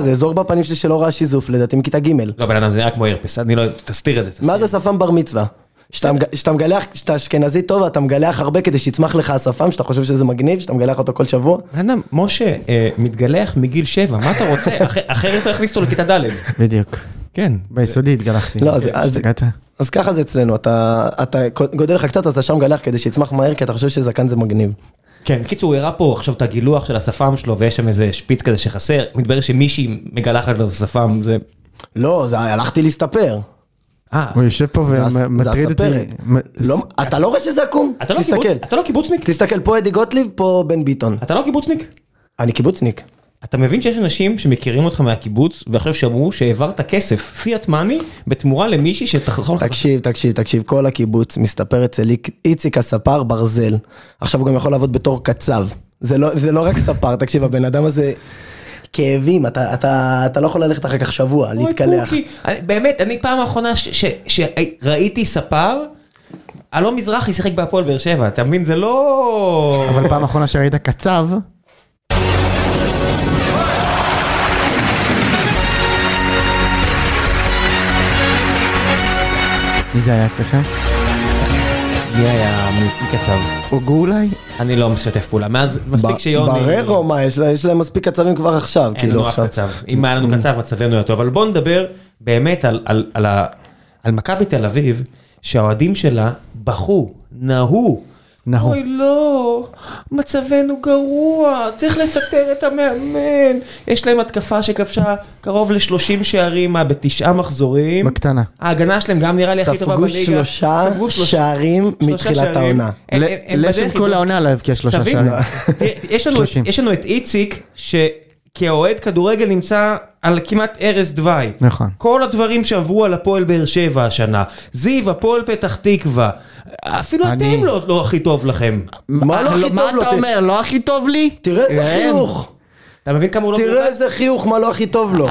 זה אזור בפנים שלי שלא ראה שיזוף, לדעתי מכיתה ג' לא בן אדם זה נראה כמו הרפס, אני לא... תסתיר את זה. מה זה שפם בר מצווה? שאתה מגלח, שאתה אשכנזי טוב, אתה מגלח הרבה כדי שיצמח לך השפם, שאתה חושב שזה מגניב, שאתה מגלח אותו כל שבוע? בן אדם, משה, אה, מתגלח מגיל 7, מה אתה רוצה? אחרת לא אתה יכניס אותו לכיתה ד'. בדיוק. כן. ביסודי התגלחתי. לא, אז ככה זה אצלנו, אתה גודל לך קצת, אז אתה שם מגלח כדי שיצמח מהר, כי אתה חושב שזקן זה מגניב. כן, בקיצור, הוא הראה פה עכשיו את הגילוח של השפם שלו, ויש שם איזה שפיץ כזה שחסר, מתברר שמישהי מגלחת לו את השפם, זה... אה, לא, הלכתי להסתפר. הוא יושב פה ומטריד אותי. אתה לא רואה שזה עקום? אתה לא קיבוצניק? תסתכל, פה אדי גוטליב, פה בן ביטון. אתה לא קיבוצניק? אני קיבוצניק. אתה מבין שיש אנשים שמכירים אותך מהקיבוץ, ועכשיו שאמרו שהעברת כסף, פיאט מאמי, בתמורה למישהי שתחזור לך... תקשיב, תקשיב, תקשיב, כל הקיבוץ מסתפר אצל איציק הספר ברזל. עכשיו הוא גם יכול לעבוד בתור קצב. זה לא, זה לא רק ספר, תקשיב, הבן אדם הזה... כאבים, אתה, אתה, אתה לא יכול ללכת אחר כך שבוע, להתקלח. באמת, אני פעם האחרונה שראיתי ספר, אלון מזרחי שיחק בהפועל באר שבע, אתה מבין? זה לא... אבל פעם האחרונה שראית קצב... מי זה היה אצלכם? מי היה מקצב? הוגו אולי? אני לא משתף פעולה, מאז מספיק שיוני... ברר או מה? יש להם מספיק קצבים כבר עכשיו, כאילו עכשיו. אין לנו אף קצב, אם היה לנו קצב מצבנו היה טוב, אבל בואו נדבר באמת על מכבי תל אביב, שהאוהדים שלה בכו, נהו. נהו. אוי לא, מצבנו גרוע, צריך לפטר את המאמן. יש להם התקפה שכבשה קרוב ל-30 שערים בתשעה מחזורים. בקטנה. ההגנה שלהם גם נראה לי הכי טובה בליגה. ספגו שלושה שערים מתחילת העונה. לשם כל העונה לא הבקיע שלושה שערים. יש לנו את איציק, כאוהד כדורגל נמצא על כמעט ערש דווי. נכון. כל הדברים שעברו על הפועל באר שבע השנה. זיו, הפועל פתח תקווה. אפילו אתם לא הכי טוב לכם. מה לא הכי טוב? מה אתה אומר? לא הכי טוב לי? תראה איזה חיוך. אתה מבין כמה הוא כן. לא... תראה איזה חיוך, מה לא הכי טוב לו.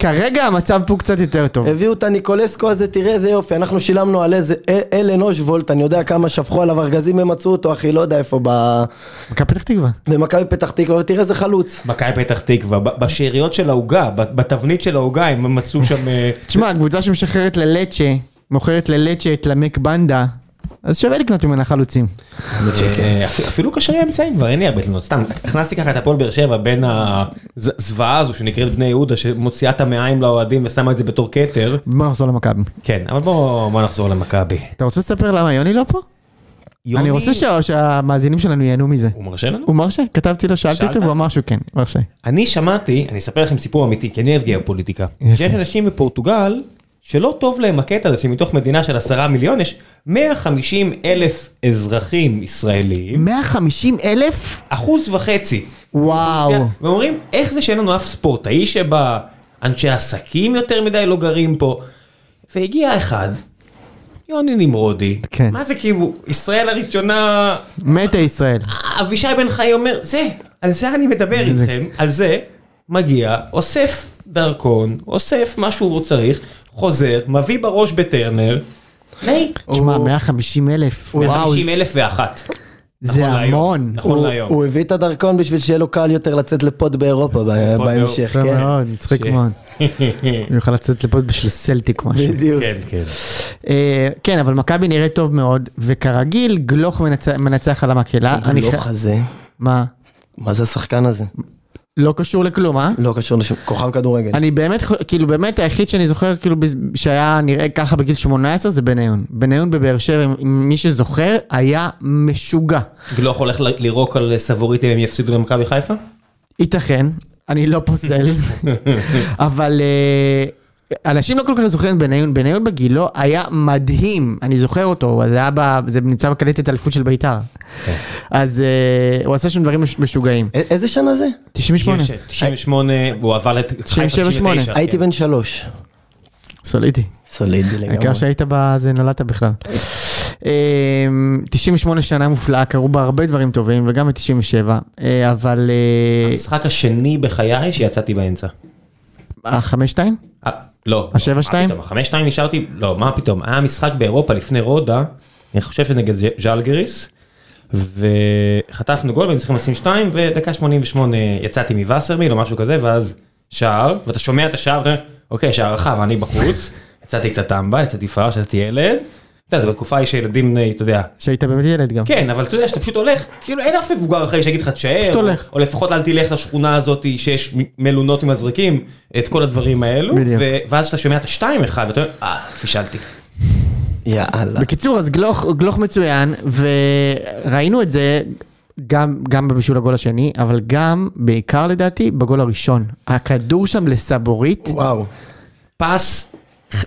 כרגע המצב פה קצת יותר טוב. הביאו את הניקולסקו הזה, תראה איזה יופי, אנחנו שילמנו על איזה אלן אושוולט, אני יודע כמה שפכו עליו ארגזים הם מצאו אותו, אחי, לא יודע איפה, ב... מכבי פתח תקווה. במכבי פתח תקווה, ותראה איזה חלוץ. מכבי פתח תקווה, בשאריות של העוגה, בתבנית של העוגה, הם מצאו שם... אה, תשמע, הקבוצה שמשחררת ללצ'ה, מוכרת ללצ'ה את למק בנדה, אז שווה לקנות ממנה חלוצים. אה, אפילו קשרי אמצעים כבר אין לי הרבה תלונות, סתם הכנסתי ככה את הפועל באר שבע בין הזוועה הזו שנקראת בני יהודה שמוציאה את המעיים לאוהדים ושמה את זה בתור כתר. בוא נחזור למכבי. כן, אבל בוא נחזור למכבי. אתה רוצה לספר למה יוני לא פה? אני רוצה שהמאזינים שלנו ייהנו מזה. הוא מרשה לנו? הוא מרשה, כתבתי לו, שאלתי אותו והוא אמר שהוא כן, מרשה. אני שמעתי, אני אספר לכם סיפור אמיתי, כי אני אוהב גיאופוליטיקה. שיש אנשים בפורטוגל שלא טוב להם הקטע הזה שמתוך מדינה של עשרה מיליון יש 150 אלף אזרחים ישראלים. 150 אלף? אחוז וחצי. וואו. ואומרים, איך זה שאין לנו אף ספורטאי שבא, אנשי עסקים יותר מדי לא גרים פה. והגיע אחד, יוני נמרודי. כן. מה זה כאילו, ישראל הראשונה... מתה ישראל. אבישי בן חי אומר, זה, על זה אני מדבר איתכם, על זה מגיע, אוסף דרכון, אוסף מה שהוא צריך, חוזר, מביא בראש בטרנר. תשמע, 150 אלף. 150 אלף ואחת. זה המון. נכון להיום. הוא הביא את הדרכון בשביל שיהיה לו קל יותר לצאת לפוד באירופה בהמשך. כן. יפה כן. מאוד, מצחיק מאוד. הוא יוכל לצאת לפוד בשביל סלטיק משהו. בדיוק. כן, כן. כן, אבל מכבי נראה טוב מאוד, וכרגיל, גלוך מנצח על המקהלה. גלוך הזה. מה? לא מה זה השחקן הזה? לא קשור לכלום, אה? לא קשור לשום, כוכב כדורגל. אני באמת, כאילו באמת היחיד שאני זוכר, כאילו שהיה נראה ככה בגיל 18 זה בניון. בניון בבאר שבע, מי שזוכר, היה משוגע. גלוך הולך לירוק על סבורית אם הם יפסידו למכבי חיפה? ייתכן, אני לא פוסל. אבל... אנשים לא כל כך זוכרים בניון, בניון בגילו היה מדהים, אני זוכר אותו, זה, היה ב, זה נמצא בקלטת האליפות של בית"ר. אז uh, הוא עשה שם דברים משוגעים. איזה שנה זה? 98. 98, הוא עבר לחיפה 98. כן. הייתי בן שלוש. סולידי. סולידי לגמרי. העיקר שהיית בזה, נולדת בכלל. 98 שנה מופלאה, קרו בה הרבה דברים טובים, וגם ב-97, אבל... אה, המשחק השני בחיי שיצאתי באמצע. החמש אה, שתיים? לא. השבע שתיים? החמש שתיים נשארתי, לא, מה פתאום, היה משחק באירופה לפני רודה, אני חושב שנגד ז'לגריס, וחטפנו גול והיינו צריכים לשים שתיים, ודקה 88 יצאתי מווסרמיל או משהו כזה, ואז שער, ואתה שומע את השער, ואתה אומר, אוקיי, שער רחב, אני בחוץ, יצאתי קצת טמבל, יצאתי פרש, יצאתי ילד. אתה יודע, זה בתקופה ההיא שילדים, אה, אתה יודע. שהיית באמת ילד גם. כן, אבל אתה יודע שאתה פשוט הולך, כאילו אין אף מבוגר אחרי שיגיד לך תשאר, פשוט הולך. או לפחות אל תלך לשכונה הזאת שיש מ- מלונות עם מזרקים, את כל הדברים האלו, בדיוק. ו- ואז אתה שומע את השתיים אחד, ואתה אומר, אה, פישלתי. יאללה. בקיצור, אז גלוך, גלוך מצוין, וראינו את זה גם, גם בבישול הגול השני, אבל גם, בעיקר לדעתי, בגול הראשון. הכדור שם לסבורית, וואו. פס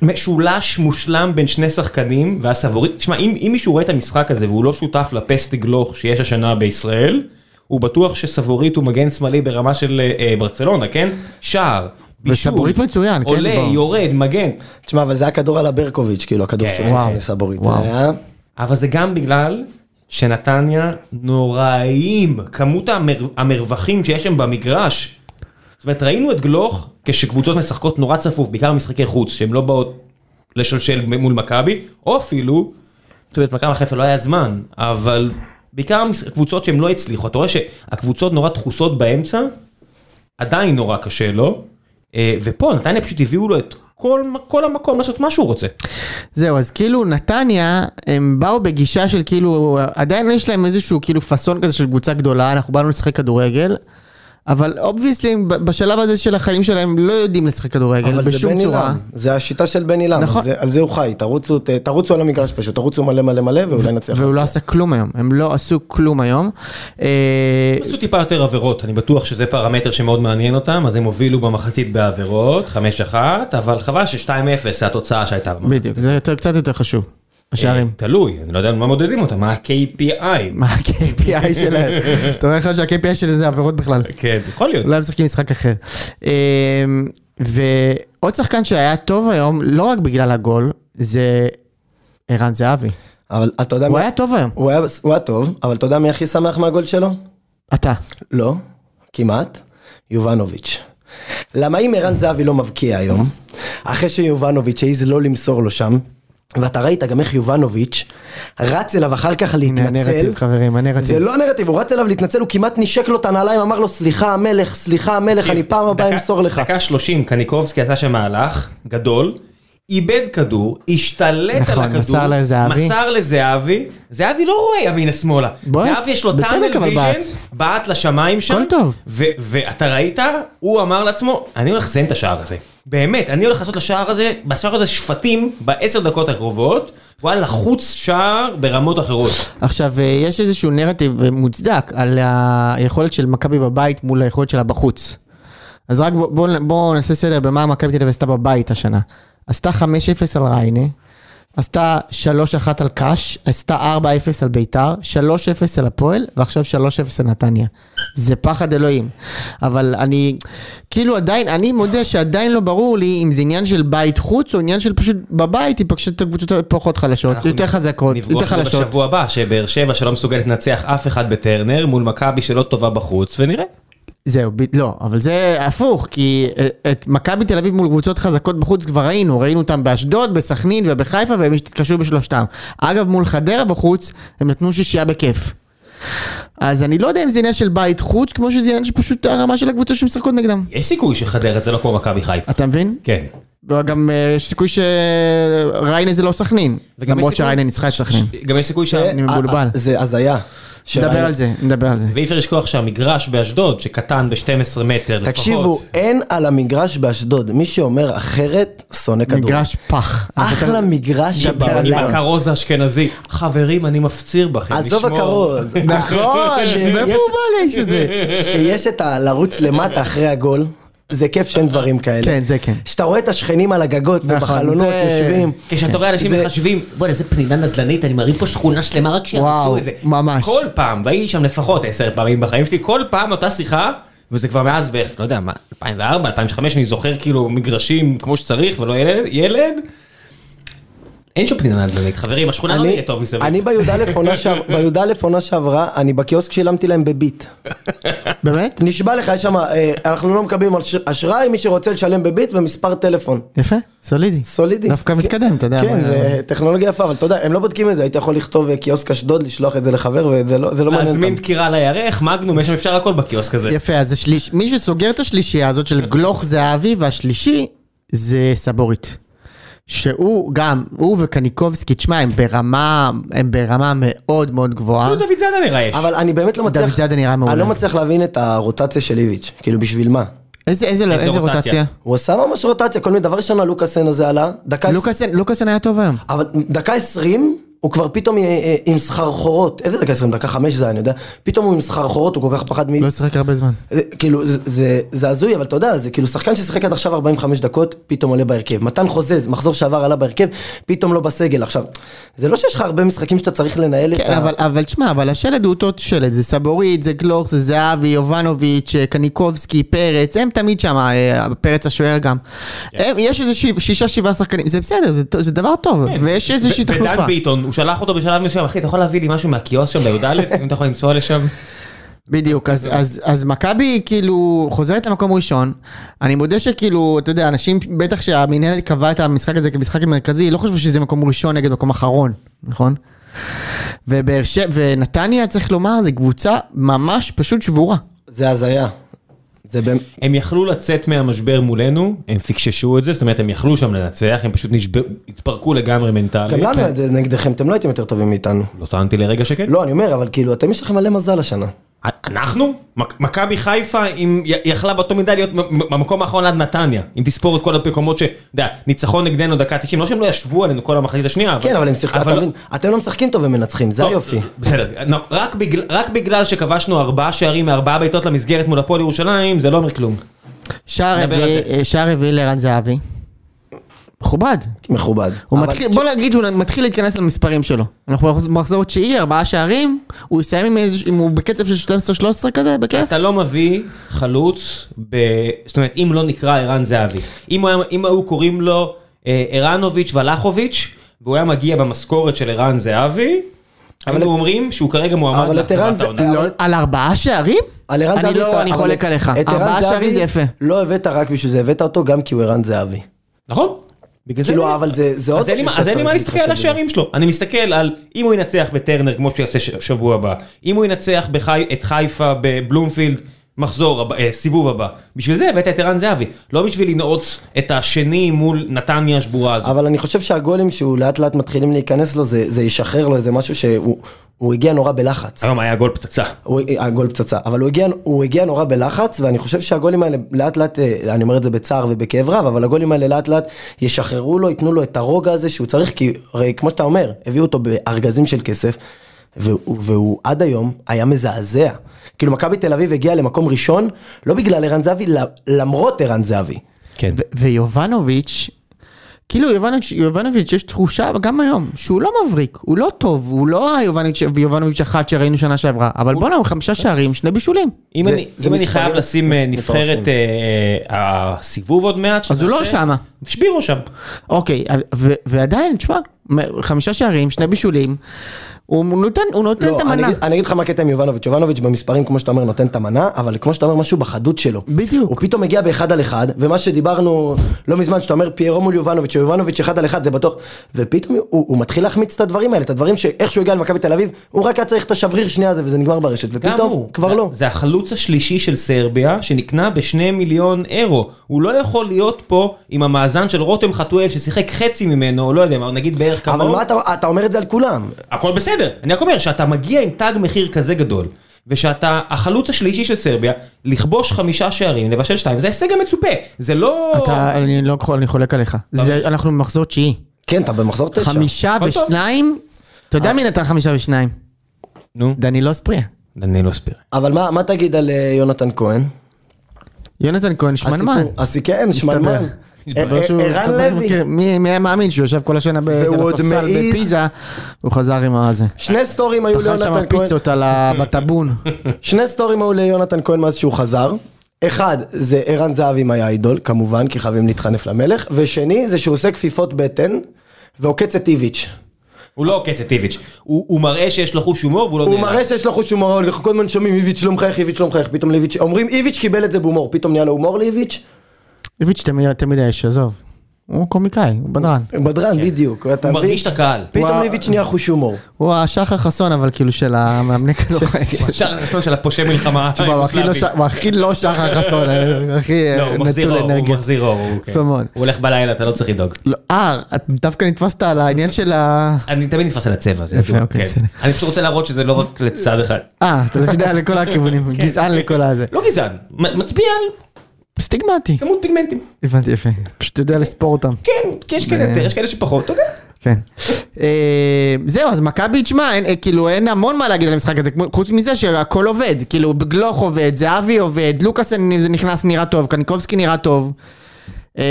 משולש מושלם בין שני שחקנים והסבורית, תשמע אם, אם מישהו רואה את המשחק הזה והוא לא שותף לפסט גלוך שיש השנה בישראל, הוא בטוח שסבורית הוא מגן שמאלי ברמה של אה, ברצלונה, כן? שער, בישול, וסבורית מצוין, כן, עולה, בוא. יורד, מגן, תשמע, אבל זה היה כדור על הברקוביץ', כאילו, הכדור כן. שהוא וואו. שם לסבורית. וואו. זה היה... אבל זה גם בגלל שנתניה נוראים, כמות המר, המרווחים שיש שם במגרש. זאת אומרת, ראינו את גלוך כשקבוצות משחקות נורא צפוף, בעיקר משחקי חוץ, שהן לא באות לשלשל מול מכבי, או אפילו, זאת אומרת, מכבי חיפה לא היה זמן, אבל בעיקר מש- קבוצות שהן לא הצליחו. אתה רואה שהקבוצות נורא דחוסות באמצע, עדיין נורא קשה לו, אה, ופה נתניה פשוט הביאו לו את כל, כל המקום לעשות מה שהוא רוצה. זהו, אז כאילו נתניה, הם באו בגישה של כאילו, עדיין יש להם איזשהו כאילו פאסון כזה של קבוצה גדולה, אנחנו באנו לשחק כדורגל, אבל אובייסלי בשלב הזה של החיים שלהם לא יודעים לשחק כדורגל אבל זה בשום בן צורה. אילם. זה השיטה של בן אילם. נכון. נכון. על זה הוא חי. תרוצו, ת- תרוצו על המגרש פשוט. תרוצו מלא מלא מלא, ואולי נצליח. והוא לא עשה כלום היום, הם לא עשו כלום היום. אה, עשו טיפה יותר עבירות, אני בטוח שזה פרמטר שמאוד מעניין אותם, אז הם הובילו במחצית בעבירות, 5-1, אבל חבל ש-2-0 זה התוצאה שהייתה. במחצית. בדיוק, זה יותר- קצת יותר חשוב, השערים. אה, תלוי, אני לא יודע על מה מודדים אותם, מה ה-KPI. מה ה-KPI שלהם? אתה אומר לך שה-KPI של זה עבירות בכלל. כן, יכול להיות. אולי הם משחקים משחק אחר. אמ, ועוד שחקן שהיה טוב היום, לא רק בגלל הגול, זה ערן זהבי. אבל אתה יודע... הוא מה- היה טוב היום. הוא היה- הוא היה טוב, אבל אתה יודע מי הכי שמח מהגול שלו? אתה. לא, כמעט, יובנוביץ'. למה אם ערן זהבי לא מבקיע היום, אחרי שיובנוביץ' העז לא למסור לו שם, ואתה ראית גם איך יובנוביץ' רץ אליו אחר כך הנה להתנצל. הנרטיב, חברים, הנרטיב. זה לא הנרטיב, הוא רץ אליו להתנצל, הוא כמעט נשק לו את הנעליים, אמר לו סליחה המלך, סליחה כן. המלך, אני פעם הבאה דקה- אמסור לך. דקה 30, קניקובסקי עשה שם מהלך גדול, איבד כדור, השתלט על נכון, הכדור, מסר לזהבי. מסר לזהבי, זהבי לא רואה ימינה-שמאלה, בועט, זהבי יש לו בצדק, טאנל אבל ויז'ן, בעט. בעט לשמיים שם, הכל טוב. ו- ואתה ראית, הוא אמר לעצמו, אני הולך לזיין את השער הזה, באמת, אני הולך לעשות לשער הזה, בשער הזה שפטים בעשר דקות הקרובות, וואלה, חוץ שער ברמות אחרות. עכשיו, אה, יש איזשהו נרטיב אה, מוצדק על היכולת של מכבי בבית מול היכולת שלה בחוץ. אז רק בואו בוא, בוא נעשה סדר במה מכבי תל אביב עשתה בבית השנה. עשתה 5-0 על ריינה, עשתה 3-1 על קאש, עשתה 4-0 על ביתר, 3-0 על הפועל, ועכשיו 3-0 על נתניה. זה פחד אלוהים. אבל אני, כאילו עדיין, אני מודה שעדיין לא ברור לי אם זה עניין של בית חוץ, או עניין של פשוט בבית, היא פגשה את הקבוצות הפחות חלשות, יותר חזקות, יותר נפגוש אותו חלשות. בשבוע הבא, שבאר שבע שלא מסוגלת לנצח אף אחד בטרנר, מול מכבי שלא טובה בחוץ, ונראה. זהו, ב... לא, אבל זה הפוך, כי אה, את מכבי תל אביב מול קבוצות חזקות בחוץ כבר ראינו, ראינו אותם באשדוד, בסכנין ובחיפה, והם התקשרו בשלושתם. אגב, מול חדרה בחוץ, הם נתנו שישייה בכיף. אז אני לא יודע אם זה עניין של בית חוץ, כמו שזה עניין שפשוט הרמה של הקבוצות שמשחקות נגדם. יש סיכוי שחדרה זה לא כמו מכבי חיפה. אתה מבין? כן. וגם אה, יש סיכוי שריינה זה לא סכנין, וגם יש למרות סיכוי- שריינה ניצחה את סכנין. גם יש סיכוי ש... זה- אני מבולבל. אה, זה הזיה. נדבר על זה, נדבר על זה. ואי אפשר לשכוח שהמגרש באשדוד, שקטן ב-12 מטר לפחות. תקשיבו, אין על המגרש באשדוד, מי שאומר אחרת, שונא כדור. מגרש אה, פח. אחלה מגרש נדבר על עם זה. שבעולם. הכרוז האשכנזי. חברים, אני מפציר בכם לשמור. עזוב הכרוז. נכון, מאיפה הוא בא לאיש הזה? שיש את הלרוץ למטה אחרי הגול, זה כיף שאין דברים כאלה. כן, זה כן. שאתה רואה את השכנים על הגגות נכון, ובחלונות זה- יושבים. כן. כשאתה רואה אנשים זה- מחשבים, בוא'נה, איזה פנינה נדל"נית, אני מרים פה שכונה שלמה רק שהם וואו, עשו את זה. ממש. כל פעם, והייתי שם לפחות עשר פעמים בחיים שלי, כל פעם אותה שיחה, וזה כבר מאז בערך, לא יודע, מה, 2004, 2005, אני זוכר כאילו מגרשים כמו שצריך, ולא ילד, ילד. אין שם פנינה נדל"נית, חברים, השכונה לא אני- נראית טוב מסביב. אני בי"א עונה שעב- בי"א עונה שעברה, אני בקיוסק שילמתי להם בביט. באמת? נשבע לך, יש שם, אה, אנחנו לא מקבלים אש- אשראי, מי שרוצה לשלם בביט ומספר טלפון. יפה, סולידי. סולידי. דווקא כן, מתקדם, אתה יודע. כן, אבל- זה טכנולוגיה יפה, אבל אתה יודע, הם לא בודקים את זה, היית יכול לכתוב אה, קיוסק אשדוד, לשלוח את זה לחבר, וזה לא זה לא מעניין להזמין אותם. דקירה לירח, מגנום, יש שם אפשר הכל בקיוסק הזה. יפה, אז השליש... מי שסוגר את השלישייה הזאת של גלוך זהבי, והשלישי זה סבורית. שהוא גם, הוא וקניקובסקי, תשמע, הם ברמה, הם ברמה מאוד מאוד גבוהה. אפילו דוד זאדה נראה יש. אבל אני באמת לא דוד מצליח, זאדה נראה מעולה. אני לא מצליח להבין את הרוטציה של איביץ', כאילו בשביל מה? איזה, איזה, איזה, איזה רוטציה? רוטציה? הוא עשה ממש רוטציה, כל מיני, דבר ראשון הלוקאסן הזה עלה, דקה לוקאסן, לוקאסן היה טוב היום. אבל דקה 20 הוא כבר פתאום אה, אה, עם סחרחורות, איזה דקה 20? דקה 5 זה היה, אני יודע, פתאום הוא עם סחרחורות, הוא כל כך פחד מ... לא שיחק הרבה זמן. אה. זה, כאילו זה, זה, זה הזוי אבל אתה יודע זה כאילו שחקן ששיחק עד עכשיו 45 דקות פתאום עולה בהרכב מתן חוזז מחזור שעבר עלה בהרכב פתאום לא בסגל עכשיו זה לא שיש לך הרבה משחקים שאתה צריך לנהל את כן, ה... אבל, אבל תשמע, אבל השלד הוא אותו שלד, זה סבורית, זה גלוך, זה זהבי, יובנוביץ', אה, קניקובסקי, פרץ, הם תמיד שם, אה, פרץ השוער גם. כן. הם, יש איזה שיב- שישה, שבעה שחקנים, זה בסדר, זה, טוב- זה דבר טוב, ויש איזושהי כן. ו- ודן תחלופה. ביטון, הוא שלח אותו בשלב מסוים, אחי, אתה יכול להביא לי משהו מהקיוסק שם בי"א, אם אתה יכול לנסוע לשם? בדיוק, אז, אז, אז מכבי כאילו חוזרת למקום ראשון. אני מודה שכאילו, אתה יודע, אנשים, בטח שהמינהלת קבעה את המשחק הזה כמשחק מרכזי, לא חשבו שזה מקום ראשון נגד מקום אחרון, נכון? ובאר שבע, ונתניה, צריך לומר, זו קבוצה ממש פשוט שבורה. זה הזיה. זה באמת... הם יכלו לצאת מהמשבר מולנו, הם פיקששו את זה, זאת אומרת, הם יכלו שם לנצח, הם פשוט נשברו, התפרקו לגמרי גם מנטלית. לנו היה את זה נגדכם אתם לא הייתם יותר טובים מאיתנו. לא טענתי לרגע שכן. לא אני אומר אבל כאילו אתם יש לכם מלא מזל השנה. אנחנו? מק- מכבי חיפה אם י- יכלה באותו מידה להיות מ- מ- במקום האחרון עד נתניה. אם תספור את כל המקומות ש... אתה יודע, ניצחון נגדנו דקה 90, לא שהם לא ישבו עלינו כל המחצית השנייה, אבל... כן אבל הם שיחקו, אתה מבין, אתם לא משחקים טוב ומנצחים זה טוב, היופי. בסדר, לא, רק בגלל- רק בגלל שכבשנו ארבעה שערים מארבעה בעיטות למסגרת מול הפועל ירושלים, זה לא אומר כלום. שער נדבר על רביעי- זה. שער רביעי לערן זהבי. מכובד. מכובד. הוא אבל- מתחיל, בוא נגיד שהוא מתחיל להתכנס למספרים שלו. אנחנו במחזור תשיעי, ארבעה שערים, הוא יסיים עם איזה, אם הוא בקצב של 12-13 כזה, בכיף. אתה לא מביא חלוץ, ב... זאת אומרת, אם לא נקרא ערן זהבי. אם, הוא היה, אם היו קוראים לו אה, ערנוביץ' ולחוביץ', והוא היה מגיע במשכורת של ערן זאבי, אבל- היינו אומרים שהוא כרגע מועמד אבל את ערן להחזרת זה... לא. העונה. אבל- על ארבעה שערים? על ערן אני זהבי לא, אתה- אני אבל חולק את- עליך. את ערן ארבעה שערים זה זהבי יפה. לא הבאת רק בשביל זה, הבאת אותו גם כי הוא ערן זהבי. נכון? בגלל זה- כאילו, אבל זה- זה עוד אז אין לי משהו מה- אז שאתה אין לי מה צריך להסתכל להתחשב על בזה. השערים שלו. אני מסתכל על אם הוא ינצח בטרנר כמו שהוא יעשה ש- שבוע הבא, אם הוא ינצח בחי- את חיפה בבלומפילד מחזור, הבא- אה, סיבוב הבא. בשביל זה הבאת את ערן זהבי, לא בשביל לנעוץ את השני מול נתניה השבורה הזו. אבל אני חושב שהגולים שהוא לאט לאט מתחילים להיכנס לו, זה זה ישחרר לו איזה משהו שהוא הוא הגיע נורא בלחץ. היום היה גול פצצה. הוא- הגול פצצה, אבל הוא הגיע, הוא הגיע נורא בלחץ, ואני חושב שהגולים האלה לאט לאט, אה, אני אומר את זה בצער ובכאב רב, אבל הגולים האלה לאט לאט ישחררו לו, ייתנו לו את הרוגע הזה שהוא צריך, כי הרי כמו שאתה אומר, הביאו אותו בארגזים של כסף, והוא, והוא עד היום היה מזעזע. כאילו מכבי תל אביב הגיעה למקום ראשון, לא בגלל ערן זהבי, ל- למרות ערן זהבי. כן. ו- ויובנוביץ', כאילו יובנוביץ', יובנוביץ', יש תחושה גם היום, שהוא לא מבריק, הוא לא טוב, הוא לא היובנוביץ' יובנוביץ' אחת שראינו שנה שעברה, אבל בואנה, הוא חמישה שערים, שני בישולים. אם זה- אני, זה אם אני מספרים חייב לשים אה, נבחרת מטורפים. אה, אה, הסיבוב עוד מעט, אז הוא לא שנעשה, שמה. שבירו שם. אוקיי, ו- ועדיין, תשמע, מ- חמישה שערים, שני בישולים, הוא נותן, הוא נותן את לא, אני, המנה. אגיד- אני אגיד לך מה הקטע עם יובנוביץ', יובנוביץ' במספרים כמו שאתה אומר נותן את המנה, אבל כמו שאתה אומר משהו בחדות שלו. בדיוק. הוא פתאום מגיע באחד על אחד, ומה שדיברנו לא מזמן, שאתה אומר פיירו מול יובנוביץ', שיובנוביץ' אחד על אחד זה בטוח, ופתאום הוא, הוא מתחיל להחמיץ את הדברים האלה, את הדברים שאיך שהוא הגיע למכבי תל אביב, הוא רק היה צריך את השבריר שנייה הזה וזה נגמר ברשת, גם ופתאום הוא. כבר זה- לא. זה החלוץ השלישי של סרביה שנקנה בשני מיליון אירו. הוא לא יכול להיות פה עם המאזן של רותם חתואל ששיחק חצי ממנו, או לא יודע מה, נגיד בערך כמוהו. אבל מה אתה, אתה אומר את זה על כולם, הכל בסדר. אני רק אומר, שאתה מגיע עם תג מחיר כזה גדול, ושאתה החלוץ השלישי של סרביה, לכבוש חמישה שערים, לבשל שתיים, זה הישג המצופה. זה לא... אתה, אני לא אני חולק עליך. זה- אנחנו במחזור תשיעי. כן אתה במחזור תשע. אה. חמישה הכל טוב. ושניים? אתה יודע מי נתן חמישה ושניים? נו, דנילו ספריה. דנילו ספיר. אבל מה, מה תגיד על אה, יונתן כהן? יונתן כהן שמנמן. הסיפור- אז כן, שמנמן. מסתבר אה, אה, שהוא- ערן חזר עם לוי. הקרן. מי מי היה מאמין שהוא ישב כל השנה באיזה והוא עוד ספסל מעז. בפיזה, הוא חזר עם הזה. שני סטורים היו אכל ליונתן שם כאילו כהן. פיצות על ה- בטאבון. שני סטורים היו ליונתן כהן מאז שהוא חזר. אחד, זה ערן זהבי היה אידול, כמובן, כי חייבים להתחנף למלך. ושני, זה שהוא עושה כפיפות בטן, ועוקץ את איביץ'. הוא לא עוקץ את איביץ', הוא הוא מראה שיש לו חוש הומור והוא לא הוא נעלב. מראה שיש לו חוש הומור, אנחנו כל הזמן שומעים איביץ' לא מחייך, איביץ' לא מחייך, פתאום לאיביץ', אומרים איביץ' קיבל את זה בהומור, פתאום נהיה לו הומור לאיביץ', איביץ' תמיד- תמיד האש, עזוב. הוא קומיקאי, הוא בדרן. בדרן בדיוק, אתה כן. הוא מבין? מרגיש את הקהל. פתאום וואו. לאיביץ' נהיה חוש הומור. הוא השחר חסון, אבל כאילו של המאמני אה, כדורגל. שער החסון של הפושע מלחמה. תשמע, הוא הכי לא היוגוסלבי. ש- הוא הכי לא שחר חסון, הוא הכי לא, אה, הוא מחזיר נטול אור, הוא אנרגיה. מחזיר אור, הוא- כן. יפה מאוד. הוא הולך בלילה, אתה לא צריך לדאוג. לא, אה, את דווקא נתפסת על העניין של ה... אני תמיד נתפס על הצבע, זה יפה, ידוע, אוקיי, כן. בסדר. אני פשוט רוצה להראות שזה לא רק לצד אחד. אה, אתה יודע, לכל הכיוונים, כן. גזען לכל הזה. לא גזען, מ- מצביע על סטיגמטי. כמות פיגמנטים. הבנתי, יפה. פשוט יודע לספור אותם. כן, כי יש כאלה אה. יותר, יש כאלה שפחות, אתה יודע. כן. אה, זהו, אז מכבי, תשמע, אין- אה, כאילו אין המון מה להגיד על המשחק הזה, כמו- חוץ מזה שהכל עובד. כאילו, גלוך עובד, זהבי עובד, לוקאסן זה נכנס נראה טוב, קניקובסקי נראה טוב. אה,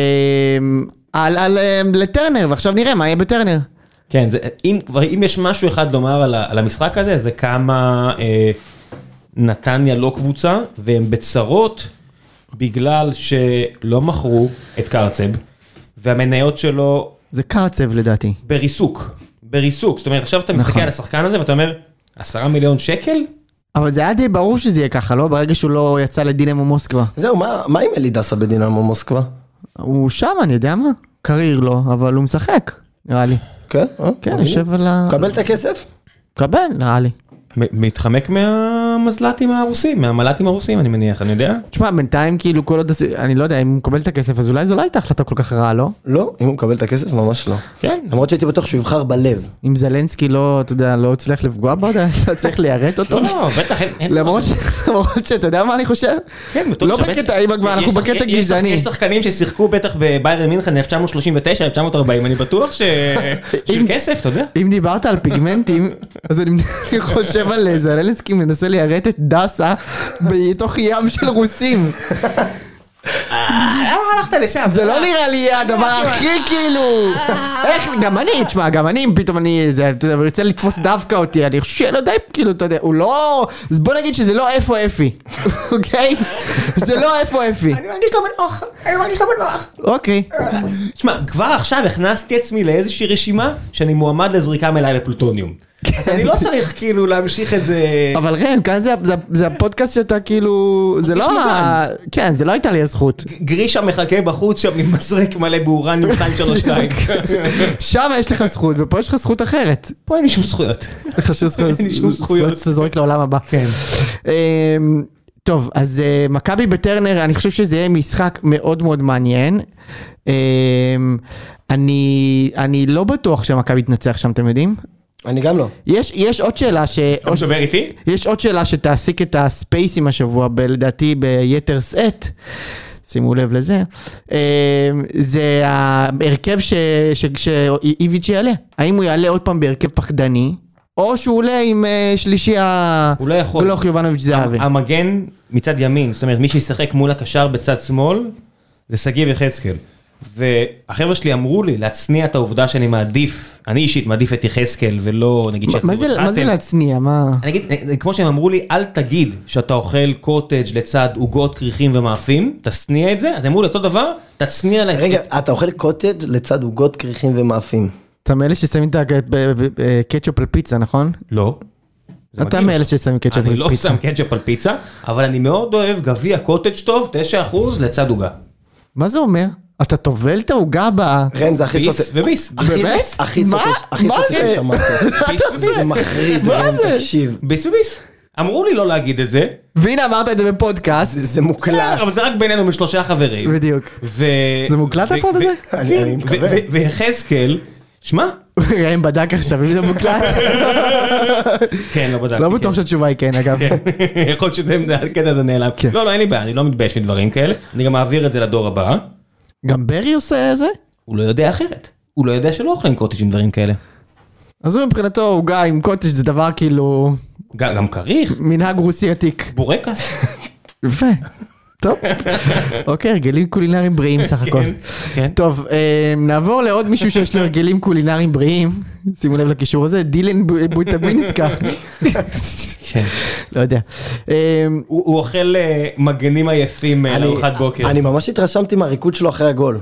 על, על, אה, לטרנר, ועכשיו נראה מה יהיה בטרנר. כן, זה, אם, כבר, אם יש משהו אחד לומר על, ה- על המשחק הזה, זה כמה אה, נתניה לא קבוצה, והם בצרות בגלל שלא מכרו את קרצב, והמניות שלו זה קרצב לדעתי. בריסוק, בריסוק. זאת אומרת, עכשיו אתה מסתכל נכון. על השחקן הזה ואתה אומר, עשרה מיליון שקל? אבל זה היה די ברור שזה יהיה ככה, לא? ברגע שהוא לא יצא לדינמו מוסקבה. זהו, מה מה עם אלי דסה בדינמו מוסקבה? הוא שם, אני יודע מה. קרייר לא, אבל הוא משחק, נראה לי. כן, אה? כן, מגניב. יושב על ה... קבל את הכסף? קבל, נראה לי. מ- מתחמק מהמזל"טים הרוסים, מהמל"טים הרוסים, אני מניח, אני יודע. תשמע, בינתיים כאילו כל עוד... הס- אני לא יודע, אם הוא מקבל את הכסף, אז אולי זו לא הייתה החלטה כל כך רעה, לא? לא, אם הוא מקבל את הכסף ממש לא. כן. למרות שהייתי בטוח שהוא יבחר בלב. אם זלנסקי לא, אתה יודע, לא הצליח לפגוע בו, אתה יודע, צריך ליירט אותו. לא, לא, בטח, אין... אין- למרות ש- למרות שאתה יודע מה אני חושב? כן, בטוח לא שבטח- בקטע אימא כבר, יש אנחנו שחק- בקטע יש שחק- גזעני. יש שחקנים ששיחקו בטח בביירן מינכן 1939, 1940, אני בטוח ש... של כסף, אתה יודע. אם אה, דיברת על פיגמנטים, אז אני אני חושב על אה, זלנסקי מנסה ליירט את דסה בתוך ים של רוסים. למה אה, הלכת לשם? זה לא נראה לי יהיה הדבר הכי כאילו... איך, גם אני, תשמע, גם אני, אם פתאום אני, זה, אתה יודע, הוא ירצה לתפוס דווקא אותי, אני חושב שיהיה לו די, כאילו, אתה יודע, הוא לא... אז בוא נגיד שזה לא איפה אפי, אוקיי? זה לא איפה אפי. אני מרגיש לא בנוח, אני מרגיש לא בנוח. אוקיי. תשמע, כבר עכשיו הכנסתי עצמי לאיזושהי רשימה שאני מועמד לזריקה מלאה בפלוטוניום. אז אני לא צריך כאילו להמשיך את זה... כן. אבל ראם, כאן זה- זה- זה הפודקאסט שאתה כאילו... זה לא ה... כן, זה לא הייתה לי הזכות. גרישה מחכה בחוץ שם עם מזרק מלא באורניום 232. שם יש לך זכות, ופה יש לך זכות אחרת. פה אין לי שום זכויות. חשוב זכויות, אין לי שום זכויות. זכויות שאתה זורק לעולם הבא. כן. אמ, טוב, אז אה, מכבי בטרנר, אני חושב שזה יהיה משחק מאוד מאוד מעניין. אמ, אני, אני לא בטוח שמכבי תנצח שם, אתם יודעים? אני גם לא. יש, יש עוד שאלה ש... אתה מדבר איתי? יש עוד שאלה שתעסיק את הספייסים השבוע, ב, לדעתי ביתר שאת, שימו לב לזה, אמ, זה ההרכב ש- ש- שאיביץ' יעלה. האם הוא יעלה עוד פעם בהרכב פחדני, או שהוא עולה עם אה, שלישי ה... הוא לא יכול. אמ- גלוך יובנוביץ' זהבי. המגן מצד ימין, זאת אומרת מי שישחק מול הקשר בצד שמאל, זה שגיב יחזקאל. והחבר'ה שלי אמרו לי להצניע את העובדה שאני מעדיף, אני אישית מעדיף את יחזקאל ולא נגיד מה- מה שיחזירו את זה- מה זה חתם. להצניע? מה... אני אגיד, אה, כמו שהם אמרו לי, אל תגיד שאתה אוכל קוטג' לצד עוגות, כריכים ומאפים, תשניע את זה, אז הם אמרו לי אותו דבר, תשניע ל... רגע, אתה אוכל קוטג' לצד עוגות, כריכים ומאפים. אתה מאלה ששמים את הקטשופ על פיצה, נכון? לא. זה אתה מגעיל. מאלה ששמים קטשופ אני על לא פיצה. שם קטשופ על פיצה, אבל אני מאוד אוהב גביע קוטג' טוב, 9% לצד עוגה. מה זה אומר? אתה טובל את העוגה ב... ראם, זה הכי ביס סוטה. וביס. הכי- באמת? הכי מה? סוטה הכי מה סוטה זה? ששמעתי. מה אתה זה עושה? מחריד, מה ראם, זה? תקשיב. ביס וביס. אמרו לי לא להגיד את זה, והנה אמרת את זה בפודקאסט. זה מוקלט. אבל זה רק בינינו משלושה חברים. בדיוק. ו... זה מוקלט ו- הפוד ו- הזה? אני אני ו- מקווה. ו- ויחזקאל, שמע, ראם בדק עכשיו אם זה מוקלט. כן, לא בדקתי. לא כן. בטוח שהתשובה היא כן אגב. יכול להיות שזה הקטע הזה נעלם. כן. לא, לא, אין לי בעיה, אני לא מתבייש מדברים כאלה. אני גם אעביר את זה לדור הבא. גם ברי עושה זה? הוא לא יודע אחרת. הוא לא יודע שלא אוכלים קוטג' עם דברים כאלה. אז הוא מבחינתו עוגה עם קוטג' זה דבר כאילו גם גם כריך, מנהג רוסי עתיק. בורקס. יפה. טוב, אוקיי, הרגלים קולינריים בריאים סך הכל. כן. טוב, אה, נעבור לעוד מישהו שיש לו הרגלים קולינריים בריאים, שימו לב לקישור הזה, דילן בו- בוטבינסקה. כן. לא יודע. אה, הוא הוא אוכל אה, מגנים עייפים אה, אני- לארוחת בוקר. אני ממש התרשמתי מהריקוד שלו אחרי הגול.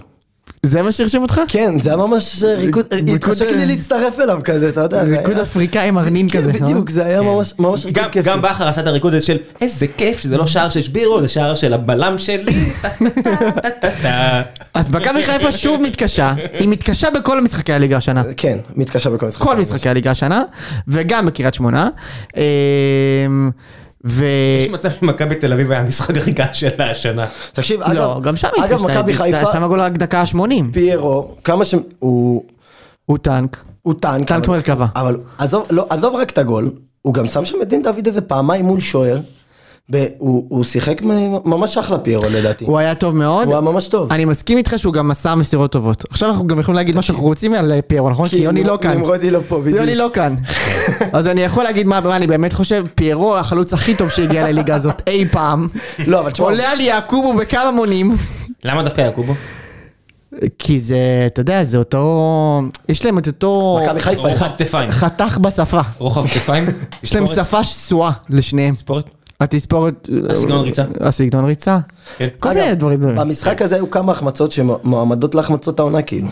זה מה שהרשים אותך? כן, זה היה ממש ריקוד, התחשק לי להצטרף אליו כזה, אתה יודע. זה אה, ריקוד היה- אפריקאי מרנין כן, כזה. אה? בדיוק, זה היה ממש ממש ריקוד גם- כיפי. גם בכר עשה את הריקוד הזה של איזה כיף שזה לא שער של שבירו, זה שער של הבלם שלי. אז מכבי חיפה שוב מתקשה, היא מתקשה בכל משחקי הליגה השנה. כן, מתקשה בכל משחק. כל משחקי הליגה השנה, וגם בקריית שמונה. אה, ו... יש מצב שמכבי תל אביב היה המשחק הכי קל שלה השנה. תקשיב, אגב, לא, גם שם היא אגב, התקשתה, מכבי היא חיפה, שמה גול רק דקה ה-80. פיירו, כמה ש... הוא הוא טנק. הוא טנק. טנק אבל- מרכבה. אבל עזוב, לא, עזוב רק את הגול, הוא גם שם שם את דין דוד איזה פעמיים מול שוער. ב- הוא הוא שיחק מ- ממש אחלה פיירו לדעתי. הוא היה טוב מאוד. הוא היה ממש טוב. אני מסכים איתך שהוא גם מסר מסירות טובות. עכשיו אנחנו גם יכולים להגיד מה שאנחנו רוצים על אה, פיירו, נכון? כי כי יוני לא כאן. נמרודי לא פה, בדיוק. יוני לא כאן. אז אני יכול להגיד מה מה אני באמת חושב, פיירו החלוץ הכי טוב שהגיע לליגה הזאת אי פעם. לא, אבל תשמע, עולה על יעקובו בכמה מונים. למה דווקא יעקובו? כי זה, אתה יודע, זה אותו... יש להם את אותו... מכבי חיפה. רוחב כתפיים. חתך בשפה. רוחב כתפיים. יש להם תספורת. שפה שסועה לשניהם. תספורת. התספורת... הסגנון ריצה. הסגנון ריצה. כן. כל אגב, מיני דברים. דברים. במשחק הזה היו כמה החמצות שמועמדות להחמצות העונה כאילו.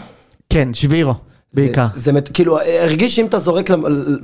כן, שבירו, זה- בעיקר. זה מת- כאילו הרגיש שאם אתה זורק למ- ל-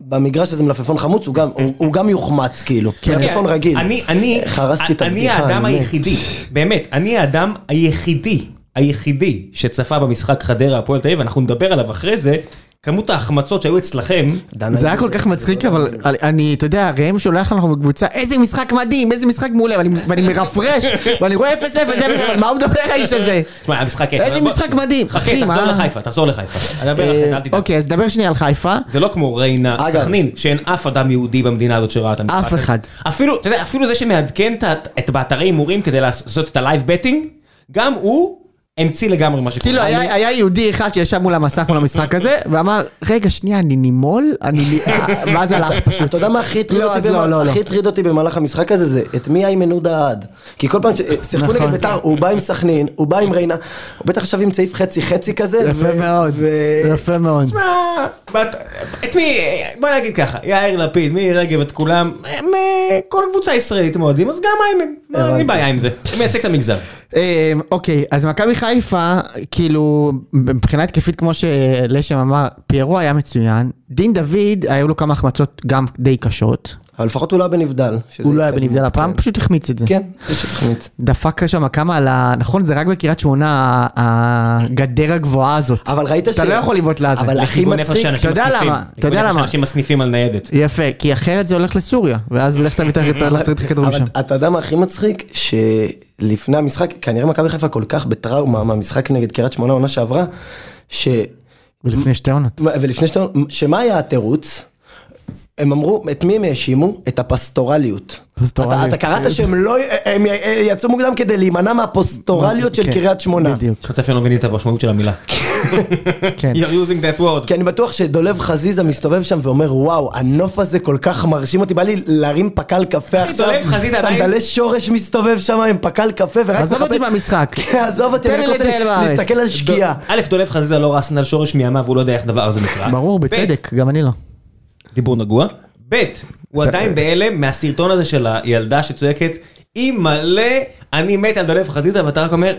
במגרש הזה מלפפון חמוץ הוא גם- הוא- הוא גם יוחמץ כאילו. כן. מלפפון אוקיי, רגיל. אני, אני, חרסתי את אני הבדיחה, האדם אני מת. היחידי, באמת, אני האדם היחידי, היחידי שצפה במשחק חדרה הפועל תל אביב, אנחנו נדבר עליו אחרי זה, כמות ההחמצות שהיו אצלכם, דן, זה אני- היה כל כך מצחיק, אבל אני- אני, אתה יודע, ראם שולח לנו בקבוצה, איזה משחק מדהים, איזה משחק מעולה, ואני- ואני מרפרש, ואני רואה 0-0, 0-0, אבל מה הוא מדבר האיש הזה? תשמע, המשחק... איזה משחק מדהים. אחי, אחי, תחזור מה? לחיפה, תחזור לחיפה. אני אדבר אחרי, אל תדאג. אוקיי, אז נדבר שנייה על חיפה. זה לא כמו ריינה, אגב- סכנין, שאין אף אדם יהודי במדינה הזאת שראה את המשחק. אף הזה. אחד. אפילו, אתה יודע, אפילו זה שמעדכן את ה- את באתרי הימורים כדי לעשות את הלייב בטינג, גם הוא המציא לגמרי מה שקורה. כאילו, היה היה יהודי אחד שישב מול המסך, מול המשחק הזה, ואמר, רגע, שנייה, אני נימול? אני... נ- ואז הלך פשוט. אתה יודע מה הכי הטריד לא, אותי אז לא, במה- לא, לא. הכי הטריד אותי במהלך המשחק הזה זה את מי איימן עודה עד. כי כל פעם ששיחקו נכון. נגד בית"ר הוא בא עם סכנין, הוא בא עם ריינה, הוא בטח עכשיו עם צעיף חצי חצי כזה. יפה ו- מאוד, ו- יפה מאוד. תשמע, בת- את מי, בוא נגיד ככה, יאיר לפיד, מירי רגב, את כולם, הם אה, כל קבוצה ישראלית הם אוהדים, אז גם איימן, מה, אין לי בעיה עם זה, הוא מייצג את המגזר. אה, אוקיי, אז מכבי חיפה, כאילו, מבחינה התקפית, כמו שלשם אמר, פיירו היה מצוין. דין דוד, היו לו כמה החמצות גם די קשות. אבל לפחות הוא לא היה בנבדל. שזה כן. הוא לא היה התקדמות. בנבדל הפעם, פשוט החמיץ את זה. כן, יש התחמיץ. דפק שם כמה על ה... נכון, זה רק בקריית שמונה, ה- הגדר הגבוהה הזאת. אבל ראית אתה לא יכול לבעוט לה זה. אבל הכי לכיוון איפה מצחיק, שאנשים אתה יודע מסניפים, למה, אתה לכיוון יודע איפה למה. שאנשים מסניפים על ניידת. יפה, כי אחרת זה הולך לסוריה, ואז לך תביא את ה- לך תביא את הכדור אבל משם. אתה יודע מה הכי מצחיק? שלפני המשחק, כנראה מכבי חיפה כל כך בטראומה מהמשחק נגד קריית שמונה עונה שעברה, ש... ולפני שתי עונות. ולפני שאתה... שמה היה התירוץ? הם אמרו, את מי הם האשימו? את הפסטורליות. פסטורליות. כן. אתה, אתה קראת שהם לא, הם יצאו מוקדם כדי להימנע מהפסטורליות של כן, קריית שמונה. בדיוק, יש מצב לא שלא מבינים את המשמעות של המילה. כן. You're using that word. כי אני בטוח שדולב חזיזה מסתובב שם ואומר, וואו, הנוף הזה כל כך מרשים אותי, בא לי להרים פקל קפה אחי, עכשיו. דולב חזיזה עדיין- סנדלי שורש מסתובב שם עם פקל קפה, ורק עזוב אותי מהמשחק. כן, עזוב אותי, תן אני לי רק רוצה לטייל בארץ. להסתכל על שקיעה. א', דולב חזיזה לא ראה סנדל שורש מימיו, הוא לא יודע איך דבר הזה נקרא. ברור, ב', בצדק, גם אני לא. דיבור נגוע. ב', הוא עדיין בהלם מהסרטון הזה של הילדה שצועקת, היא מלא, אני מת על דולב חזיזה, ואתה רק אומר,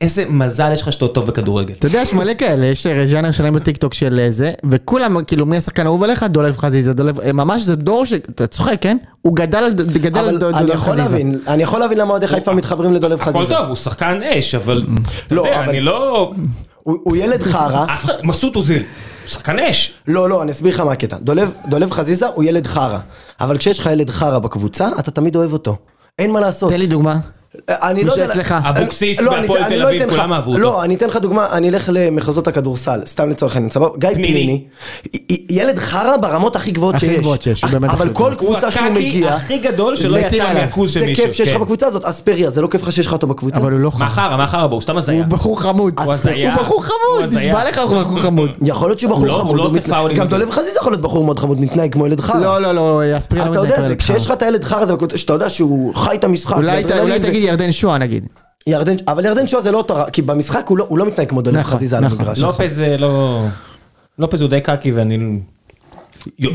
איזה מזל יש לך שאתה טוב בכדורגל. אתה יודע, יש מלא כאלה, יש אה, ז'אנר שלם בטיקטוק של אה, זה, וכולם, כאילו, מי השחקן האהוב עליך? דולב חזיזה, דולב, אה, ממש זה דור ש... אתה צוחק, כן? הוא גדל על ד- גדל על אבל דולב אני חזיזה. יכול להבין, אני יכול להבין למה אוהדי חיפה מתחברים לדולב הכל חזיזה. טוב, הוא שחקן אש, אבל... אתה לא, יודע, אבל- אני לא... הוא הוא ילד חרא. אף אחד... מסות אוזיל. הוא שחקן אש. לא, לא, אני אסביר לך מה הקטע. דולב, דולב חזיזה הוא ילד חרא. אבל כשיש לך ילד חרא בקבוצה, אתה תמיד אוהב אותו. אין מה לעשות. תן לי דוגמה. אני מי לא יודע... שאצלך. אבוקסיס לא, אני- והפועל אני תל לא אביב, אתן לך- כולם אהבו אותו. לא, אני אתן לך דוגמה, אני אלך למחוזות הכדורסל, סתם לצורך העניין, סבבה? גיא פניני. פניני, י- י- ילד חרא ברמות הכי גבוהות הכי שיש. גבוהות שיש, הוא באמת אבל הכי כל גבוה. קבוצה שהוא הקקי מגיע, הכי גדול שלא זה יצא טיל עליו. מהכוז של זה מישהו. כיף שיש לך כן. בקבוצה הזאת, אספריה, זה לא כיף לך שיש לך אותו בקבוצה? אבל הוא לא חם. מה חרא, מה חרא בו? הוא סתם הזיה. הוא בחור חמוד. הוא הזיה. הוא בחור הוא חמוד, הזיה. נשבע לך הוא בחור חמוד. יכול להיות שהוא בחור לא- הוא חמוד, לא עושה מת- פאולים. גם דולב חזיזה יכול להיות בחור מאוד חמוד, מתנהג כמו ילד חרא. לא, לא, לא, אספריה אתה לא מתנהג יודע, כמו זה ילד כשיש לך את הילד חרא, זה בקבוצה- שאתה יודע שהוא חי את המשחק. חם. זה אולי ת- אולי אדרנלין, תגיד ירדן שואה נגיד. ירדן, אבל ירדן שואה זה לא אותו, רע, כי במשחק הוא לא- הוא לא מתנהג כמו דולב נכון, חזיזה על נכון. המגרש. לופז אה, לא... לופז הוא די קקי ואני...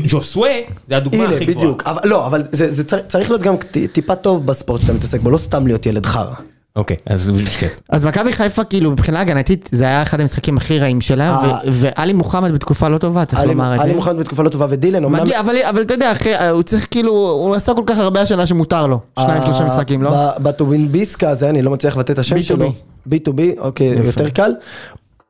ז'וסווה זה הדוגמה הנה, הכי גבוהה. בדיוק. אבל- לא, אבל זה זה צר- צריך להיות גם ט- טיפה טוב בספורט שאתה מתעסק בו, לא סתם להיות ילד חרא. אוקיי, אז כן. אז מכבי חיפה, כאילו, מבחינה הגנתית, זה היה אחד המשחקים הכי רעים שלה, אה. ו- ואלי מוחמד בתקופה לא טובה, צריך עלי- לומר את זה. עלי מוחמד בתקופה לא טובה ודילן, אמנם... מגיע, אבל, אבל אתה יודע, אחי, הוא צריך כאילו, הוא עשה כל כך הרבה השנה שמותר לו. אה, שניים, שלושה משחקים, לא? ב- בטובינסקה הזה, אני לא מצליח לבטא את השם B2B. שלו. B2B, אוקיי, יותר קל.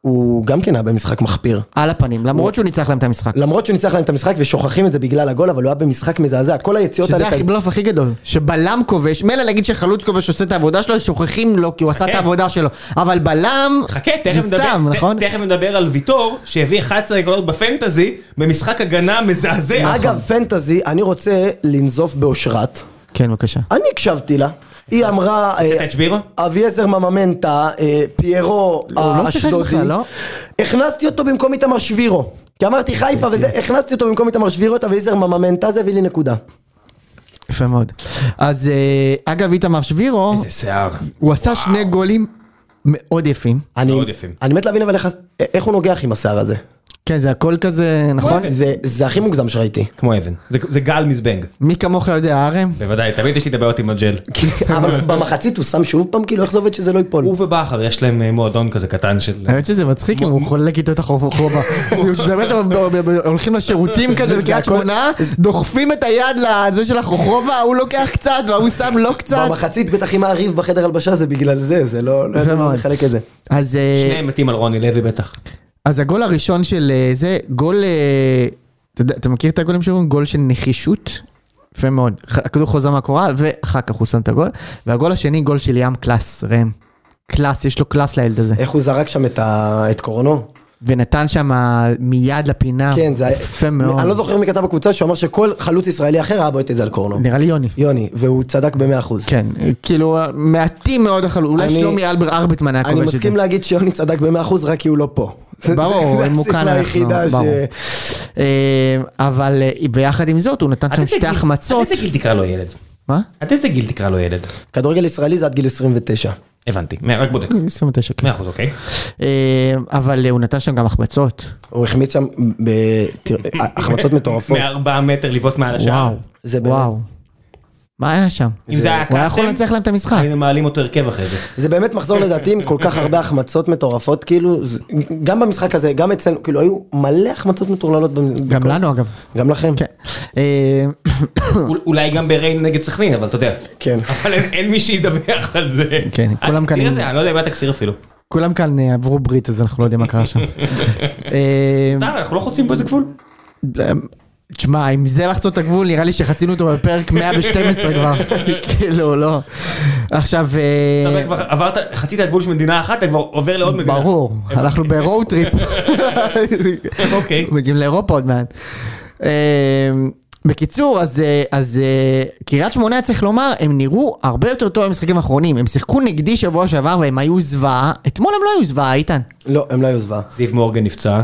הוא גם כן היה במשחק מחפיר. על הפנים, למרות שהוא ניצח להם את המשחק. למרות שהוא ניצח להם את המשחק ושוכחים את זה בגלל הגול, אבל הוא היה במשחק מזעזע. כל היציאות שזה האלה... הכי בלוף הכי גדול, שבלם כובש, מילא להגיד שחלוץ כובש עושה את העבודה שלו, שוכחים לו כי הוא עשה את חכה. העבודה שלו, אבל בלם, חכה, זה תכף נדבר, סתם, ת- נכון? תכף נדבר על ויטור, שהביא 11 קולות בפנטזי, במשחק הגנה מזעזע. אגב, פנטזי, אני רוצה לנזוף באושרת. כן בבקשה. אני הקשבתי לה. היא נכון. אמרה... הוצאת אה, את שבירו? אביעזר מממנטה, אה, פיירו לא שיחק האשדודי. בכלל, לא? הכנסתי אותו במקום איתמר שבירו. כי אמרתי חיפה וזה, הכנסתי אותו במקום איתמר שבירו, את אביעזר מממנטה, זה הביא לי נקודה. יפה מאוד. אז אה, אגב איתמר שבירו, איזה שיער. הוא עשה שני גולים מאוד יפים. אני, מאוד יפים. אני מת להבין אבל איך, איך הוא נוגח עם השיער הזה. כן זה הכל כזה, נכון? זה, זה הכי מוגזם שראיתי. כמו אבן. זה- זה גל מזבנג. מי כמוך יודע ארם? בוודאי, תמיד יש לי את הבעיות עם הג'ל. אבל במחצית הוא שם שוב פעם, כאילו איך זה עובד שזה לא ייפול? הוא ובכר יש להם אה, מועדון כזה קטן של... האמת שזה מצחיק אם הוא חולה כיתות החוב חובה. באמת הם ב- ב- ב- הולכים לשירותים כזה זה בקריית הכל- שמונה, דוחפים את היד לזה של החוכרובה, ההוא לוקח קצת וההוא שם לא קצת. במחצית בטח עם הריב בחדר הלבשה זה בגלל זה, זה לא... לא יפה יודע מה מאוד. לחלק את זה. אז אה, שניהם מתים על רוני לוי בטח. אז הגול הראשון של אה, זה, גול, אה, אתה יודע, אתה מכיר את הגולים שאומרים? גול של נחישות? יפה מאוד. ח- הכדור חוזר מהקורה, ואחר כך הוא שם את הגול. והגול השני, גול של ים קלאס, ראם. קלאס, יש לו קלאס לילד הזה. איך הוא זרק שם את, ה... את קורנו? ונתן שם מיד לפינה. כן, זה היה... אה, יפה מאוד. אני לא זוכר מי כתב בקבוצה שאמר שכל חלוץ ישראלי אחר היה בועט את זה על קורנו. נראה לי יוני. יוני, והוא צדק במאה אחוז. כן, כאילו, מעטים מאוד החלו... אולי אני- שלומי אלבר ארבטמן היה כובש אני את זה. מסכים להגיד שיוני צדק במאה אחוז רק כי הוא לא פה. זה- ברור, זה אם הוא הסיבה כאן אנחנו, היחידה ש- ברור. אה, אבל אה, ביחד עם זאת, הוא נתן עד שם איזה שתי גיל- החמצות. עד איזה גיל תקרא לו ילד? מה? עד איזה גיל תקרא לו ילד? כדורגל ישראלי זה עד גיל 29. הבנתי, מה, רק בודק. 29, כן. 100 אחוז, אוקיי. אה, אבל אה, הוא נתן שם גם החמצות. הוא החמיץ שם ב... תראה, החמצות מטורפות. מארבעה מטר לבעוט מעל השער. וואו. זה באמת- וואו. מה היה שם? אם זה היה הוא היה קאסם, יכול לנצח להם את המשחק. היינו מעלים אותו הרכב אחרי זה. זה באמת מחזור לדעתי עם כל כך הרבה החמצות מטורפות, כאילו, זה- גם במשחק הזה, גם אצלנו, כאילו, היו מלא החמצות מטורללות. במ- גם בכל- לנו אגב. גם לכם. כן. אה, אול- אולי גם בריין נגד סכנין, אבל אתה יודע. כן. אבל אין- אין מי שידווח על זה. כן, כולם התקציר כאן- הזה, אני לא יודע מה התקציר אפילו. כולם כאן אה, עברו ברית אז אנחנו לא יודעים מה קרה שם. אה, טוב, אנחנו לא חוצים פה איזה גבול. תשמע, אם זה לחצות את הגבול, נראה לי שחצינו אותו בפרק 112 כבר. כאילו, לא. עכשיו... אה, אתה יודע, כבר עברת, חצית את הגבול של מדינה אחת, אתה כבר עובר לעוד מדינה. ברור, אנחנו ברואו טריפ. אוקיי. מגיעים לאירופה עוד מעט. אה, בקיצור, אז, אה, אז אה, קריית שמונה היה צריך לומר, הם נראו הרבה יותר טוב במשחקים האחרונים. הם שיחקו נגדי שבוע שעבר והם היו זוועה. אתמול הם לא היו זוועה, איתן. לא, הם לא היו זוועה. זיו מורגן נפצע.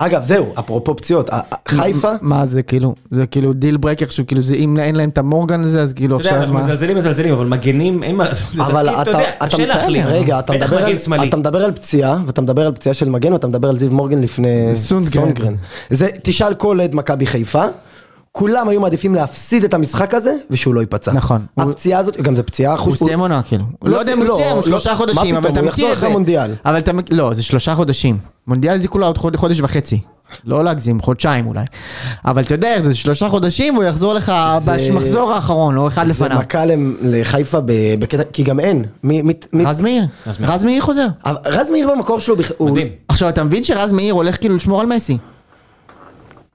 אגב, זהו, אפרופו פציעות, ה- ה- חיפה, מה זה כאילו? זה כאילו דיל ברקר, שכאילו זה, אם אין להם את המורגן הזה, אז כאילו אתה יודע, עכשיו אנחנו מה? מזלזלים מזלזלים, אבל מגנים, אין מה לעשות. זה אבל תפקיד, אתה, יודע, אתה, קשה להחליף. רגע, אתה בטח מדבר, מגן על, שמאלי. אתה מדבר על פציעה, ואתה מדבר על פציעה של מגן, ואתה מדבר על זיו מורגן לפני סונגרן. סונגרן. זה, תשאל כל עד מכבי חיפה, כולם היו מעדיפים להפסיד את המשחק הזה, ושהוא לא ייפצע. נכון. הפציעה הזאת, גם זה פציעה הוא אחוז... סיים עונה כאילו. לא לא יודע אם סיים, הוא סיים, הוא לא, שלושה לא. מה חודשים, פתאום, אבל אתה הוא מכיר יחזור את זה. אחרי המונדיאל. אבל אתה, מכ- לא, זה שלושה חודשים. מונדיאל זה כולה עוד חוד- חודש וחצי. לא להגזים, חודשיים אולי. אבל אתה יודע איך זה, זה שלושה חודשים והוא יחזור לך זה- במחזור האחרון, או אחד זה לפניו. מכה למ- לחיפה ב- בקטע, כי גם אין. מי, מי, מי, רז מאיר, רז מאיר חוזר. אבל רז מאיר במקור שלו, בכ- הוא- מדהים. עכשיו אתה מבין שרז מאיר הולך כאילו לשמור על מסי.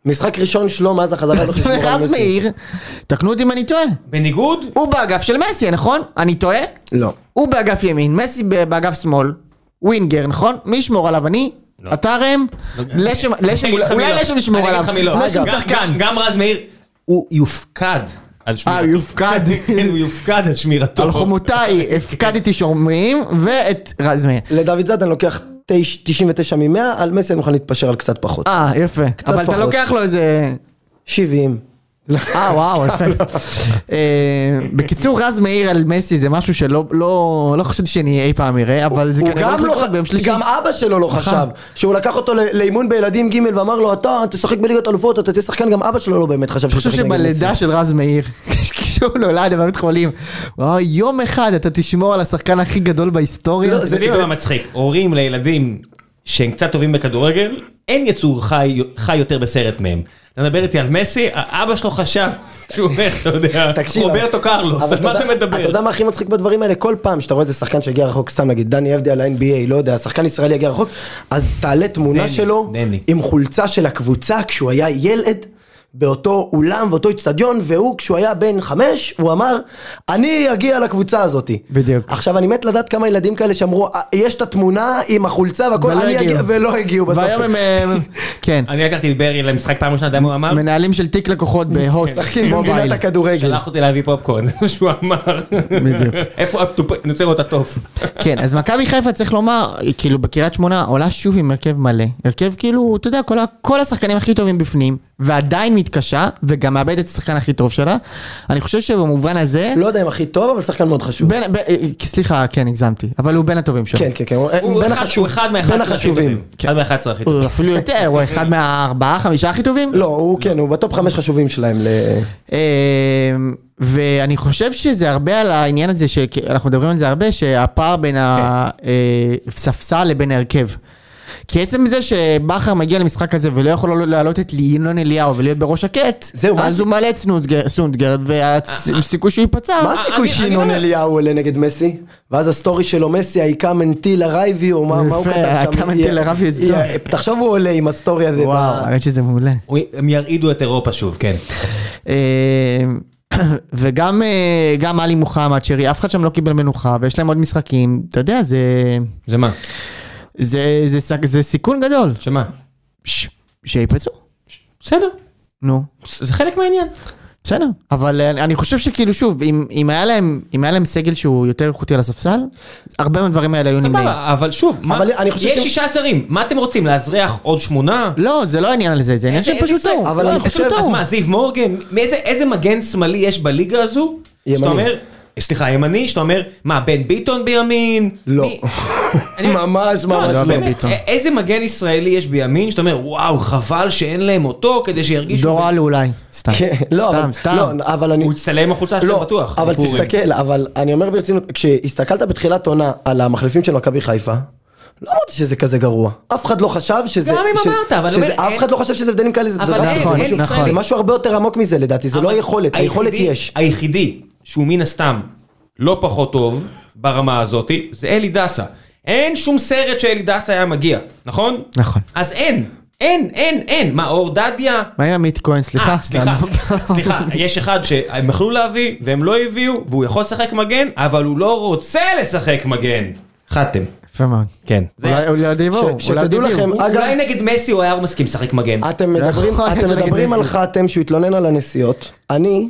משחק ראשון שלו מאז החזרה אז שלו לשמור על רז מסי. מאיר, תקנו אותי אם אני טועה. בניגוד, הוא באגף של מסי, נכון? אני טועה? לא. הוא באגף ימין, מסי ב- באגף שמאל, ווינגר, נכון? מי ישמור עליו? אני? אתה ראם? לשם, לשם, אני אגיד לך מי אולי לא. לשם ישמור אני אגיד עליו. לך מי לא. לשם אגב, גם- שחקן. גם רז מאיר, הוא יופקד. על שמירתו. אה, הוא יופקד. כן, הוא יופקד על שמירתו. על חומותיי הפקדתי שומרים, ואת רז מאיר. לדוד זאד אני לוקח תש- 99 מ-100, על מסי אני מוכן להתפשר על קצת פחות. אה, יפה. אבל אתה פחות. לוקח לו איזה... 70. אה, וואו, יפה. אה, בקיצור, רז מאיר על מסי זה משהו שלא לא- לא חשבתי שאני אי פעם אראה, אבל זה הוא כנראה גם הולך לא, לקרות ביום ח- שלישי. גם אבא שלו לא נכון. חשב, שהוא לקח אותו ל- לאימון בילדים ג' ואמר לו אתה תשחק בליגת אלופות, אתה תהיה שחקן, גם אבא שלו לא באמת חשב אני חושב ישחק נגד שבלידה מסי. של רז מאיר, כשהוא נולד בבית חולים, הוא אמר, יום אחד אתה תשמור על השחקן הכי גדול בהיסטוריה. לא, זה זה- יודעים זה- מה מצחיק, הורים לילדים שהם קצת טובים בכדורגל, אין יצור חי, חי יותר בסרט מהם. אתה מדבר איתי על מסי, אבא שלו חשב שהוא איך, אתה יודע, תקשיב, רוברטו אבל- אבל קרלוס, על מה אתה יודע- אתה מדבר? יודע מה הכי מצחיק בדברים האלה? כל פעם שאתה רואה איזה שחקן שהגיע רחוק, סתם נגיד דני אבדיה ל-NBA, לא יודע, שחקן ישראלי הגיע רחוק, אז תעלה תמונה דני, שלו דני. עם חולצה של הקבוצה כשהוא היה ילד. באותו אולם ואותו איצטדיון, והוא כשהוא היה בן חמש, הוא אמר, אני אגיע לקבוצה הזאת. בדיוק. עכשיו, אני מת לדעת כמה ילדים כאלה שאמרו, "אה, יש את התמונה עם החולצה והכל, ולא אני אגיע, הגיעו. ולא הגיעו בסוף. והיום הם, אה, כן, אני לקחתי את ברי למשחק פעם ראשונה, אתה יודע מה הוא אמר? מנהלים של תיק לקוחות בהוט, משחקים במדינת מובייל. הכדורגל. שלח אותי להביא פופקורן, זה מה שהוא אמר. בדיוק. איפה הטופ- אני רוצה לראות את הטוף. כן, אז מכבי חיפה צריך לומר, היא כאילו בקריית שמונה עולה שוב עם הרכב מלא. הרכב כאילו, אתה יודע, כל, ה- כל השחקנים הכי טובים בפנים, ועדיין מתקשה, וגם מאבדת את השחקן הכי טוב שלה. אני חושב שבמובן הזה, לא יודע אם הכי טוב, אבל שחקן מאוד חשוב. בין, בין, סליחה, כן, הגזמתי, אבל הוא בין הטובים שלה. כן, כן, כן, הוא הוא בין אחד- החשוב- הוא אחד מהאחד בין עשרה הכי החשובים. טובים. אחד מהאחד עשרה הכי הוא טובים. אפילו יותר, הוא אחד מהארבעה, חמישה הכי טובים. לא, הוא כן, הוא בטופ חמש חשובים שלהם ל... אמ, ואני חושב שזה הרבה על העניין הזה, שאנחנו מדברים על זה הרבה, שהפער בין כן. הספסל לבין ההרכב. כי עצם זה שבכר מגיע למשחק הזה ולא יכול להעלות את ינון אליהו ולהיות בראש הקט, זהו, מה אז זה- אה, הוא מעלה את סונדגר- סונדגרד והסיכוי שהוא ייפצע. מה הסיכוי אני- אני שינון לא- אליהו עולה נגד מסי? ואז הסטורי שלו, מסי, I come and till הרייבי, או מה מה הוא יפה, כתב שם? I come and יהיה- till הרייבי is יהיה- תחשוב הוא עולה עם הסטורי הזה. וואו, ב- האמת שזה מעולה. הוא- הם ירעידו את אירופה שוב, כן. אמ, וגם אה, גם עלי מוחמד, שרי, אף אחד שם לא קיבל מנוחה, ויש להם עוד משחקים, אתה יודע, זה- זה מה? זה- זה סכ- זה סיכון גדול. שמה? ש- שיפצעו. בסדר, נו, זה חלק מהעניין. בסדר. אבל אה, אני חושב שכאילו, שוב, אם, אם, היה להם, אם היה להם סגל שהוא יותר איכותי על הספסל, הרבה מהדברים האלה היו נמנעים. סבבה, אבל שוב, מה- אבל אני חושב יש שהם- שישה זרים, מה אתם רוצים, לאזרח עוד שמונה? לא, זה לא העניין על זה, זה עניין איזה- של פשוט איזה טוב. סגל? אבל לא, אני זה פשוט חושב- טוב. אז מה, זיו מורגן, מאיזה- איזה מגן שמאלי יש בליגה הזו? שאתה ימני. אומר, סליחה, ימני, שאתה אומר, מה, בן ביטון בימין? לא. מי- אני- ממש ממש לא, לא, לא. באמת, ביטון. א- איזה מגן ישראלי יש בימין, שאתה אומר, וואו, חבל שאין להם אותו, כדי שירגישו... דור אלו אולי, סתם. כן, לא, אבל- סתם, סתם. לא, אבל אני... הוא יצטלם החוצה שלו לא, בטוח. אבל בפורים. תסתכל, אבל אני אומר ברצינות, כשהסתכלת בתחילת עונה על המחליפים של מכבי חיפה, לא אמרתי שזה כזה גרוע. אף אחד לא חשב שזה... גם אם ש- אמרת, אבל שזה- אומר, אף אין- אחד לא חשב שזה הבדלים כאלה. זה אבל דבר- אין, זה נכון, משהו- נכון. זה משהו הרבה יותר עמוק מזה לדעתי, זה לא אבל היכולת, היכולת היחידי- יש. היחידי, שהוא מן הסתם לא פחות טוב ברמה הזאת, זה אלי דסה. אין שום סרט שאלי דסה היה מגיע, נכון? נכון. אז אין, אין, אין, אין. מה, אור דדיה? מה עם עמית כהן, סליחה? אה, סליחה, סליחה, יש אחד שהם יכלו להביא והם לא הביאו והוא יכול לשחק מגן, אבל הוא לא רוצה לשחק מגן. חתם. יפה מאוד. כן. אולי אולי עוד יבואו, ש- אולי עוד שתדעו יביאו. לכם, אגב- אולי נגד מסי הוא היה מסכים לשחק מגן. אתם לא מדברים, יכול להיות אתם שנגיד מדברים על מסי. חתם שהוא התלונן על הנסיעות. אני,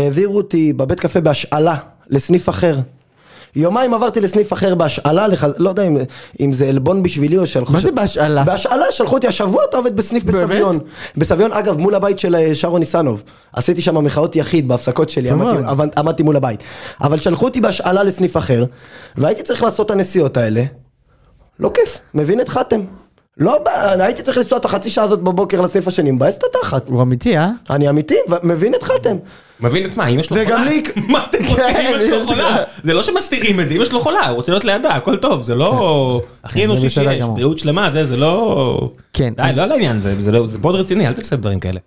העבירו אותי בבית קפה בהשאלה לסניף אחר. יומיים עברתי לסניף אחר בהשאלה, לחז... לא יודע אם, אם זה עלבון בשבילי או שלחו... מה זה בהשאלה? בהשאלה שלחו אותי, השבוע אתה עובד בסניף באמת? בסביון. בסביון, אגב, מול הבית של אה, שרון ניסנוב. עשיתי שם מחאות יחיד בהפסקות שלי, יפה עמדתי, מאוד. עבד- עמדתי מול הבית. אבל שלחו אותי בהשאלה לסניף אחר, והייתי צריך לעשות את הנסיעות האלה. לא כיף, מבין את חתם. לא, בא- הייתי צריך לנסוע את החצי שעה הזאת בבוקר לסניף השני, מבאס את התחת. הוא אמיתי, אה? אני אמיתי, ו- מבין את חתם. מבין את מה, אמא שלו חולה. וגם לי- מה אתם רוצים, כן, אמא אמא שלו שלו- חולה. זה לא שמסתירים את זה, אמא שלו חולה, הוא רוצה להיות לידה, הכל טוב, זה לא... הכי כן, זה אנושי בסדר שיש, גמור. בריאות שלמה, זה, זה לא... כן, די, אז- לא לעניין, זה- זה לא- זה מאוד רציני, אל תעשה דברים כאלה.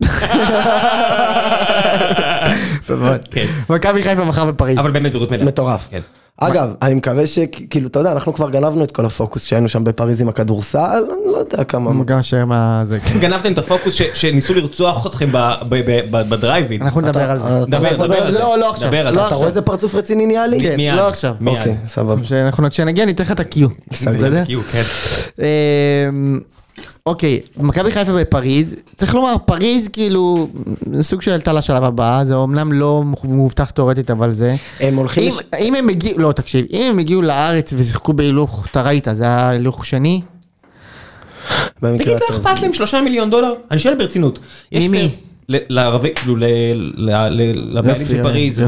יפה מאוד. כן. מכבי חיפה מחר בפריז. אבל באמת בריאות מלאה. מטורף. כן. אגב, אני מקווה שכאילו, אתה יודע, אנחנו כבר גנבנו את כל הפוקוס שהיינו שם בפריז עם הכדורסל, אני לא יודע כמה... גם שיר מה זה. כן. גנבתם את הפוקוס ש- שניסו לרצוח אתכם ב- ב- ב- ב- בדרייבין. אנחנו אתה- נדבר על זה. אתה- דבר, אתה- דבר על זה. לא, לא עכשיו. דבר על לא זה. אתה רואה איזה פרצוף רציני נהיה לי? כן, מיד, לא עכשיו. מיד. אוקיי, סבבה. שאנחנו, כשנגיע אני אתן לך את ה-Q. בסדר? יו, כן. אמ, אוקיי, מכבי חיפה בפריז, צריך לומר, פריז כאילו, זה סוג של עלתה לשלב הבא, זה אומנם לא מובטח תאורטית, אבל זה. הם הולכים... אם, לש- אם הם הגיעו, לא תקשיב, אם הם הגיעו לארץ ושיחקו בהילוך, אתה ראית, זה היה הילוך שני? במקרה תגיד, לא הטוב. אכפת להם שלושה מיליון דולר? אני שואל ברצינות. יש ממי? פר- לערבי, כאילו, לבעלים של פריז.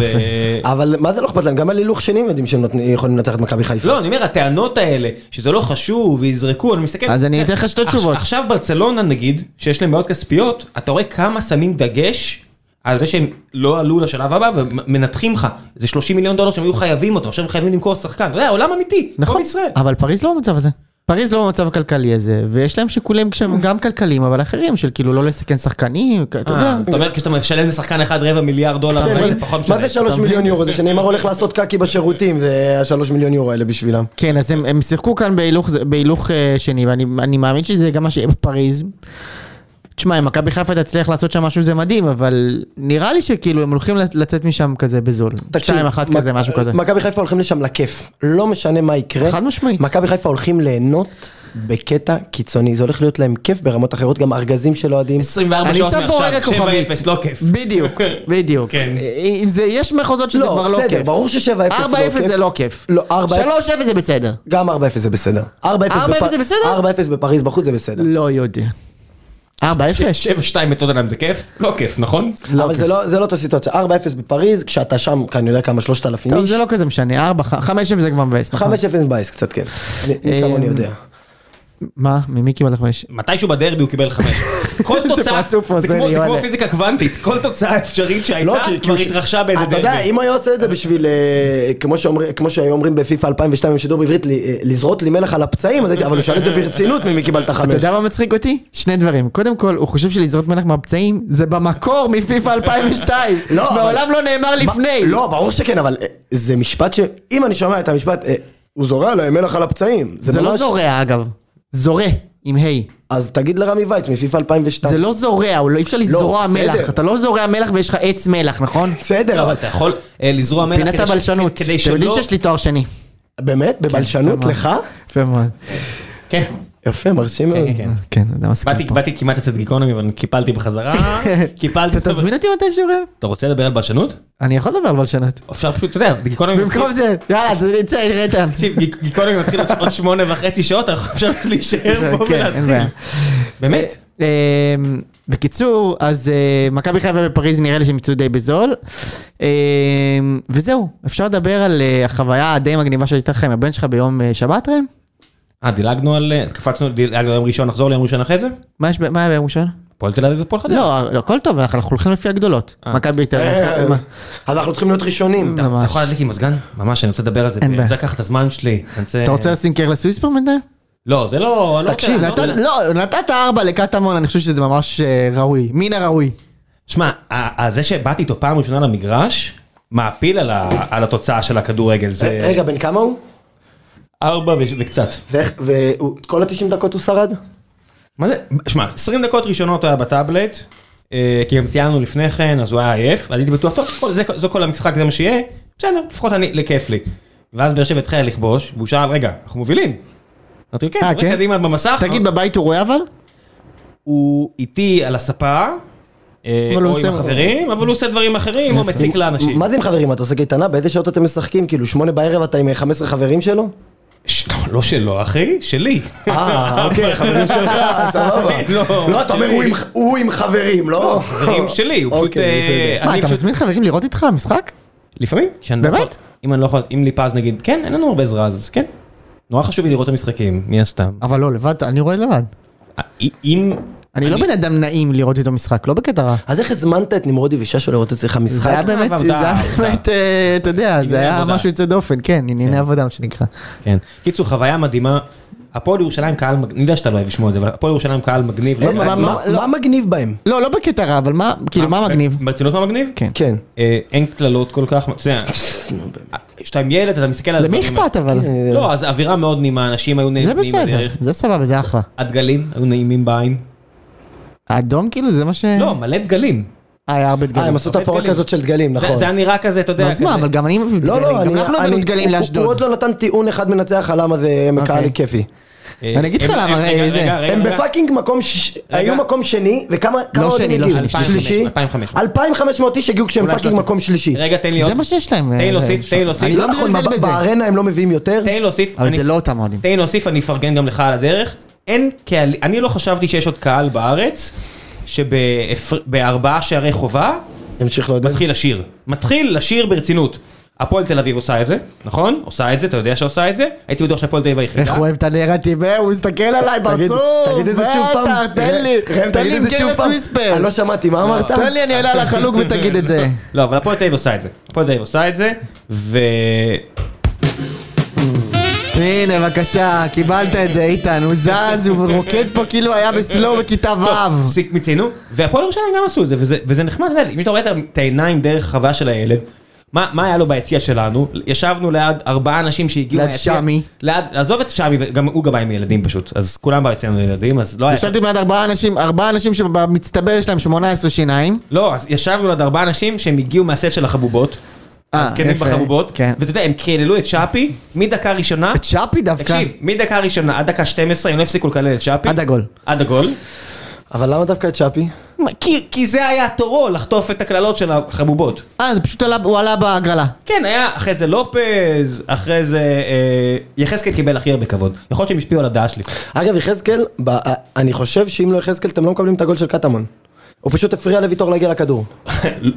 אבל מה זה לא אכפת להם? גם על הילוך שנים יודעים שהם יכולים לנצח את מכבי חיפה. לא, אני אומר, הטענות האלה, שזה לא חשוב, ויזרקו, אני מסתכל. אז אני אתן לך שתי תשובות. עכשיו ברצלונה, נגיד, שיש להם בעיות כספיות, אתה רואה כמה שמים דגש על זה שהם לא עלו לשלב הבא ומנתחים לך, זה 30 מיליון דולר שהם היו חייבים אותו, עכשיו הם חייבים למכור שחקן, אתה יודע, עולם אמיתי, נכון, אבל פריז לא במצב הזה. פריז לא במצב הכלכלי הזה, ויש להם שיקולים כשהם גם כלכליים, אבל אחרים, של כאילו לא לסכן שחקנים, אתה יודע. אה, אתה אומר, כשאתה משלם לשחקן אחד רבע מיליארד דולר, זה פחות משנה. מה זה שלוש מיליון יורו? זה שנאמר הולך לעשות קקי בשירותים, זה השלוש מיליון יורו האלה בשבילם. כן, אז הם שיחקו כאן בהילוך אה, שני, ואני מאמין שזה גם מה שיהיה בפריז. תשמע, אם מכבי חיפה תצליח לעשות שם משהו זה מדהים, אבל נראה לי שכאילו הם הולכים לצאת משם כזה בזול. שתיים אחת כזה, משהו כזה. מכבי חיפה הולכים לשם לכיף, לא משנה מה יקרה. חד משמעית. מכבי חיפה הולכים ליהנות בקטע קיצוני, זה הולך להיות להם כיף ברמות אחרות, גם ארגזים של אוהדים. 24 שעות מעכשיו, 7-0, לא כיף. בדיוק, בדיוק. אם זה, יש מחוזות שזה כבר לא כיף. לא, בסדר, ברור ש-7-0 לא כיף. 4-0 זה לא כיף. 3-0 זה בסדר. גם 4-0 זה בסדר. 4-0 בפריז בחוץ זה בסדר. לא יודע. 4-0? 7-2 בטוטנאם זה כיף? לא כיף, נכון? לא אבל כיף. זה לא, זה לא אותה סיטואציה, 4-0 בפריז, כשאתה שם, כי אני יודע כמה, 3,000 איש. זה לא כזה משנה, 5-0 זה כבר מבאס, נכון? 5-0 מבאס קצת, כן. אה, אני כמוני יודע. מה? ממי קיבל חמש? מתישהו בדרבי הוא קיבל חמש. כל תוצאה, זה כמו פיזיקה קוונטית, כל תוצאה אפשרית לא, לא, שהייתה כבר התרחשה באיזה דרבי. אתה יודע, אם היה עושה את זה בשביל, אה, כמו שהיו אומרים בפיפ"א 2002 עם שידור בעברית, אה, לזרות לי מלח על הפצעים, אבל הוא שאל את זה ברצינות ממי קיבלת חמש. אתה יודע מה מצחיק אותי? שני דברים. קודם כל, הוא חושב שלזרות מלח מהפצעים זה במקור מפיפ"א 2002. מעולם לא נאמר לפני. לא, ברור שכן, אבל זה משפט ש... אם אני שומע את המשפט, אה, הוא זורע להם מלח על הפצעים. זה לא זורע אגב. זורה, עם היי. אז תגיד לרמי וייץ, מפיפ"א 2002. זה לא זורע, אי אפשר לזרוע מלח. אתה לא זורע מלח ויש לך עץ מלח, נכון? בסדר, אבל אתה יכול אה, לזרוע מלח פינת הבלשנות. אתם יודעים שיש לי תואר שני. באמת? בבלשנות לך? יפה מאוד. כן. יפה, מרשים מאוד. כן, כן, כן. באתי כמעט לצאת גיקונומי, אבל קיפלתי בחזרה. קיפלתי. אתה תזמין אותי מתישהו, ראם? אתה רוצה לדבר על בלשנות? אני יכול לדבר על בלשנות. אפשר פשוט, אתה יודע, גיקונומי... במקום זה, יאללה, תצא, איתן. תקשיב, גיקונומי מתחיל עוד שמונה וחצי שעות, אנחנו אפשר להישאר כן, פה ולהתחיל. באמת? אמ, בקיצור, אז אה, מכבי חיפה בפריז נראה לי שהם יצאו די בזול. אמ, וזהו, אפשר לדבר על אה, החוויה הדי מגניבה שהייתה לך עם הבן שלך ביום שבת, ראם? אה, דילגנו על... קפצנו, דילגנו יום ראשון, נחזור ליום ראשון אחרי זה? מה יש מה היה ביום ראשון? הפועל תל אביב ופועל חדרה. לא, הכל טוב, אנחנו הולכים לפי הגדולות. מכבי תל אביב. אה, אנחנו צריכים להיות ראשונים. אתה אה. יכול להדליק לי מזגן? ממש, אני רוצה לדבר על זה. אני רוצה לקחת את הזמן שלי. אתה רוצה לשים קרלס וויספר בינתיים? לא, זה לא... תקשיב, נתת ארבע לקטמון, אני חושב שזה ממש אה, ראוי. מן הראוי. אה. שמע, זה שבאתי איתו פעם ראשונה למגרש, מעפיל על התוצאה של הכדורגל. אה, רגע, בן כמה הוא? ארבע וקצת. וכל ה-90 דקות הוא שרד? מה זה? שמע, 20 דקות ראשונות הוא היה בטאבלט, אה, כי גם טיינו לפני כן, אז הוא היה עייף, אז הייתי בטוח, טוב, זה, זה כל המשחק, זה מה שיהיה, בסדר, לפחות אני, לכיף לי. ואז באר שבע התחילה לכבוש, והוא שאל, רגע, אנחנו מובילים. אמרתי, כן, כן? קדימה במסך. אה, תגיד, בבית הוא רואה אבל? הוא איתי על הספה, אה, או עם החברים, אבל הוא עושה דברים אחרים, אה, או מציק לאנשים. מה זה עם חברים? אתה עושה קייטנה? באיזה שעות אתם משחקים? כאילו, שמונה בערב אתה עם 15 חברים שלו? לא שלו אחי, שלי. אה, אוקיי, חברים שלך, סבבה. לא, אתה אומר הוא עם חברים, לא? אוקיי, חברים שלי, הוא פשוט... אוקיי, אה, מה, אתה מזמין חברים לראות איתך משחק? לפעמים. באמת? אם אני לא יכול, אם לי פז נגיד, כן, אין לנו הרבה עזרה, אז כן. נורא חשוב לי לראות את המשחקים, מן הסתם. אבל לא, לבד, אני רואה לבד. אה, אם... אני לא בן אדם נעים לראות איתו משחק, לא בקטע רע. אז איך הזמנת את נמרודי וששו לראות אצלך משחק? זה היה באמת, אה, אתה יודע, זה היה משהו יוצא דופן, כן, ענייני עבודה, מה שנקרא. כן. קיצור, חוויה מדהימה. הפועל ירושלים קהל מגניב, אני יודע שאתה לא אוהב לשמוע את זה, אבל הפועל ירושלים קהל מגניב. מה מגניב בהם? לא, לא בקטע רע, אבל מה, לא, כאילו, מה מגניב? אה, ברצינות מה מגניב? אה, כן. אין קללות כל כך, אתה יודע, אה, כשאתה עם ילד אתה מסתכל על למי אכפת אבל? כן. לא, אז אווירה מאוד נעימה, אנשים היו נעימים זה בסדר, זה סבבה, זה אחלה. הדגלים היו נעימים בעין. האדום כאילו זה מה ש... לא, מלא דגלים. היה הרבה דגלים. אה, הם עשו את הפורה כזאת של דגלים, נכון. זה היה נראה כזה, אתה יודע. אז מה, אבל גם אני מביא לא, דגלים. גם אנחנו הבאנו דגלים לאשדוד. אוקיי. הוא עוד לא נתן טיעון אחד מנצח על למה זה קהל כיפי. אה, אני אגיד לך למה, אה, זה... הם בפאקינג מקום, היו מקום שני, וכמה עוד הגיעו? לא שלישי, 2,500 איש הגיעו כשהם פאקינג מקום שלישי. רגע, תן לי עוד. זה מה שיש להם. אה, תן לי להוסיף, תן לי להוסיף. אני לא נכון, בארנה הם לא מביאים יותר. תן לי להוסיף. אבל זה לא אותם אוהדים. תן לי להוסיף, אני אפרגן גם לך על הדרך. אין קהל, אני לא חשבתי שיש עוד קהל בארץ שבארבעה שערי חובה, ימשיך לעודד. מתחיל לשיר. מתחיל לשיר ברצינות. הפועל תל אביב עושה את זה, נכון? עושה את זה, אתה יודע שעושה את זה? הייתי בטוח שהפועל תל אביב היחידה. איך הוא אוהב את הנרטיב, אה? הוא מסתכל עליי ברצוף! תגיד את זה שוב פעם. בטח, תן לי, ראם, תן לי תגיד עם את זה שוב קרס פעם. וויספר. אני לא שמעתי, מה אמרת? תן לי, אני אעלה על החלוק ותגיד את זה. לא, אבל הפועל תל אביב עושה את זה. הפועל תל אביב עושה את זה, ו... הנה, בבקשה, קיבלת את זה, איתן. הוא זז, הוא רוקד פה כאילו היה בסלואו בכיתה טוב, ו'. סיק מיצינו, והפועל ירושלים גם עשו את זה, וזה- וזה נחמד, אתה יודע, אם אתה רואה את ה- את העיניים דרך החווה של הילד, מה מה היה לו ביציע שלנו? ישבנו ליד ארבעה אנשים שהגיעו ליד שמי. ליד, עזוב את שמי, גם הוא גם בא עם ילדים פשוט, אז כולם באו אצלנו ילדים, אז לא היה... ישבתי ליד ארבעה אנשים, ארבעה אנשים שבמצטבר יש להם 18 שיניים. לא, אז ישבנו ליד ארבעה אנשים שהם הגיעו מהסט של החבובות. אה, הזקנים יפה, בחבובות. כן. ואתה יודע, הם קיללו את שפי מדקה ראשונה. את שפי דווקא. תקשיב, מדקה ראשונה עד דקה 12 הם לא הפסיקו לקלל את שפי. עד הגול. עד הגול. אבל למה דווקא את שפי? מה, כי- כי זה היה תורו לחטוף את הקללות של החבובות. אה, זה פשוט עלה, הוא עלה בהגרלה. כן, היה אחרי זה לופז, אחרי זה... אה, יחזקאל קיבל הכי הרבה כבוד. יכול להיות שהם השפיעו על הדעה שלי. אגב, יחזקאל, ב- אה, אני חושב שאם לא יחזקאל אתם לא מקבלים את הגול של קטמון. הוא פשוט הפריע לויטור להגיע לכדור.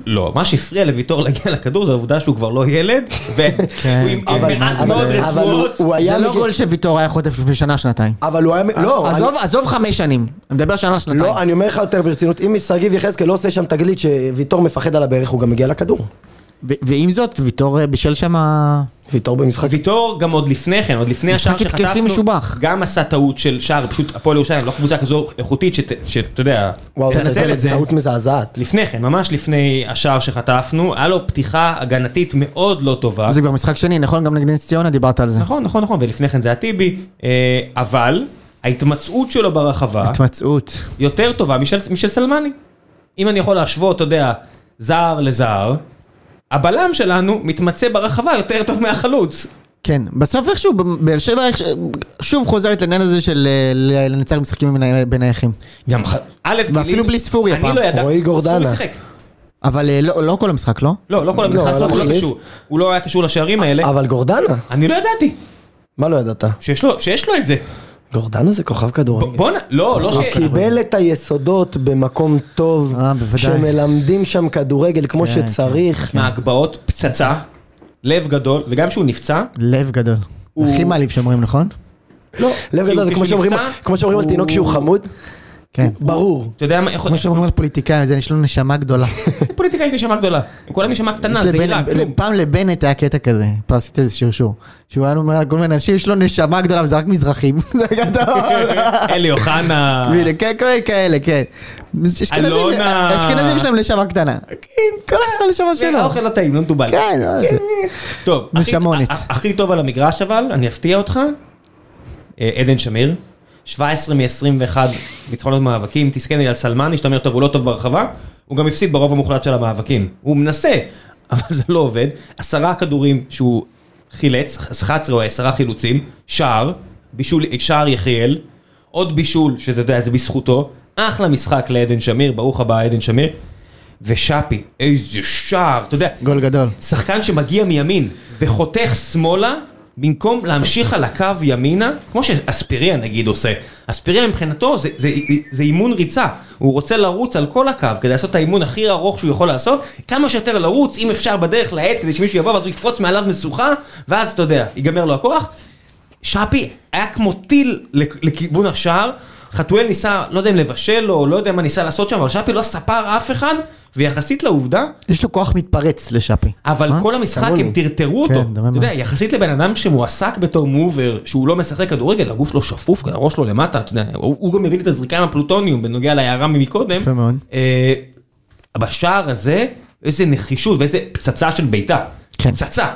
לא, מה שהפריע לוויטור להגיע לכדור זה העובדה שהוא כבר לא ילד, כן, והוא עם עם אבל- מעט אבל- מאוד אבל הוא- רפואות. הוא היה... זה לא מגיע- גול שוויטור היה חוטף לפני שנה, שנתיים. אבל הוא היה... מ- לא, אני- עזוב, עזוב חמש שנים. אני מדבר שנה, שנתיים. לא, אני אומר לך יותר ברצינות, אם שגיב יחזקאל לא עושה שם תגלית שוויטור מפחד על הברך, הוא גם מגיע לכדור. ו- ועם זאת, ויטור אה, בישל שם... ויטור במשחק... ויטור גם עוד לפני כן, עוד לפני משחק השער התקפי שחטפנו, משובח. גם עשה טעות של שער, פשוט הפועל ירושלים, לא קבוצה כזו איכותית שת- שאתה יודע, וואו, תנצל זאת- את זאת זה. טעות מזעזעת. לפני כן, ממש לפני השער שחטפנו, היה לו פתיחה הגנתית מאוד לא טובה. זה כבר משחק שני, נכון? גם נגד נס ציונה דיברת על זה. נכון, נכון, נכון, ולפני כן זה היה טיבי, אה, אבל ההתמצאות שלו ברחבה התמצאות. יותר טובה משל משל סלמני. אם אני יכול להשוות, אתה יודע, זר לזר, הבלם שלנו מתמצא ברחבה יותר טוב מהחלוץ. כן, בסוף איכשהו, ב- באר שבע איך- שוב חוזרת לעניין הזה של אה, ל- לנצח משחקים בני- בנייחים. גם ח... א', ואפילו גילינו- בלי ספורי אני הפעם. לא ידע- רועי גורדנה. ספורי שיחק. אבל אה, לא לא כל המשחק, לא? לא, לא כל המשחק, לא, ספורי אבל הוא לא החליף. קשור. הוא לא היה קשור לשערים האלה. אבל גורדנה, אני לא ידעתי מה לא ידעת? שיש לו- שיש לו את זה. גורדנה זה כוכב כדורגל. בואנה, לא, לא הוא ש... קיבל את היסודות במקום טוב, אה, בוודאי. שמלמדים שם כדורגל כמו כן, שצריך. מהגבהות, פצצה, לב גדול, וגם כשהוא נפצע, לב גדול. הכי מעליב שאומרים, נכון? לא. לב גדול, זה כמו שאומרים- כמו שאומרים על תינוק שהוא חמוד, כן. ברור. אתה יודע מה, יכול... כמו שאומרים על פוליטיקאים, זה יש לנו נשמה גדולה. איזה פוליטיקה יש נשמה גדולה? הם כולם נשמה קטנה, יש זה לבנט- עילה, כלום. פעם לבנט היה קטע כזה, פעם עשיתי איזה שרשור. שהוא היה אומר על כל מיני אנשים, יש לו נשמה גדולה, וזה רק מזרחים. זה גדול. אלי אוחנה, בדיוק, כן, כל מיני כאלה, כן. אשכנזים- אלונה. אשכנזים שלהם נשמה קטנה. כן, כל אחד נשמה שלו. האוכל לא טעים, לא מדובל. כן, לא, זה- טוב, הכי- משמונת. ה- ה- הכי טוב על המגרש אבל, אני אפתיע אותך, אה, עדן שמיר, 17 מ-21 ניצחונות מאבקים, תסכן על סלמני, שאתה אומר, טוב, הוא לא טוב ברחבה, הוא גם הפסיד ברוב המוחלט של המאבקים. הוא מנסה, אבל זה לא עובד. עשרה כדורים שהוא חילץ, אז 11 או 10 חילוצים, שער, בישול, שער יחיאל, עוד בישול, שאתה יודע, זה בזכותו, אחלה משחק לעדן שמיר, ברוך הבא עדן שמיר. ושאפי, איזה שער, אתה יודע, גול גדול. שחקן שמגיע מימין וחותך שמאלה, במקום להמשיך על הקו ימינה, כמו שאספיריה נגיד עושה. אספיריה מבחינתו זה, זה, זה אימון ריצה. הוא רוצה לרוץ על כל הקו כדי לעשות את האימון הכי ארוך שהוא יכול לעשות, כמה שיותר לרוץ, אם אפשר בדרך לעט כדי שמישהו יבוא ואז הוא יקפוץ מעליו משוכה, ואז אתה יודע, ייגמר לו הכוח. שפי היה כמו טיל לכ- לכיוון השער, חתואל ניסה, לא יודע אם לבשל לו, או לא יודע מה ניסה לעשות שם, אבל שפי לא ספר אף אחד, ויחסית לעובדה, יש לו כוח מתפרץ לשאפי. אבל אה? כל המשחק אמרו הם לי. טרטרו אותו. כן, אתה דומה יודע, מאוד. יחסית לבן אדם שמועסק בתור מובר, שהוא לא משחק כדורגל, הגוף שלו שפוף, הראש שלו למטה, אתה יודע, הוא הוא גם הביא לי את הזריקה עם הפלוטוניום בנוגע להערה ממקודם. יפה מאוד. אה, בשער הזה, איזה נחישות ואיזה פצצה של בעיטה. כן. פצצה.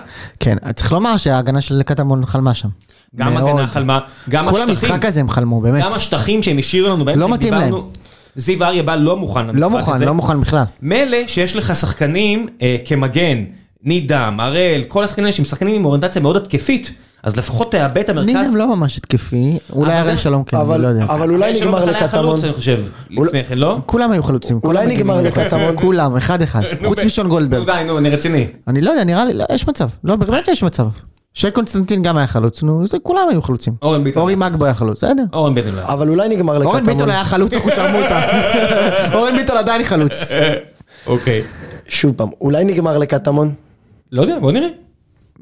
כן, אז צריך לומר שההגנה של קטמון חלמה שם. גם מאוד. הגנה חלמה, גם כל השטחים, המשחק הזה הם חלמו, באמת. גם השטחים שהם השאירו לנו באמצע, לא מתאים להם. דיברנו- זיו אריה בא לא מוכן למשחק לא הזה. מוכן, לא מוכן בכלל. מילא שיש לך שחקנים אה, כמגן, נידם, הראל, כל השחקנים האלה שהם שחקנים עם אוריינטציה מאוד התקפית, אז לפחות תאבד את המרכז. נינם לא ממש התקפי, אולי אבל הראל זה- שלום כן, אבל- אני לא יודע. אבל אולי הראל שלא נגמר בכלל היה לקטמון. חלוץ, אני חושב, לפני כן, לא? כולם היו חלוצים. אולי כולם נגמר מגנים. לקטמון. כולם, אוקיי. אחד אחד. חוץ משון נו גולדברג. די, נו, אני רציני. אני לא יודע, נראה לי, לא, יש מצב. לא, באמת יש מצב. שי קונסטנטין גם היה חלוץ, נו, זה כולם היו חלוצים. אורן ביטון. אורי מגבו היה חלוץ, בסדר. אורן ביטון לא היה. אבל אולי נגמר לקטמון. אורן ביטון היה חלוץ אחושרמוטה. אורן ביטון עדיין חלוץ. אוקיי. שוב פעם, אולי נגמר לקטמון? לא יודע, בוא נראה.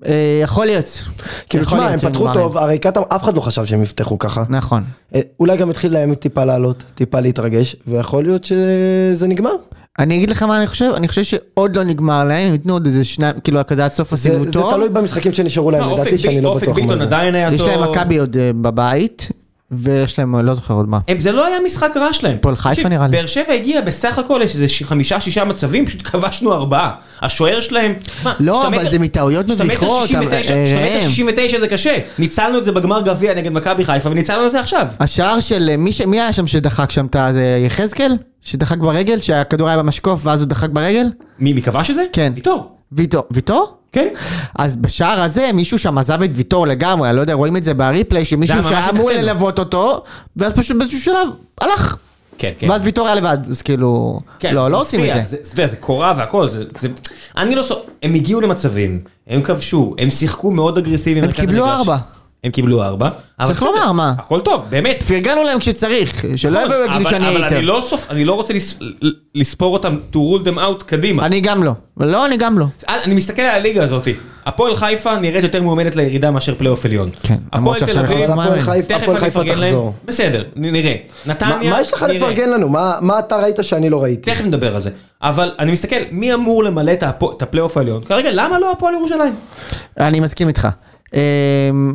אה, יכול להיות. כאילו, יכול תשמע, הם להיות פתחו שנגמר טוב, הרי קטמון, אף אחד לא חשב שהם יפתחו ככה. להם. נכון. אה, אולי גם התחיל להם טיפה לעלות, טיפה להתרגש, ויכול להיות שזה נגמר. אני אגיד לך מה אני חושב, אני חושב שעוד לא נגמר להם, הם ייתנו עוד איזה שניים, כאילו כזה עד סוף זה הסיבוב זה טוב. תלוי במשחקים שנשארו מה, להם, אופק לדעתי בי- שאני לא אופק בטוח מה ביטון זה. עדיין היה טוב. יש להם מכבי עוד אה, בבית, ויש להם, לא זוכר עוד מה. הם- זה לא היה משחק רע שלהם. הפועל חיפה תקשיב, נראה לי. באר שבע הגיע בסך הכל יש איזה ש- חמישה שישה מצבים, פשוט כבשנו ארבעה. השוער שלהם... מה, לא, שאתה אבל מטר- זה מטעויות שאתה מטר מביכות, 69, אבל- אה, שאתה ראם. מטר 69 זה קשה. ניצלנו את זה בגמר גביע נגד מכבי חיפה וניצלנו את זה עכשיו. השער של אה, מי, ש... מי היה שם שדחק שם את ה... זה יחזקאל? שדחק ברגל? שהכדור היה במשקוף ואז הוא דחק ברגל? מי מי כבש את זה? כן. ויטור. ויטור. ויטור? כן. אז בשער הזה מישהו שם עזב את ויטור לגמרי, אני לא יודע, רואים את זה בריפליי, זה שמישהו היה שהיה ממש אמור מתחתנו. ללוות אותו, ואז פשוט באיזשהו שלב הלך. כן, כן. ואז ויטור היה לבד, אז כאילו... כן, לא, זה לא עושים את מפתיע, זה. זה. אתה יודע, זה קורה והכל, זה, זה... אני לא סו... הם הגיעו למצבים, הם כבשו, הם שיחקו מאוד אגרסיבי. במרכז קיבלו המגרש. ארבע. הם קיבלו ארבע. אבל צריך בסדר, לומר, מה? הכל טוב, באמת. פרגנו להם כשצריך, שלא נכון, יבואו יגידו אבל- לא שאני אבל אני הייתם. לא, סופ... אני לא רוצה לס... ל- לספור אותם to rule them out קדימה. אני... אני גם לא. לא, אני גם לא. אני מסתכל על הליגה הזאת, הפועל חיפה נראית יותר מועמדת לירידה מאשר פלייאוף עליון. כן, למרות הפועל תל שעכשיו אביב, אבל אנחנו- הפועל מאמן. חיפה- תכף הפועל אני חיפה אפרגן להם, תחזור. בסדר, נ- נראה. מה נתניה, מה יש לך נראה. לפרגן לנו? מה מה אתה ראית שאני לא ראיתי? תכף נדבר על זה, אבל אני מסתכל, מי אמור למלא את הפו- את הפלייאוף העליון? כרגע, למה לא הפועל ירושלים? אני מסכים איתך. אמ,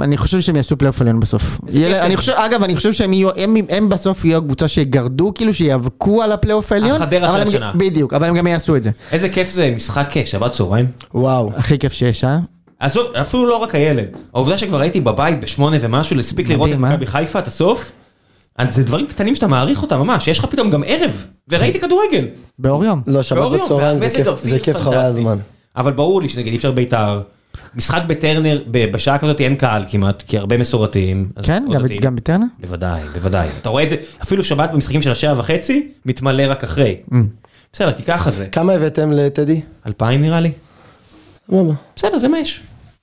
אני חושב שהם יעשו פלייאוף עליון בסוף. איזה יהיה- כיף אני שהם- חושב, אגב, אני חושב שהם יהיו, הם, הם בסוף יהיו הקבוצה שיגרדו, כאילו שיאבקו על הפלייאוף העליון. החדרה של אבל הם- השנה. בדיוק, אבל הם גם יעשו את זה. איזה כיף זה משחק אה, שבת צהריים. וואו. הכי כיף שיש, אה? עזוב, אפילו לא רק הילד. העובדה שכבר הייתי בבית בשמונה ומשהו, להספיק לראות את מדהים, אה? מכבי חיפה, את הסוף, אז זה דברים קטנים שאתה מעריך אותם ממש, יש לך פתאום גם ערב, וראיתי כדורגל. באור יום. לא, שבת באור יום, בצהריים זה והמזג כיף- אוויר זה כיף פנטסטי. חבל הזמן. אבל ברור לי שנגיד אי אפשר בית"ר, משחק בטרנר, ב- בשעה כזאת אין קהל כמעט, כי הרבה מסורתיים. אז כן, מאוד גם- דתיים. גם בטרנר? בוודאי, בוודאי. אתה רואה את זה, אפילו שבת במשחקים של השעה וחצי, מתמלא רק אחרי. Mm. בסדר, כי ככה זה. כמה הבאתם לטדי? אלפיים נראה לי. סבבה. בסדר, זה מה יש.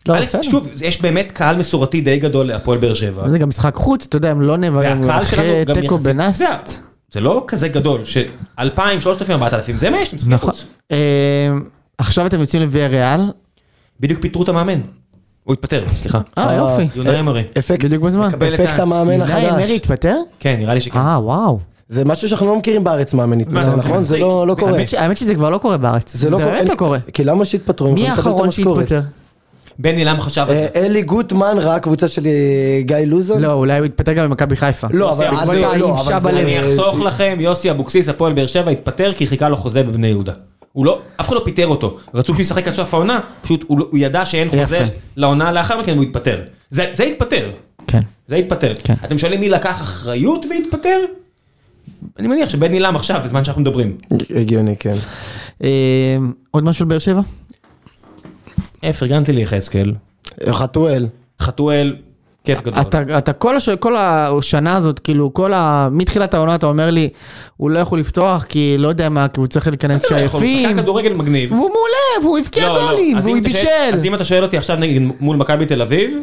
לא, א', בסדר. שוב, יש באמת קהל מסורתי די גדול להפועל באר שבע. אבל זה גם משחק חוץ, אתה יודע, הם לא נאבקים אוקיי. והקהל אחרי שלנו גם תיקו יחסית, בנאסט. זה- זה לא כזה גדול, ש-2,000, 3,000, 4,000, זה מה יש, משחקי נכון. חוץ. אמ, עכשיו אתם יוצאים לוויה ריאל. בדיוק פיטרו את המאמן. הוא התפטר, סליחה. אה, אה, יופי. יונאי אמרי. אפקט בדיוק בזמן. מקבל את אפקט ה- המאמן יונאי החדש. אמרי התפטר? כן, נראה לי שכן. אה, וואו. זה משהו שאנחנו לא מכירים בארץ מאמן זה התפטר, נכון? מצחיק. זה לא לא קורה. האמת ש- האמת שזה כבר לא קורה בארץ. זה לא קורה. באמת לא אין- לא קורה. כי למה שהתפטרו? הם מי יכולים לקבל את האחרון המשכורת. שהתפטר? בני, למה חשב על אה, זה? אלי גוטמן ראה קבוצה של אה, גיא לוזון? לא, אולי הוא התפטר גם במכבי חיפה. לא, אבל יוסי אז אבוקסיס. לא, לא, אבל אבל אה, זה- זה- אני אחסוך לכם, יוסי אבוקסיס, הפועל באר שבע, התפטר כי חיכה לו חוזה בבני יהודה. הוא לא, אף אחד לא פיטר אותו. רצו שהוא ישחק עד סוף העונה, פשוט הוא לא- הוא ידע שאין חוזה יפה. לעונה לאחר מכן, הוא התפטר. זה זה התפטר. כן. זה התפטר. כן. אתם שואלים מי לקח אחריות והתפטר? אני מניח שבן עילם עכשיו, בזמן שאנחנו מדברים. הגיוני, כן. אמ, עוד משהו על באר שבע? אה, פרגנתי ליחזקאל, חתואל. חתואל, כיף גדול. אתה, אתה כל, הש... כל השנה הזאת, כאילו, כל ה... מתחילת העונה אתה אומר לי, הוא לא יכול לפתוח כי לא יודע מה, כי הוא צריך להיכנס אתה לא יכול, הוא שעייפים. שחקן כדורגל מגניב. והוא מעולה, והוא הבקיע לא, לא. גולים, אז והוא אם אתה שואל- אז בישל. אם אתה שואל אותי עכשיו נגיד מול מכבי תל אביב,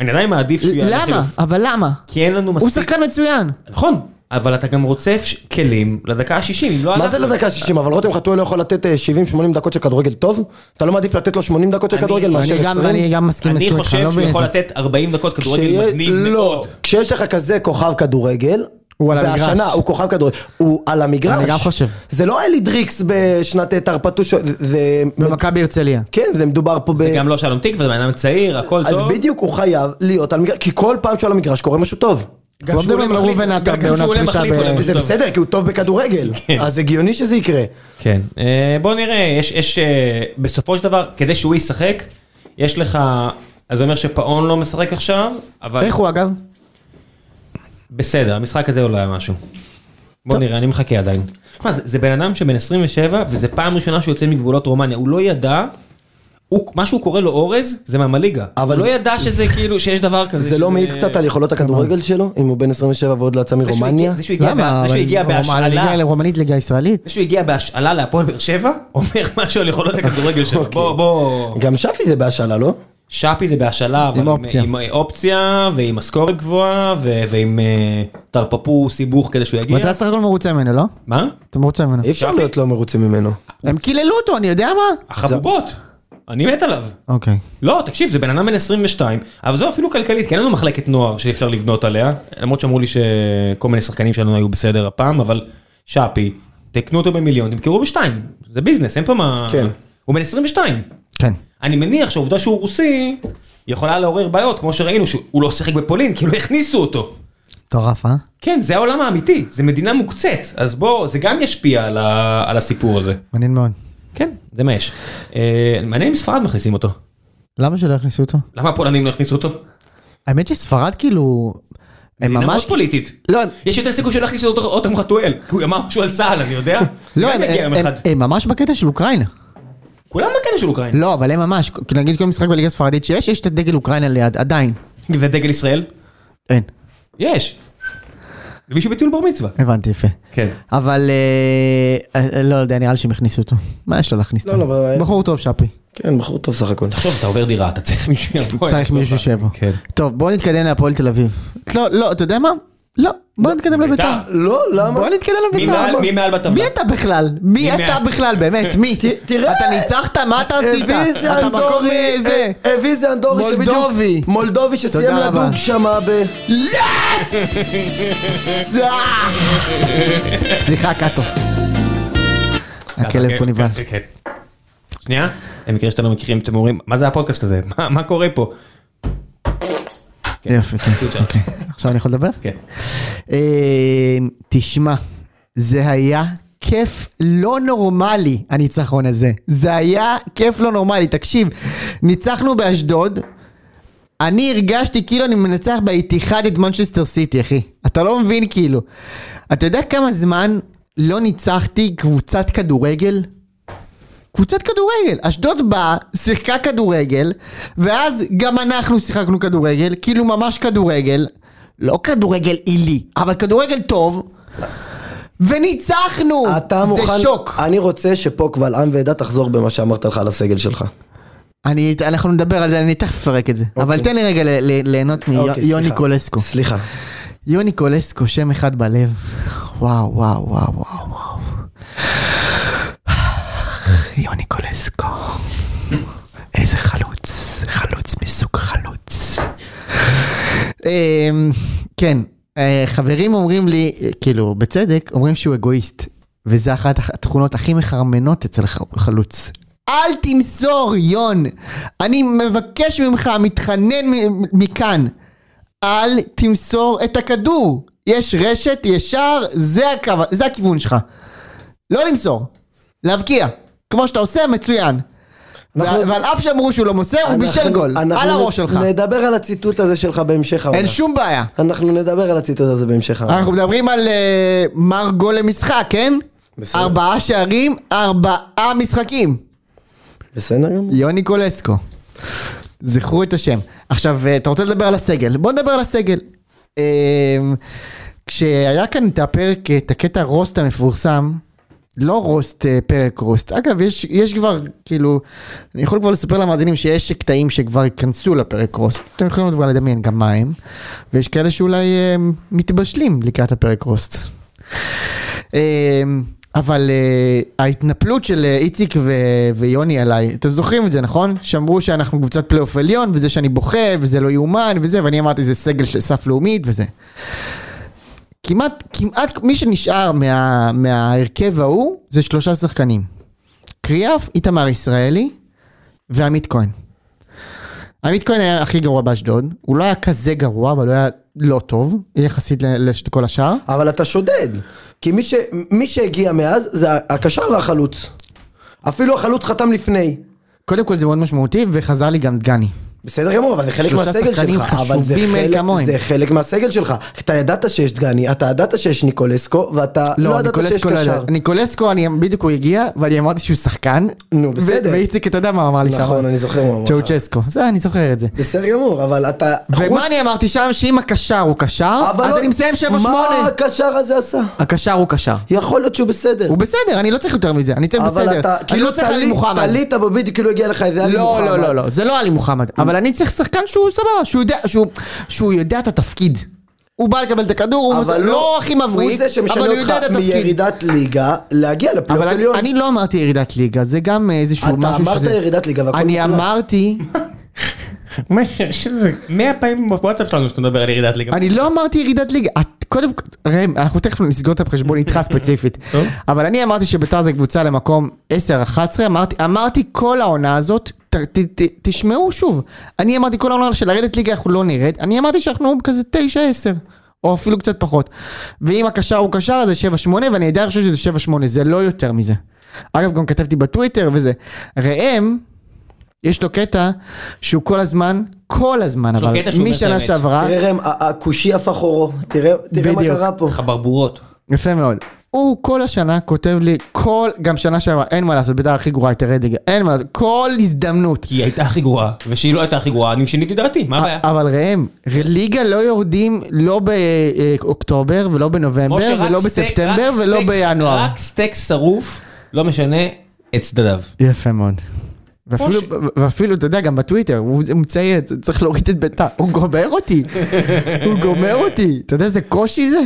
אני עדיין מעדיף שהוא יעלה למה? חילוף. אבל למה? כי אין לנו הוא מספיק. שחקן מצוין. נכון, אבל אתה גם רוצה ש- כלים לדקה ה-60, אם לא מה אנחנו. זה לדקה 60? אבל רותם חתואל לא יכול לתת אה, 70-80 דקות של כדורגל טוב? אתה לא מעדיף לתת לו 80 דקות של אני- כדורגל מאשר אני גם, 20? אני גם מסכים, אני מסכים איתך, אני חושב לא שהוא מבין את יכול זה. לתת 40 דקות כדורגל כשיהיה- מגניב לא, מאוד. כשיש לך כזה כוכב כדורגל, הוא על המגרש. והשנה הוא כוכב כדורגל, הוא על המגרש. אני גם חושב. זה לא אלי דריקס בשנת אה, תרפטוש, זה- זה... במכבי הרצליה. כן, זה מדובר פה ב... לא זה גם לא שלום תקווה, זה בן אדם צעיר, הכל אז טוב. בדיוק הוא חייב להיות על המגרש, כי כל פעם שהוא על המגרש קורה משהו טוב. לא שהוא מדברים עולה על מחליף- ראובן עטר גם בעונת שהוא עולה פרישה מחליף ב- עולה כן, משהו זה טוב. בסדר, כי הוא טוב בכדורגל. אז הגיוני שזה יקרה. כן, אה, בוא נראה, יש, יש, אה, בסופו של דבר, כדי שהוא ישחק, יש לך, אז זה אומר שפאון לא משחק עכשיו, אבל איך הוא אגב? בסדר, המשחק הזה אולי היה משהו. בוא נראה, אני מחכה עדיין. תשמע, זה, זה בן אדם שבן 27, וזה פעם ראשונה שהוא יוצא מגבולות רומניה, הוא לא ידע, הוא, מה שהוא קורא לו אורז, זה מהמליגה. אבל הוא זה- לא ידע שזה כאילו, שיש דבר כזה. זה לא שזה- מעיד קצת על יכולות הכדורגל שלו, אם הוא בן 27 ועוד לא יצא זה שהוא הגיע- מרומניה? זה שהוא הגיע בה- זה שהוא אבל הגיע רומא- בהשאלה, ליגה- רומנית ליגה ישראלית? זה שהוא הגיע בהשאלה להפועל באר שבע, אומר משהו על יכולות הכדורגל שלו. בוא, בוא. גם שפי זה בהשאלה, לא? שפי זה בהשאלה, אבל אופציה. עם אופציה ועם משכורת גבוהה ו- ועם אה, תרפפו סיבוך כדי שהוא יגיע. ואתה סך הכל מרוצה ממנו, לא? מה? אתה מרוצה ממנו. אי אפשר שפי? להיות לא מרוצים ממנו. הם קיללו אותו, אני יודע מה? החבובות. אני מת עליו. אוקיי. לא, תקשיב, זה בן אדם בן 22, אבל זו אפילו כלכלית, כי אין לנו מחלקת נוער שאפשר לבנות עליה, למרות שאמרו לי שכל מיני שחקנים שלנו היו בסדר הפעם, אבל שפי, תקנו אותו במיליון, תמכרו בשתיים, זה ביזנס, אין פה מה... כן. הוא בן 22. כן. אני מניח שהעובדה שהוא רוסי, יכולה לעורר בעיות, כמו שראינו, שהוא לא שיחק בפולין, כי לא הכניסו אותו. מטורף, אה? כן, זה העולם האמיתי, זה מדינה מוקצת, אז בוא, זה גם ישפיע על, ה... על הסיפור הזה. מעניין מאוד. כן, זה מה יש. אה, מעניין אם ספרד מכניסים אותו. למה שלא יכניסו אותו? למה הפולנים לא הכניסו אותו? האמת שספרד כאילו... הם מדינה ממש... מאוד פוליטית. לא, יש יותר סיכוי שלא יכניסו אותו אותם חתואל, כי הוא אמר משהו על צה"ל, אני יודע. לא, גם הם- יגיע יום הם- אחד. כן. הם ממש בקטע של אוקראינה. כולם בקטע של אוקראינה. לא, אבל הם ממש, כאילו נגיד כל משחק בליגה הספרדית שיש, יש את הדגל אוקראינה ליד, עדיין. ודגל ישראל? אין. יש. למישהו בטיול בר מצווה. הבנתי, יפה. כן. אבל אה, אה, לא יודע, נראה לי שהם הכניסו אותו. מה יש לו להכניס לא, אותו? לא, אבל- בחור טוב, שפי. כן, בחור טוב סך הכל. טוב, אתה עובר דירה, אתה צריך מישהו יבוא. צריך יעזור מישהו לך. שיבוא. כן. טוב, בוא נתקדם להפועל תל אביב. לא, לא, אתה יודע מה? לא, בוא נתקדם בית"ר. לביתר. לא, למה? בוא נתקדם מי לביתר. מעל- בוא. מי מעל בטבלה? מי אתה בכלל? מי מי אתה מעל? כן. בכלל, באמת? מי? תראה. אתה ניצחת? מה אתה עשית? הביא איזה אתה מקור אנדורי, מזה. אה, הביא איזה אנדורי שבדיוק- מולדובי. מולדובי שסיים תודה רבה. לדוג שמה ב... אה! סליחה, קאטו. הכלב כן, פה נבהל. כן, כן. שנייה, למקרה שאתם לא מכירים, אתם אומרים, מה זה הפודקאסט הזה? מה- מה קורה פה? כן. יופי, כן. אוקיי. עכשיו אני יכול לדבר? כן. אה, תשמע, זה היה כיף לא נורמלי, הניצחון הזה. זה היה כיף לא נורמלי. תקשיב, ניצחנו באשדוד, אני הרגשתי כאילו אני מנצח באיתיחד את מנצ'סטר סיטי, אחי. אתה לא מבין כאילו. אתה יודע כמה זמן לא ניצחתי קבוצת כדורגל? קבוצת כדורגל. אשדוד באה, שיחקה כדורגל, ואז גם אנחנו שיחקנו כדורגל, כאילו ממש כדורגל. לא כדורגל עילי, אבל כדורגל טוב. וניצחנו! אתה זה מוכן... אה- שוק. אני רוצה שפה קבל עם ועדה תחזור במה שאמרת לך על הסגל שלך. אני, אנחנו נדבר על זה, אני תכף אפרק את זה. אבל תן לי רגע ל- ל- ליהנות אוקיי, מיוני סליחה. קולסקו. סליחה. יוני קולסקו, שם אחד בלב. וואו, וואו, וואו, וואו, וואו. יוני קולסקו. איזה חלוץ. חלוץ מסוג חלוץ. אמ, כן, אה, חברים אומרים לי, אה, כאילו, בצדק, אומרים שהוא אגואיסט. וזו אחת הח- התכונות הכי מחרמנות אצל ח- חלוץ. אל תמסור, יון. אני מבקש ממך, מתחנן מ- מכאן. אל תמסור את הכדור. יש רשת, ישר, זה, הקו, זה הכיוון שלך. לא למסור, להבקיע. כמו שאתה עושה, מצוין. אנחנו- ועל ועל אף שאמרו שהוא לא מוסר, הוא אנחנו- בישל גול. אנחנו על נ- הראש שלך. נדבר על הציטוט הזה שלך בהמשך העונה. אין שום בעיה. אנחנו נדבר על הציטוט הזה בהמשך העונה. אנחנו מדברים על אה, מר גול למשחק, כן? בסדר. ארבעה שערים, ארבעה משחקים. בסדר גמור. יוני קולסקו. זכרו את השם. עכשיו, אה, אתה רוצה לדבר על הסגל? בוא נדבר על הסגל. אה, כשהיה כאן את הפרק, אה, את הקטע רוסט המפורסם, לא רוסט, אה, פרק רוסט. אגב, יש, יש כבר, כאילו, אני יכול כבר לספר למאזינים שיש קטעים שכבר ייכנסו לפרק רוסט. אתם יכולים כבר לדמיין גם מה הם, ויש כאלה שאולי אה, מתבשלים לקראת הפרק רוסט. אה, אבל אה, ההתנפלות של אה, איציק ו- ויוני עליי, אתם זוכרים את זה, נכון? שאמרו שאנחנו קבוצת פלייאוף עליון, וזה שאני בוכה, וזה לא יאומן, וזה, ואני אמרתי, זה סגל של סף לאומית, וזה. כמעט, כמעט מי שנשאר מה, מההרכב ההוא, זה שלושה שחקנים. קריאף, איתמר ישראלי, ועמית כהן. עמית כהן היה הכי גרוע באשדוד, הוא לא היה כזה גרוע, אבל הוא היה לא טוב, יחסית ל- לש- לכל השאר. אבל אתה שודד. כי מי, ש... מי שהגיע מאז זה הקשר והחלוץ. אפילו החלוץ חתם לפני. קודם כל זה מאוד משמעותי, וחזר לי גם דגני. בסדר גמור, אבל זה חלק שלושה מהסגל שחקנים שלך. אבל זה חשובים מאין חלק, כמוהם. זה חלק מהסגל שלך. אתה ידעת שיש דגני, אתה ידעת שיש ניקולסקו, ואתה לא, ידעת שיש ניקולסקו לא קשר. ידע. ניקולסקו, אני, בדיוק הוא הגיע, ואני אמרתי שהוא שחקן. נו, ו- בסדר. ואיציק, אתה יודע מה הוא אמר לי שם? נכון, אני זוכר מה הוא אמר לך. צ'אוצ'סקו. זה, אני זוכר את זה. בסדר גמור, אבל אתה... חוץ- ומה אני אמרתי שם? שאם הקשר הוא קשר, אבל אז לא- אני מסיים 7-8. מה הקשר הזה עשה? הקשר הוא קשר. יכול להיות שהוא בסדר. הוא בסדר, אני לא צריך יותר מזה, אני צריך אבל בסדר. אתה אני לא כאילו צריך עלי תלי- מוחמד. תלית בו בדיוק כאילו הגיע לך איזה עלי לא, מוחמד. לא, לא, לא, זה לא עלי מוחמד. אבל אבל אני צריך שחקן שהוא סבבה, שהוא יודע- שהוא- שהוא יודע את התפקיד. הוא בא לקבל את הכדור, הוא אבל מס- לא הכי מבריק, הוא זה אבל שמשנה הוא יודע את אותך התפקיד. מירידת ליגה להגיע אבל לפלייאוף אני, עליון. אני לא אמרתי ירידת ליגה, זה גם אה, איזשהו אתה משהו אמרת ירידת ליגה והכל אני מוחלט. אמרתי, מאה פעמים בוואטסאפ שלנו שאתה מדבר על ירידת ליגה. אני לא אמרתי ירידת ליגה. את, קודם כל, ראם, אנחנו תכף נסגור את החשבון איתך ספציפית. טוב. אבל אני אמרתי שביתר זה קבוצה למקום 10-11, אמרתי, אמרתי כל העונה הזאת, ת, ת, ת, תשמעו שוב, אני אמרתי כל העונה שלרדת ליגה אנחנו לא נרד, אני אמרתי שאנחנו כזה 9-10, או אפילו קצת פחות. ואם הקשר הוא קשר אז זה 7-8, ואני עדיין חושב שזה 7-8, זה לא יותר מזה. אגב, גם כתבתי בטוויטר וזה. ראם, יש לו קטע שהוא כל הזמן, כל הזמן, יש לו אבל קטע שהוא אומר את משנה האמת. שעברה, תראה ראם, ה- הכושי הפך עורו, תראה תראה מה בדיוק. קרה פה. חברבורות. יפה מאוד. הוא כל השנה כותב לי, כל, גם שנה שעברה, אין מה לעשות, בית"ר הכי גרועה הייתה רדיגה, אין מה לעשות, כל הזדמנות. כי היא הייתה הכי גרועה, ושהיא לא הייתה הכי גרועה, אני שיניתי דעתי, אה, מה הבעיה? אבל ראם, ליגה לא יורדים לא באוקטובר ולא משה, בנובמבר רק ולא סטייק- בספטמבר רק ולא סטייק- בינואר. רק סטייק שרוף, לא משנה את צדדיו. יפה מאוד. ואפילו, משה. ואפילו, אתה יודע, גם בטוויטר, הוא הוא מציין, צריך להוריד את בית"ר, הוא גומר אותי, הוא גומר אותי, אתה יודע איזה קושי זה?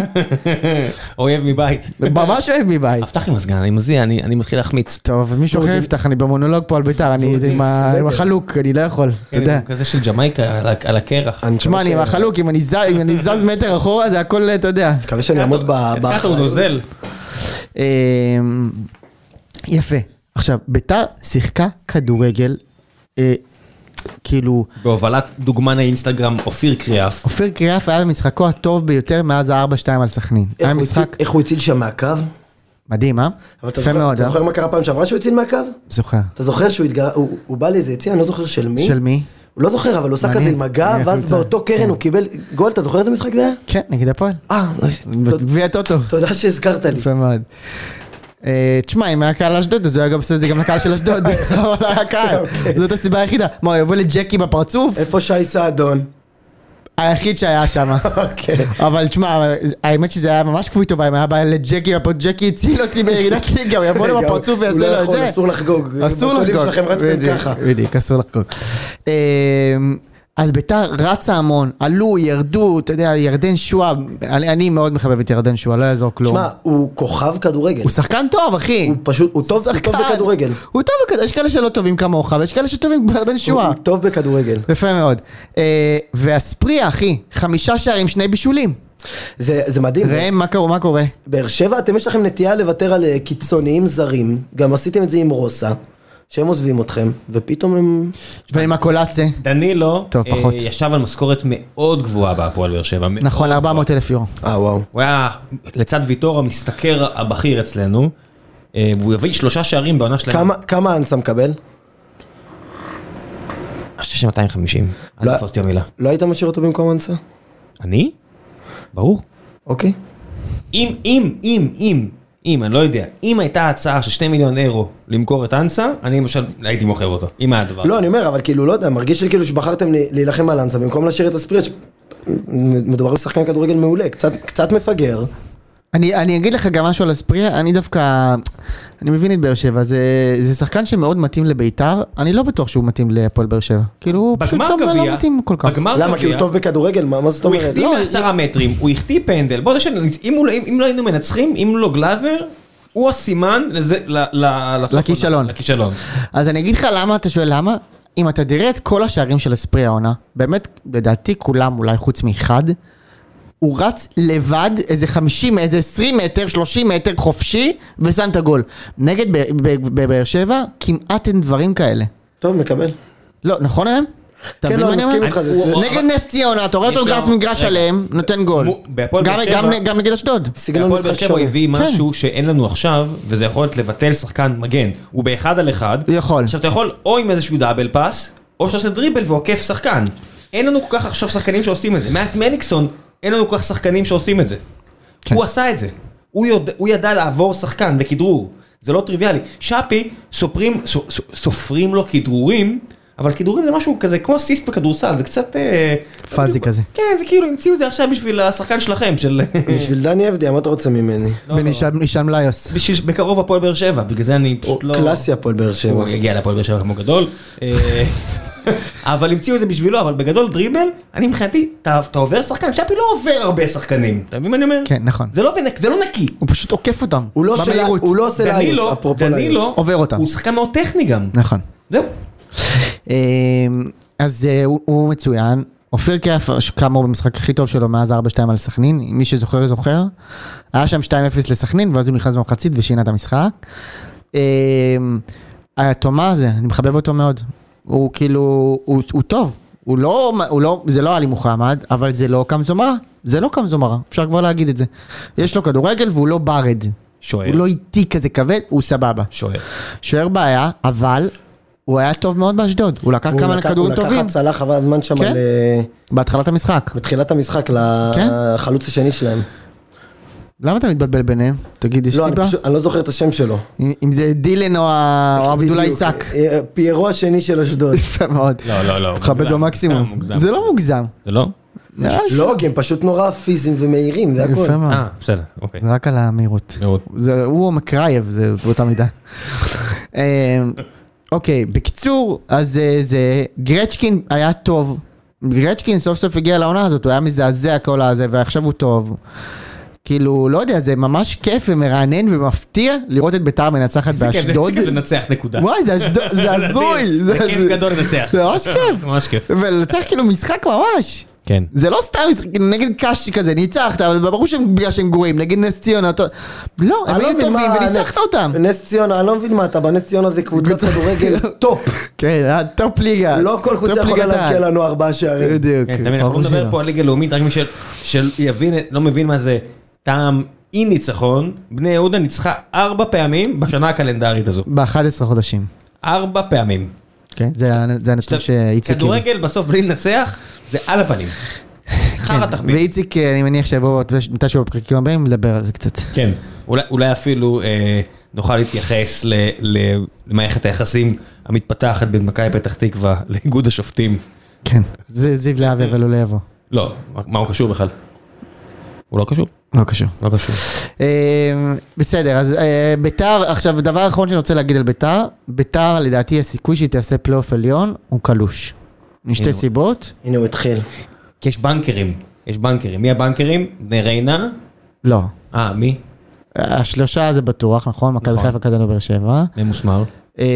אויב מבית. ממש אוהב מבית. הפתח עם הסגן, אני מזיע, אני אני מתחיל להחמיץ. טוב, מישהו לא, אחר וורדים. יפתח, אני במונולוג פה על בית"ר, אני עם ה- עם סוודר. החלוק, אני לא יכול, אתה כן, יודע. הוא כזה של ג'מייקה על ה- על הקרח. תשמע, אני עם החלוק, אם אני זז- אם אני זז מטר אחורה, זה הכל, אתה יודע. מקווה שאני אעמוד ב- קטו הוא באחריות. נוזל. אמ, יפה. עכשיו, ביתר שיחקה כדורגל, אה, כאילו, בהובלת דוגמן האינסטגרם אופיר קריאף. אופיר קריאף היה במשחקו הטוב ביותר מאז ה-4-2 על סכנין. איך היה הוא הציל- משחק איך הוא הציל שם מהקו? מדהים, אה? אבל אתה יפה זוכר- מאוד, אתה אה? זוכר מה קרה פעם שעברה שהוא הציל מהקו? זוכר. אתה זוכר שהוא התגרה, הוא הוא בא לאיזה יציאה, אני לא זוכר של מי. של מי? הוא לא זוכר, אבל הוא עושה מעניין. כן. כזה עם הגב, אני ואז אכניס את זה. באותו קרן הוא קיבל גול, אתה זוכר איזה משחק זה היה? כן, נגד הפועל. אה, תודה- גביע טוטו. תודה שהזכרת לי. יפה מאוד. אה, תשמע, אם היה קהל אשדוד, אז הוא היה גם עושה את זה גם לקהל של אשדוד, אבל לא היה קהל. זאת הסיבה היחידה. מה, הוא יבוא לג'קי בפרצוף? אוקיי. איפה שי סעדון? היחיד שהיה שם. אוקיי. אבל תשמע, האמת שזה היה ממש כפוי טובה, אם היה בא לג'קי, הפוד ג'קי הציל אותי בירידת ליגה, הוא יבוא לו בפרצוף הוא לא ויעשה לו את יכול, זה. אסור לחגוג. אסור בקודים לחגוג. שלכם רצתם בדיוק, ככה. בדיוק, אסור לחגוג. אמ, אז ביתר רצה המון, עלו, ירדו, אתה יודע, ירדן שועה, אני אני מאוד מחבב את ירדן שועה, לא יעזור כלום. שמע, הוא כוכב כדורגל. הוא שחקן טוב, אחי. הוא פשוט, הוא טוב הוא שחקן. טוב בכדורגל. הוא טוב בכדורגל, יש כאלה שלא טובים כמוך, ויש כאלה שטובים כמו ירדן הוא שועה. הוא טוב בכדורגל. יפה מאוד. אה, ואספריה, אחי, חמישה שערים, שני בישולים. זה זה מדהים. ראם, מה קורה? מה קורה? באר שבע, אתם יש לכם נטייה לוותר על אה, קיצוניים זרים. גם עשיתם את זה עם רוסה. שהם עוזבים אתכם, ופתאום הם... ועם הקולאצה. נכון, דנילו טוב, אה, פחות. ישב על משכורת מאוד גבוהה בהפועל באר שבע. מאוד נכון, 400 אלף יורו. אה, וואו. הוא היה לצד ויטור המשתכר הבכיר אצלנו. אה, הוא הביא שלושה שערים בעונה שלהם. כמה- כמה אנסה מקבל? אני חושב ש-250. לא- אל תפוס אותי המילה. לא היית משאיר אותו במקום אנסה? אני? ברור. אוקיי. אם, אם, אם, אם, אם, אני לא יודע, אם הייתה הצעה של 2 מיליון אירו למכור את אנסה, אני למשל הייתי מוכר אותו, אם היה דבר. לא, אני אומר, אבל כאילו, לא יודע, מרגיש לי כאילו שבחרתם לי- להילחם על אנסה במקום להשאיר את הספריט. ש- מ- מדובר בשחקן כדורגל מעולה, קצת- קצת מפגר. אני, אני אגיד לך גם משהו על אספריה, אני דווקא, אני מבין את באר שבע, זה, זה שחקן שמאוד מתאים לביתר, אני לא בטוח שהוא מתאים להפועל באר שבע. כאילו, הוא פשוט בגמר לא, לא גביע, מתאים כל כך. בגמר למה? כי גביע, הוא טוב בכדורגל? מה מה זאת הוא אומרת? החטיא לא, מעשרה מטרים, הוא החטיא פנדל, בוא נשאל, אם הוא לא- אם- אם לא היינו מנצחים, אם לא גלאזר, הוא הסימן לזה, ל- ל- לסוף העונה. לכישלון. לכישלון. אז אני אגיד לך למה, אתה שואל למה? אם אתה תראה את כל השערים של אספריה העונה, באמת, לדעתי כולם, אולי חוץ מאחד, הוא רץ לבד איזה 50, איזה 20 מטר, 30 מטר חופשי, ושם את הגול. נגד ב- ב- בבאר שבע, כמעט אין דברים כאלה. טוב, מקבל. לא, נכון הם? כן, אתה מבין לא, מה אני אני מסכים אומר? איתך, זה- הוא- זה הוא- נגד נס ציונה, אתה רואה אותו יש גרס לו- מגרש רגע. עליהם, נותן גול. מו- בהפועל גם- באר שבע- גם- גם נגד אשדוד. סגנון הפועל באר משחק שבע שונה. הביא כן. משהו שאין לנו עכשיו, וזה יכול להיות לבטל שחקן מגן. הוא באחד על אחד. הוא יכול. עכשיו אתה יכול או עם איזשהו דאבל פאס, או שאתה עושה דריבל ועוקף שחקן. אין לנו כל כך עכשיו שחקנים שעושים את זה. מאז מליקסון, אין לנו כל כך שחקנים שעושים את זה. כן. הוא עשה את זה. הוא, יודע, הוא ידע לעבור שחקן בכדרור. זה לא טריוויאלי. שפי, סופרים, ס, ס, סופרים לו כדרורים, אבל כדרורים זה משהו כזה כמו סיסט בכדורסל, זה קצת... אה, פאזי כזה. כן, זה כאילו המציאו את זה עכשיו בשביל השחקן שלכם, של... בשביל דני עבדיה, מה אתה רוצה ממני? בנישן ליוס. בשביל בקרוב הפועל באר שבע, בגלל זה אני הוא פשוט לא... קלאסי הפועל באר שבע. הוא יגיע להפועל באר שבע כמו גדול. אה, אבל המציאו את זה בשבילו, אבל בגדול דריבל, אני מבחינתי, אתה אתה עובר שחקן, שפי לא עובר הרבה שחקנים, אתה מבין מה אני אומר? כן, נכון. זה לא בנק- זה לא נקי. הוא פשוט עוקף אותם. הוא לא שלה- במהירות. הוא לא עושה לאיוס, דנילו, אפרופו דנילו, לאיוס. עובר אותם. הוא שחקן מאוד טכני גם. נכון. זהו. אמ, אז אה, הוא- הוא מצוין. אופיר קאף, כאמור, במשחק הכי טוב שלו מאז 4-2 על סכנין, מי שזוכר זוכר. היה שם 2-0 לסכנין, ואז הוא נכנס במחצית ושינה את המשחק. אמ, התומה הזה, אני מחבב אותו מאוד. הוא כאילו, הוא, הוא טוב. הוא לא, הוא לא, זה לא עלי מוחמד, אבל זה לא קמזומרה. זה לא קמזומרה, אפשר כבר להגיד את זה. יש לו כדורגל והוא לא ברד. שוער. הוא לא איטי כזה כבד, הוא סבבה. שוער. שוער בעיה, אבל הוא היה טוב מאוד באשדוד. הוא לקח הוא כמה לקח- כדורים הוא לקח טובים הצלה חבל הזמן שם כן. על, אה, בהתחלת המשחק. בתחילת המשחק כן. לחלוץ השני שלהם. למה אתה מתבלבל ביניהם? תגיד, יש לא, אני סיבה? פשוט- אני לא זוכר את השם שלו. אם זה דילן או ה- או עבדולאי בדיוק. סאק. אה, אה, פיירו השני של אשדוד. יפה מאוד. לא, לא, לא. מכבד מוגזם, במקסימום. מוגזם. זה לא מוגזם. זה לא? נראה לי לא, כי הם פשוט נורא פיזיים ומהירים, זה הכול. יפה מאוד. אה, בסדר, אוקיי. זה רק על המהירות. מאוד. זה- הוא או מקרייב, זה באותה מידה. אה, אוקיי, בקיצור, אז אה, זה, גרצ'קין היה טוב. גרצ'קין סוף סוף הגיע לעונה הזאת, הוא היה מזעזע כל הזה, ועכשיו הוא טוב. כאילו, לא יודע, זה ממש כיף ומרענן ומפתיע לראות את ביתר מנצחת זה כיף, זה באשדוד. כיף לנצח נקודה. וואי, זה אשדוד, זה אדיר. הזוי. זה כיף גדול לנצח. זה ממש כיף. ממש כיף. ולנצח כאילו משחק ממש. כן. זה לא סתם משחק נגד קאשי כזה, ניצחת, אבל ברור שהם בגלל שהם גרועים, נגד נס ציונה, אתה... לא, הם אני לא היו מבין טובים מה- וניצחת אותם. נס ציונה, אני לא מבין מה אתה, בנס ציונה זה קבוצת כדורגל טופ. כן, אה, טופ ליגה. לא כל קבוצה טופ יכולה ליגת להבקיע העל. לנו ארבעה שערים. בדיוק. כן, תמיד אנחנו לא אוקיי, ברור שלא. נדבר פה על ליגה לאומית, רק מי של- שיבין, לא מבין מה זה טעם אי ניצחון. בני יהודה ניצחה ארבע פעמים בשנה הקלנדרית הזו. ב-11 חודשים. ארבע פעמים. כן, זה ה- זה הנתון שאיציק... כדורגל בסוף בלי לנצח, זה על הפנים. חרא תחביב. ואיציק, אה, אני מניח שיבוא מתישהו בפרקים הבאים, נדבר על זה קצת. כן, אולי, אולי אפילו אה, נוכל להתייחס ל, ל, למערכת היחסים המתפתחת בין מכבי פתח תקווה לאיגוד השופטים. כן. זה זיו להבי, אבל הוא לא יבוא. לא, מה הוא קשור בכלל? הוא לא קשור? לא קשור. לא קשור. אה, בסדר, אז אה, ביתר, עכשיו, דבר אחרון שאני רוצה להגיד על ביתר, ביתר, לדעתי, הסיכוי שהיא תעשה פלייאוף עליון הוא קלוש. משתי סיבות. הנה הוא התחיל. כי יש בנקרים, יש בנקרים. מי הבנקרים? בני ריינה? לא. אה, מי? השלושה זה בטוח, נכון? מכבי נכון. חיפה, קטן ובאר שבע. מי מוסמר? אה,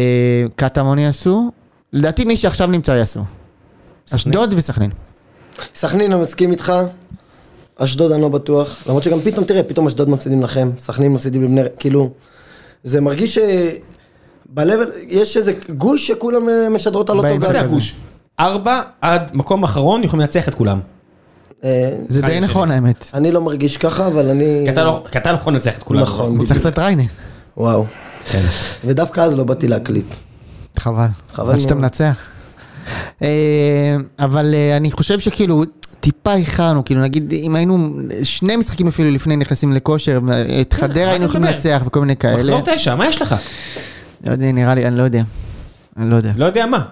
קטמון יעשו. לדעתי מי שעכשיו נמצא יעשו. אשדוד וסכנין. סכנין, אני מסכים איתך. אשדוד אני לא בטוח. למרות שגם פתאום, תראה, פתאום אשדוד מפסידים לכם. סכנין מפסידים לבני... כאילו... זה מרגיש ש... ב-level יש איזה גוש שכולם אה, משדרות על אותו באמצע מה זה גל. הגוש? ארבע עד מקום אחרון יכולים לנצח את כולם. אה, זה די חיים נכון האמת. אני לא מרגיש ככה, אבל אני... כי אתה לא כי אתה לא יכול לנצח את כולם. נכון. הוא צריך את ריינה. וואו. כן. ודווקא אז לא באתי להקליט. אה, חבל. חבל חבל שאתה מאוד. מנצח. אה, אבל אה, אני חושב שכאילו טיפה איחרנו, כאילו נגיד אם היינו שני משחקים אפילו לפני נכנסים לכושר, אה, את חדרה כן, מה היינו אתה יכולים מדבר? לנצח וכל מיני כאלה. מחזור תשע, מה יש לך? לא יודע, נראה לי, אני לא יודע. אני לא יודע. לא יודע מה.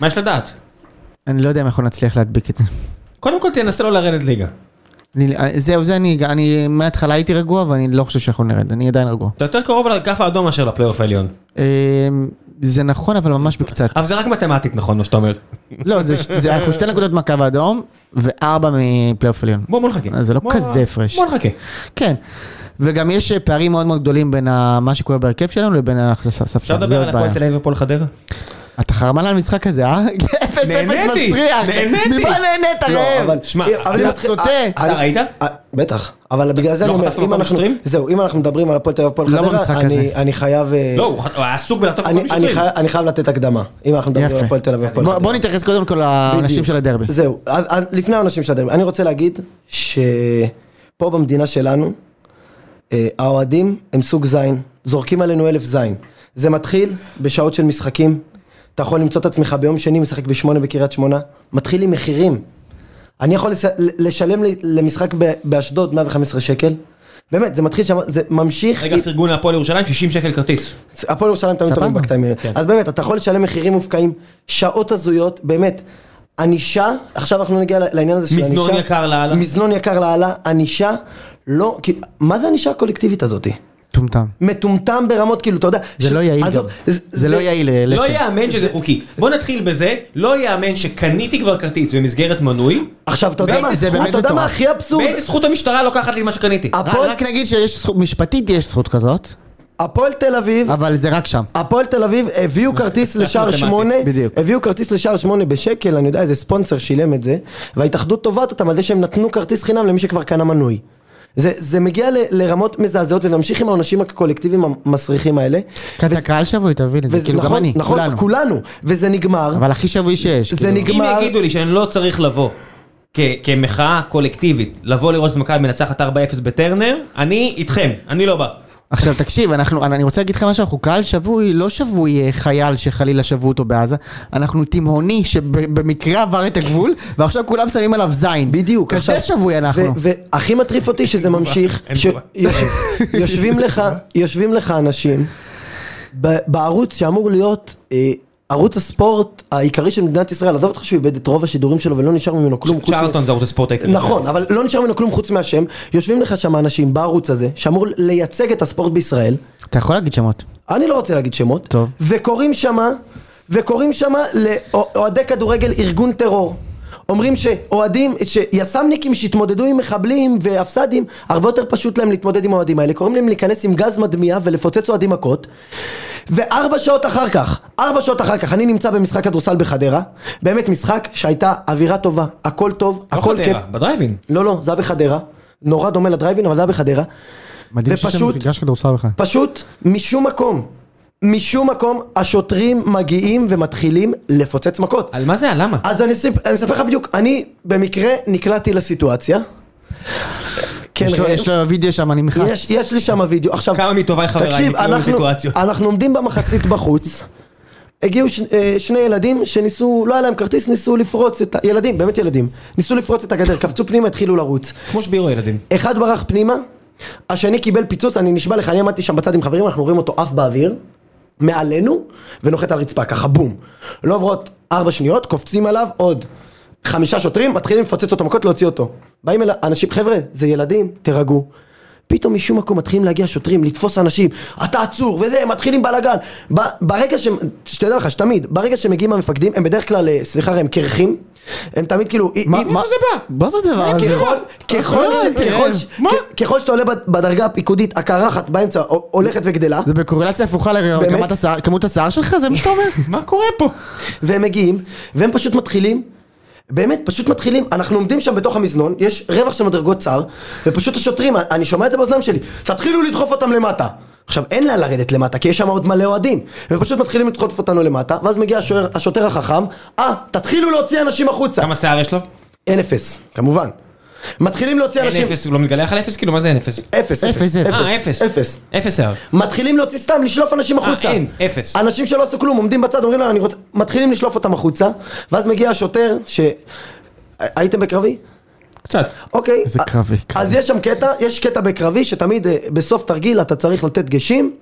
מה יש לדעת? אני לא יודע אם אנחנו נצליח להדביק את זה. קודם כל תנסה לא לרדת ליגה. אני- אה, זהו, זה אני, אני מההתחלה הייתי רגוע, ואני לא חושב שאנחנו נרד, אני עדיין רגוע. אתה יותר קרוב לכף האדום מאשר לפלייאוף העליון. אה, זה נכון, אבל ממש בקצת. אבל זה רק מתמטית נכון מה שאתה אומר. לא, זה, זה, אנחנו שתי נקודות מהקו האדום, וארבע מפלייאוף עליון. בוא בוא נחכה. אז זה לא בוא- כזה הפרש. בוא נחכה. כן. וגם יש אה, פערים מאוד מאוד גדולים בין ה- מה שקורה בהרכב שלנו לבין הספסל. אפשר לדבר על הפועל תל אביב ופועל חדרה? אה, אתה חרמן על המשחק הזה, אה? אפס אפס נהניתי, מסריח. נהניתי. ממה נהנית, לא, רעב? אבל... אה, שמע, אבל אתה אם מתחיל- סוטה. אה, אתה אני- ראית? אה, בטח, אבל בגלל זה לא אני חטפת אומר, אם מקום אנחנו, שוטרים? זהו, אם אנחנו מדברים על הפועל תל אביב הפועל לא חדרה, במשחק אני- הזה. אני חייב, אה, לא, הוא ח- הוא היה עסוק בלעטוף כל אני- מיני אני שוטרים. חי- אני חייב לתת הקדמה, אם אנחנו מדברים על יפה. הפועל תל אביב הפועל בוא- חדרה. בוא נתייחס קודם כל לאנשים בדיוק. של הדרבי. זהו, אה, אה, לפני העונשים של הדרבי, אני רוצה להגיד שפה במדינה שלנו, אה, האוהדים הם סוג זין, זורקים עלינו אלף זין. זה מתחיל בשעות של משחקים, אתה יכול למצוא את עצמך ביום שני משחק בשמונה בקריית שמונה, מתחיל עם מחירים. אני יכול לס- לשלם לי- למשחק ב- באשדוד 115 שקל, באמת, זה מתחיל שם, זה ממשיך, רגע, פרגון להפועל ירושלים, 60 שקל כרטיס. הפועל ירושלים תמיד סבבה. טובים בקטעים האלה. כן. אז באמת, אתה יכול לשלם מחירים מופקעים, שעות הזויות, באמת. ענישה, עכשיו אנחנו נגיע לעניין הזה של ענישה. מזנון יקר לאללה. מזנון יקר לאללה, ענישה, לא, כאילו, מה זה הענישה הקולקטיבית הזאתי? מטומטם. מטומטם ברמות, כאילו, אתה יודע... זה ש- לא יעיל עזוב, גם. זה לא יעיל. אה, לא לשם. יאמן שזה חוקי. בוא נתחיל בזה, לא יאמן שקניתי כבר כרטיס במסגרת מנוי. עכשיו, אתה יודע באיזה- מה, זה באמת אתה יודע מה מטורף. הכי אבסורד? באיזה זכות המשטרה לוקחת לי מה שקניתי? רק- הפועל- רק נגיד שיש זכות, משפטית יש זכות כזאת, הפועל תל אביב, אבל זה רק שם. הפועל תל אביב הביאו כרטיס לשער מתמטית, שמונה, בדיוק. הביאו כרטיס לשער שמונה בשקל, אני יודע איזה ספונסר שילם את זה, וההתאחדות תובעת אותם על זה שהם נתנו כרטיס חינם למי שכבר קנה מנוי. זה, זה מגיע ל, לרמות מזעזעות ונמשיך עם העונשים הקולקטיביים המסריחים האלה. כי אתה קהל שבוי, תבין את זה, וזה- כאילו גם נכון, אני, נכון, כולנו. כולנו, וזה נגמר, אבל הכי שבוי שיש, זה כאילו. נגמר. אם יגידו לי שאני לא צריך לבוא כ- כמחאה קולקטיבית, לבוא לראות את מכבי מנצחת 4-0 בטרנר, אני איתכם, אני לא בא. עכשיו תקשיב, אנחנו, אני רוצה להגיד לך משהו, אנחנו קהל שבוי, לא שבוי אה, חייל שחלילה שבו אותו בעזה, אנחנו תימהוני שבמקרה עבר את הגבול, ועכשיו כולם שמים עליו זין. בדיוק. כזה עכשיו- שבוי אנחנו. ו- והכי מטריף אותי שזה ממשיך, אין ש- תגובה. יוש- יושבים לך, יושבים לך אנשים ב- בערוץ שאמור להיות אה, ערוץ הספורט העיקרי של מדינת ישראל, עזוב אותך שהוא איבד את רוב השידורים שלו ולא נשאר ממנו כלום חוץ מ... צ'ארלטון זה ערוץ הספורט העיקרי. נכון, אבל לא נשאר ממנו כלום חוץ מהשם, יושבים לך שם אנשים בערוץ הזה, שאמור לייצג את הספורט בישראל, אתה יכול להגיד שמות. אני לא רוצה להגיד שמות, טוב. וקוראים שמה, וקוראים שמה לאוהדי כדורגל ארגון טרור. אומרים שאוהדים, שיס"מניקים שהתמודדו עם מחבלים והפסדים, הרבה יותר פשוט להם להתמודד עם האוהדים האלה. קוראים להם להיכנס עם גז מדמיע ולפוצץ אוהדים מכות. וארבע שעות אחר כך, ארבע שעות אחר כך, אני נמצא במשחק כדורסל בחדרה. באמת משחק שהייתה אווירה טובה, הכל טוב, לא הכל כיף. חדרה, בדרייבין. לא, לא, זה היה בחדרה. נורא דומה לדרייבין, אבל זה היה בחדרה. מדהים שיש לנו ופשוט- מגרש כדורסל בכלל. פשוט משום מקום, משום מקום השוטרים מגיעים ומתחילים לפוצץ מכות. על מה זה? על למה? אז אני אספ- אני אספר לך בדיוק, אני במקרה נקלעתי לסיטואציה. כן, יש לו- ראם? יש לו וידאו שם, אני מחץ. יש, יש לי שם וידאו. עכשיו, כמה מטובי חבריי תקשיב, נקראו אנחנו, לסיטואציות. אנחנו עומדים במחצית בחוץ. הגיעו ש, אה, שני ילדים שניסו, לא היה להם כרטיס, ניסו לפרוץ את ה... ילדים, באמת ילדים. ניסו לפרוץ את הגדר, קפצו פנימה, התחילו לרוץ. כמו שבירו ילדים. אחד ברח פנימה, השני קיבל פיצוץ, אני נשבע לך, אני עמדתי שם בצד עם חברים, אנחנו רואים אותו עף באוויר, מעלינו, ונוחת על רצפה, ככה בום. לא עוברות ארבע שניות, קופצים עליו עוד חמישה שוטרים, מתחילים לפוצץ אותו מכות, להוציא אותו. באים אליו, אנשים, חבר'ה, זה ילדים, תירגעו. פתאום משום מקום מתחילים להגיע שוטרים, לתפוס אנשים, אתה עצור, וזה, מתחילים בלאגן. ב- ברגע שהם, שתדע לך, שתמיד, ברגע שמגיעים המפקדים, הם בדרך כלל, אה, סליחה, הם קרחים, הם תמיד כאילו, אם- מה- מה זה הדבר הזה? ככל- ככל לא, ש- תראה. ככל ש- מה? כ- ככל שאתה עולה בד- בדרגה הפיקודית, הקרחת באמצע ה- הולכת וגדלה, זה בקורלציה הפוכה באמת? לכמות השיער שלך? זה מה שאתה אומר? מה קורה פה? והם מגיעים, והם פשוט מתחילים, באמת, פשוט מתחילים, אנחנו עומדים שם בתוך המזנון, יש רווח של מדרגות צר, ופשוט השוטרים, אני שומע את זה באוזניים שלי, תתחילו לדחוף אותם למטה. עכשיו אין לאן לרדת למטה, כי יש שם עוד מלא אוהדים. ופשוט מתחילים לדחוף אותנו למטה, ואז מגיע השוער- השוטר החכם, אה, תתחילו להוציא אנשים החוצה. כמה שיער יש לו? אין אפס, כמובן. מתחילים להוציא אין אנשים... אפס, הוא לא מגלח על אפס? כאילו מה זה אין אפס? אפס, אפס, אפס, אפס. אה, אפס. אפס. אפס שיער. מתחילים להוציא סתם, לשלוף אנשים החוצה. אה, אין, אפס. אנשים שלא עשו כלום, עומדים בצד, אומרים להם, אני רוצה... מתחילים לשלוף אותם החוצה, ואז מגיע השוטר, ש... הייתם בקרבי? קצת. אוקיי. איזה א- קרבי, קרבי. אז יש שם קטע, יש קטע בקרבי, שתמיד אה, בסוף תרגיל אתה צריך לתת דגשים.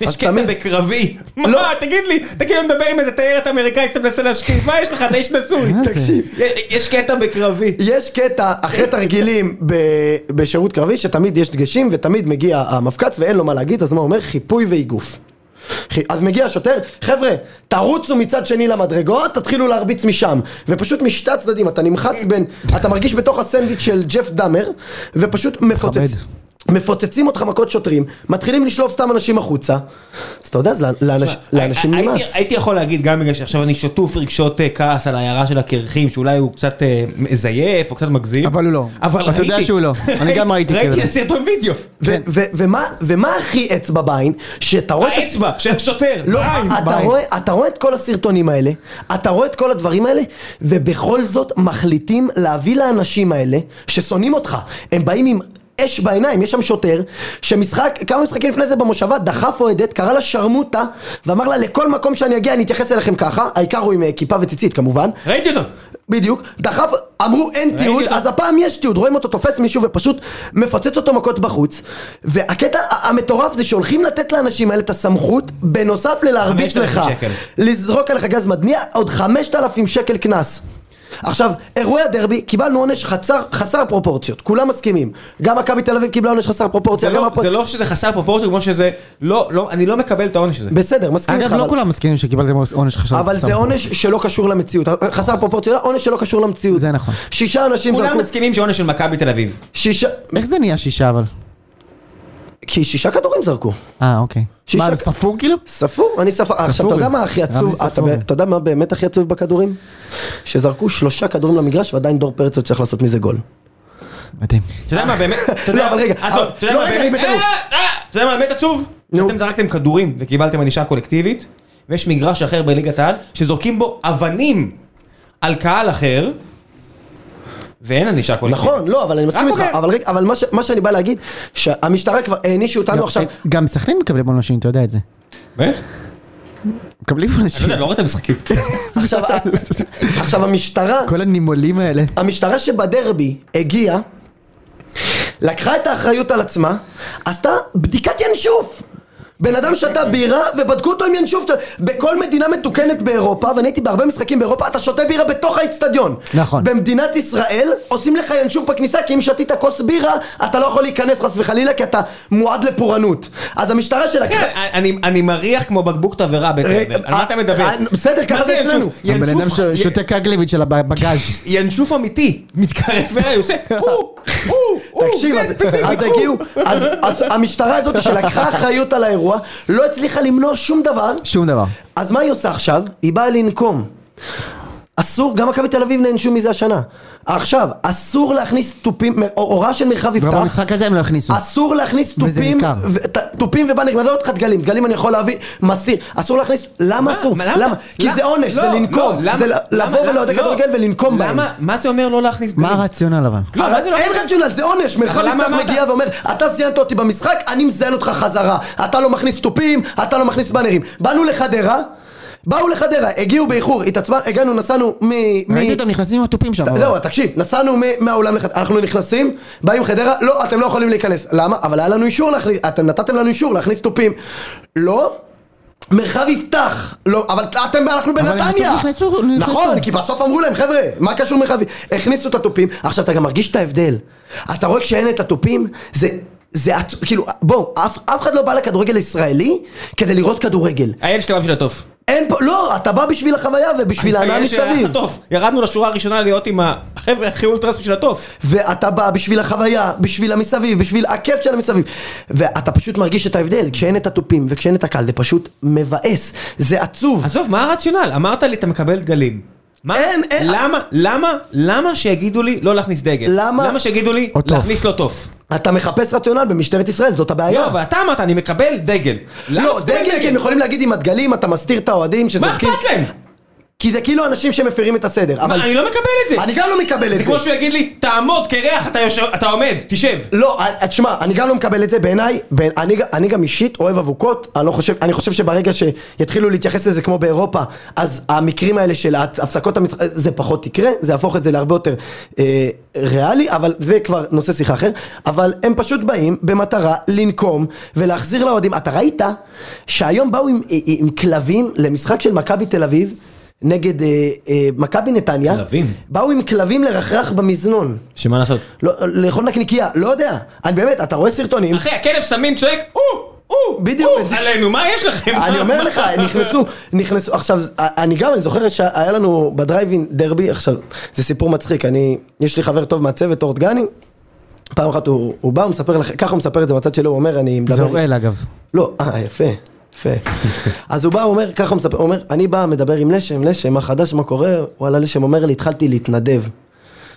יש אז קטע תמיד- בקרבי. לא. מה? תגיד לי, אתה כאילו מדבר עם איזה תיירת אמריקאית שאתה מנסה להשכיב, מה יש לך? אתה איש נשוי. מה זה? תקשיב. יש- יש קטע בקרבי. יש קטע אחרי תרגילים ב... בשירות קרבי, שתמיד יש דגשים, ותמיד מגיע המפקץ ואין לו מה להגיד, אז מה הוא אומר? חיפוי ואיגוף. חי- אז מגיע השוטר, חבר'ה, תרוצו מצד שני למדרגות, תתחילו להרביץ משם. ופשוט משתי הצדדים, אתה נמחץ בין, אתה מרגיש בתוך הסנדוויץ' של ג'ף דאמר, ופשוט מפוצץ. מפוצצים אותך מכות שוטרים, מתחילים לשלוף סתם אנשים החוצה. אז אתה יודע, אז לאנ- לאנש- לאנשים הייתי- נמאס. הייתי יכול להגיד גם בגלל שעכשיו אני שטוף רגשות אה, כעס על העיירה של הקרחים, שאולי הוא קצת אה, מזייף או קצת מגזים. אבל הוא לא. אבל אתה ראיתי. יודע שהוא לא. אני גם ראיתי ראיתי כזה. סרטון וידאו. ו- ו- ומה- ומה הכי עץ בביין? שאתה לא רואה את הס- האצבע של השוטר. לא, בעין, אתה בעין. רואה, אתה רואה את כל הסרטונים האלה, אתה רואה את כל הדברים האלה, ובכל זאת מחליטים להביא לאנשים האלה, ששונאים אותך, הם באים עם... אש בעיניים, יש שם שוטר, שמשחק, כמה משחקים לפני זה במושבה, דחף אוהדת, קרא לה שרמוטה, ואמר לה לכל מקום שאני אגיע אני אתייחס אליכם ככה, העיקר הוא עם אה, כיפה וציצית כמובן, ראיתי אותו. בדיוק, דחף, אמרו אין תיעוד, אותו. אז הפעם יש תיעוד, רואים אותו תופס מישהו ופשוט מפוצץ אותו מכות בחוץ. והקטע ה- המטורף זה שהולכים לתת לאנשים האלה את הסמכות, בנוסף ללהרביץ 5,000 לך, שקל. לזרוק עליך גז מדניע, עוד 5,000 שקל קנס. עכשיו, אירועי הדרבי, קיבלנו עונש חצר, חסר פרופורציות, כולם מסכימים. גם מכבי תל אביב קיבלה עונש חסר פרופורציה, זה גם לא- זה לא שזה חסר פרופורציות, כמו שזה... לא, לא, אני לא מקבל את העונש הזה. בסדר, מסכים אגב, איתך. לא אבל- כולם מסכימים שקיבלתם עונש חשב. אבל זה עונש שלא קשור למציאות. חסר פרופורציה, לא, עונש שלא קשור למציאות. זה נכון. שישה אנשים כולם זרקו... מסכימים שעונש של מכבי תל אביב. שישה... איך זה נהיה שישה אבל? כי שישה כדורים זרקו. אה, אוקיי. שישה- מה, זה ספור כאילו? ספור, אני ספר. אה, עכשיו, אתה יודע מה הכי גם עצוב? זה אתה ספור. ב- אתה יודע מה באמת הכי עצוב בכדורים? שזרקו שלושה כדורים למגרש ועדיין דור פרץ עוד צריך לעשות מזה גול. מדהים. אתה יודע מה באמת... אתה לא, יודע, אבל רגע, עזוב, אבל- אתה יודע לא, מה רגע, אני באמת... בטירוף. אה, אה, אתה יודע מה באמת עצוב? נו. שאתם זרקתם כדורים וקיבלתם ענישה קולקטיבית, ויש מגרש אחר בליגת העל, שזורקים בו אבנים על קהל אחר, ואין ענישה קולקטיבית. נכון, לא, אבל אני מסכים רק איתך. אומר. אבל רגע, אבל מה ש- מה שאני בא להגיד, שהמשטרה כבר הענישו לא, אותנו עכשיו. גם סכנין מקבלים עונשים, אתה יודע את זה. באמת? מקבלים אני לא עונשים. יודע, לא רואה את המשחקים. עכשיו, עכשיו המשטרה... לא- כל הנימולים האלה. המשטרה שבדרבי הגיעה, לקחה את האחריות על עצמה, עשתה בדיקת ינשוף. בן אדם שתה בירה ובדקו אותו עם ינשוף. בכל מדינה מתוקנת באירופה, ואני הייתי בהרבה משחקים באירופה, אתה שותה בירה בתוך האיצטדיון. נכון. במדינת ישראל עושים לך ינשוף בכניסה, כי אם שתית כוס בירה, אתה לא יכול להיכנס חס וחלילה, כי אתה מועד לפורענות. אז המשטרה שלקחה... כן, אני- אני מריח כמו בקבוק תבערה בטרנר, על מה אתה מדבר? אה, בסדר, ככה מה זה אצלנו. ינשוף? הבן ינשוף- אדם ששותה קגלביץ' של הבגאז'. ינשוף אמיתי, מתקרב אליי, עושה, הוא, הוא, הוא, תקשיב, זה אז, ספציפי, אז הוא. הגיעו, אז, אז המשטרה הזאת שלקחה אחריות על האירוע, לא הצליחה למנוע שום דבר, שום דבר. אז מה היא עושה עכשיו? היא באה לנקום. אסור, גם מכבי תל אביב נענשו מזה השנה. עכשיו, אסור להכניס תופים, הוראה של מרחב גם יפתח. במשחק הזה הם לא הכניסו. אסור להכניס וזה תופים, ניכר. ו- ת- תופים ובנגרים, עזוב אותך דגלים, דגלים אני יכול להביא, מסתיר, אסור להכניס, למה מה? אסור? אה, מה, למה? כי למה? זה עונש, לא, זה לנקום, לא, למה? זה ל- למה? לבוא למה? ולאוהדי לא. כדורגל ולנקום בהם. אה, למה? מה זה אומר לא להכניס מה גלים? הרציונל אבל? לא, מה זה לא אין רציונל, זה עונש, מרחב אבל למה יפתח אמרת? מגיע ואומר, אתה זיינת אותי במשחק, אני מזיין אותך חזרה. אתה לא מכניס תופים, אתה לא מכניס באנרים. באנו לחדרה, באו לחדרה, הגיעו באיחור, התעצבנו, הגענו, נסענו מ... מ- ראיתי אותם נכנסים עם התופים שם. אבל. זהו, תקשיב, נסענו מ- מהאולם לחדרה, אנחנו לא נכנסים, באים חדרה, לא, אתם לא יכולים להיכנס. למה? אבל היה לנו אישור להכניס, אתם נתתם לנו אישור להכניס תופים. לא? מרחב יפתח, לא, אבל אתם, אנחנו הם בנתניה, נכנסו, נכנסו, נכנסו. נכון, כי בסוף אמרו להם, חבר'ה, מה קשור מרחב, הכניסו את התופים, עכשיו אתה גם מרגיש את ההבדל, אתה רואה כשאין את התופים, זה, זה, עצ- כאילו, בוא, אף, אף אחד לא בא לכדורגל הישראלי כדי לראות כדורגל, אה, הילד שלי בא בשביל הטוף. אין פה, לא, אתה בא בשביל החוויה ובשביל ההנאה הילד שלי הלך מסביב, לטוף. אה, ירדנו לשורה הראשונה להיות עם החבר'ה הכי אולטרס בשביל הטוף. ואתה בא בשביל החוויה, בשביל המסביב, בשביל הכיף של המסביב. ואתה פשוט מרגיש את ההבדל, כשאין את התופים וכשאין את הקהל, זה פשוט מבאס, זה עצוב. עזוב, מה הרציונל? אמרת לי, אתה מקבל דגלים. מה? אין, אין- למה, למה, למה שיגידו לי לא להכניס דגל? למה? למה שיגידו לי או טוף. להכניס לא טוף? אתה מחפש רציונל במשטרת ישראל, זאת הבעיה. לא, אבל אתה אמרת, אני מקבל דגל. למה לא, אתה מקבל דגל כי הם יכולים להגיד עם הדגלים, אתה מסתיר את האוהדים מה שזורקים. אכפת להם? כי זה כאילו אנשים שמפרים את הסדר. אבל מה, אני לא מקבל את זה. אני גם לא מקבל את זה זה. כמו שהוא יגיד לי, תעמוד, קרח, אתה יושב- אתה עומד, תשב. לא, אה, תשמע, אני גם לא מקבל את זה, בעיניי, בעיני, אני, ג- אני גם אישית אוהב אבוקות, אני, לא חושב, אני חושב שברגע שיתחילו להתייחס לזה כמו באירופה, אז המקרים האלה של הת- הפסקות המשחק, זה פחות יקרה, זה יהפוך את זה להרבה יותר אה, ריאלי, אבל זה כבר נושא שיחה אחר, אבל הם פשוט באים במטרה לנקום ולהחזיר לאוהדים, אתה ראית שהיום באו עם, אה, עם, עם כלבים למשחק של מכבי תל אביב, נגד אה, אה, מכבי נתניה, כלבים? באו עם כלבים לרחרח במזנון. שמה לעשות? לא, לאכול נקניקייה, לא יודע. אני באמת, אתה רואה סרטונים, אחי, הכלב סמים צועק, או, או, בדיוק. או, עלינו, מה יש לכם? אני אומר מה? לך, נכנסו, נכנסו, עכשיו, אני גם, אני זוכר שהיה לנו בדרייבין דרבי, עכשיו, זה סיפור מצחיק, אני, יש לי חבר טוב מהצוות, אורט גני, פעם אחת הוא, הוא בא, הוא מספר לך, ככה הוא מספר את זה בצד שלו, הוא אומר, אני מדבר... זה אוראל אגב. לא, אה, יפה, יפה. אז הוא בא, הוא אומר, ככה הוא מספר, הוא אומר, אני בא, מדבר עם לשם, לשם, מה חדש, מה קורה? וואלה, לשם אומר לי, התחלתי להתנדב.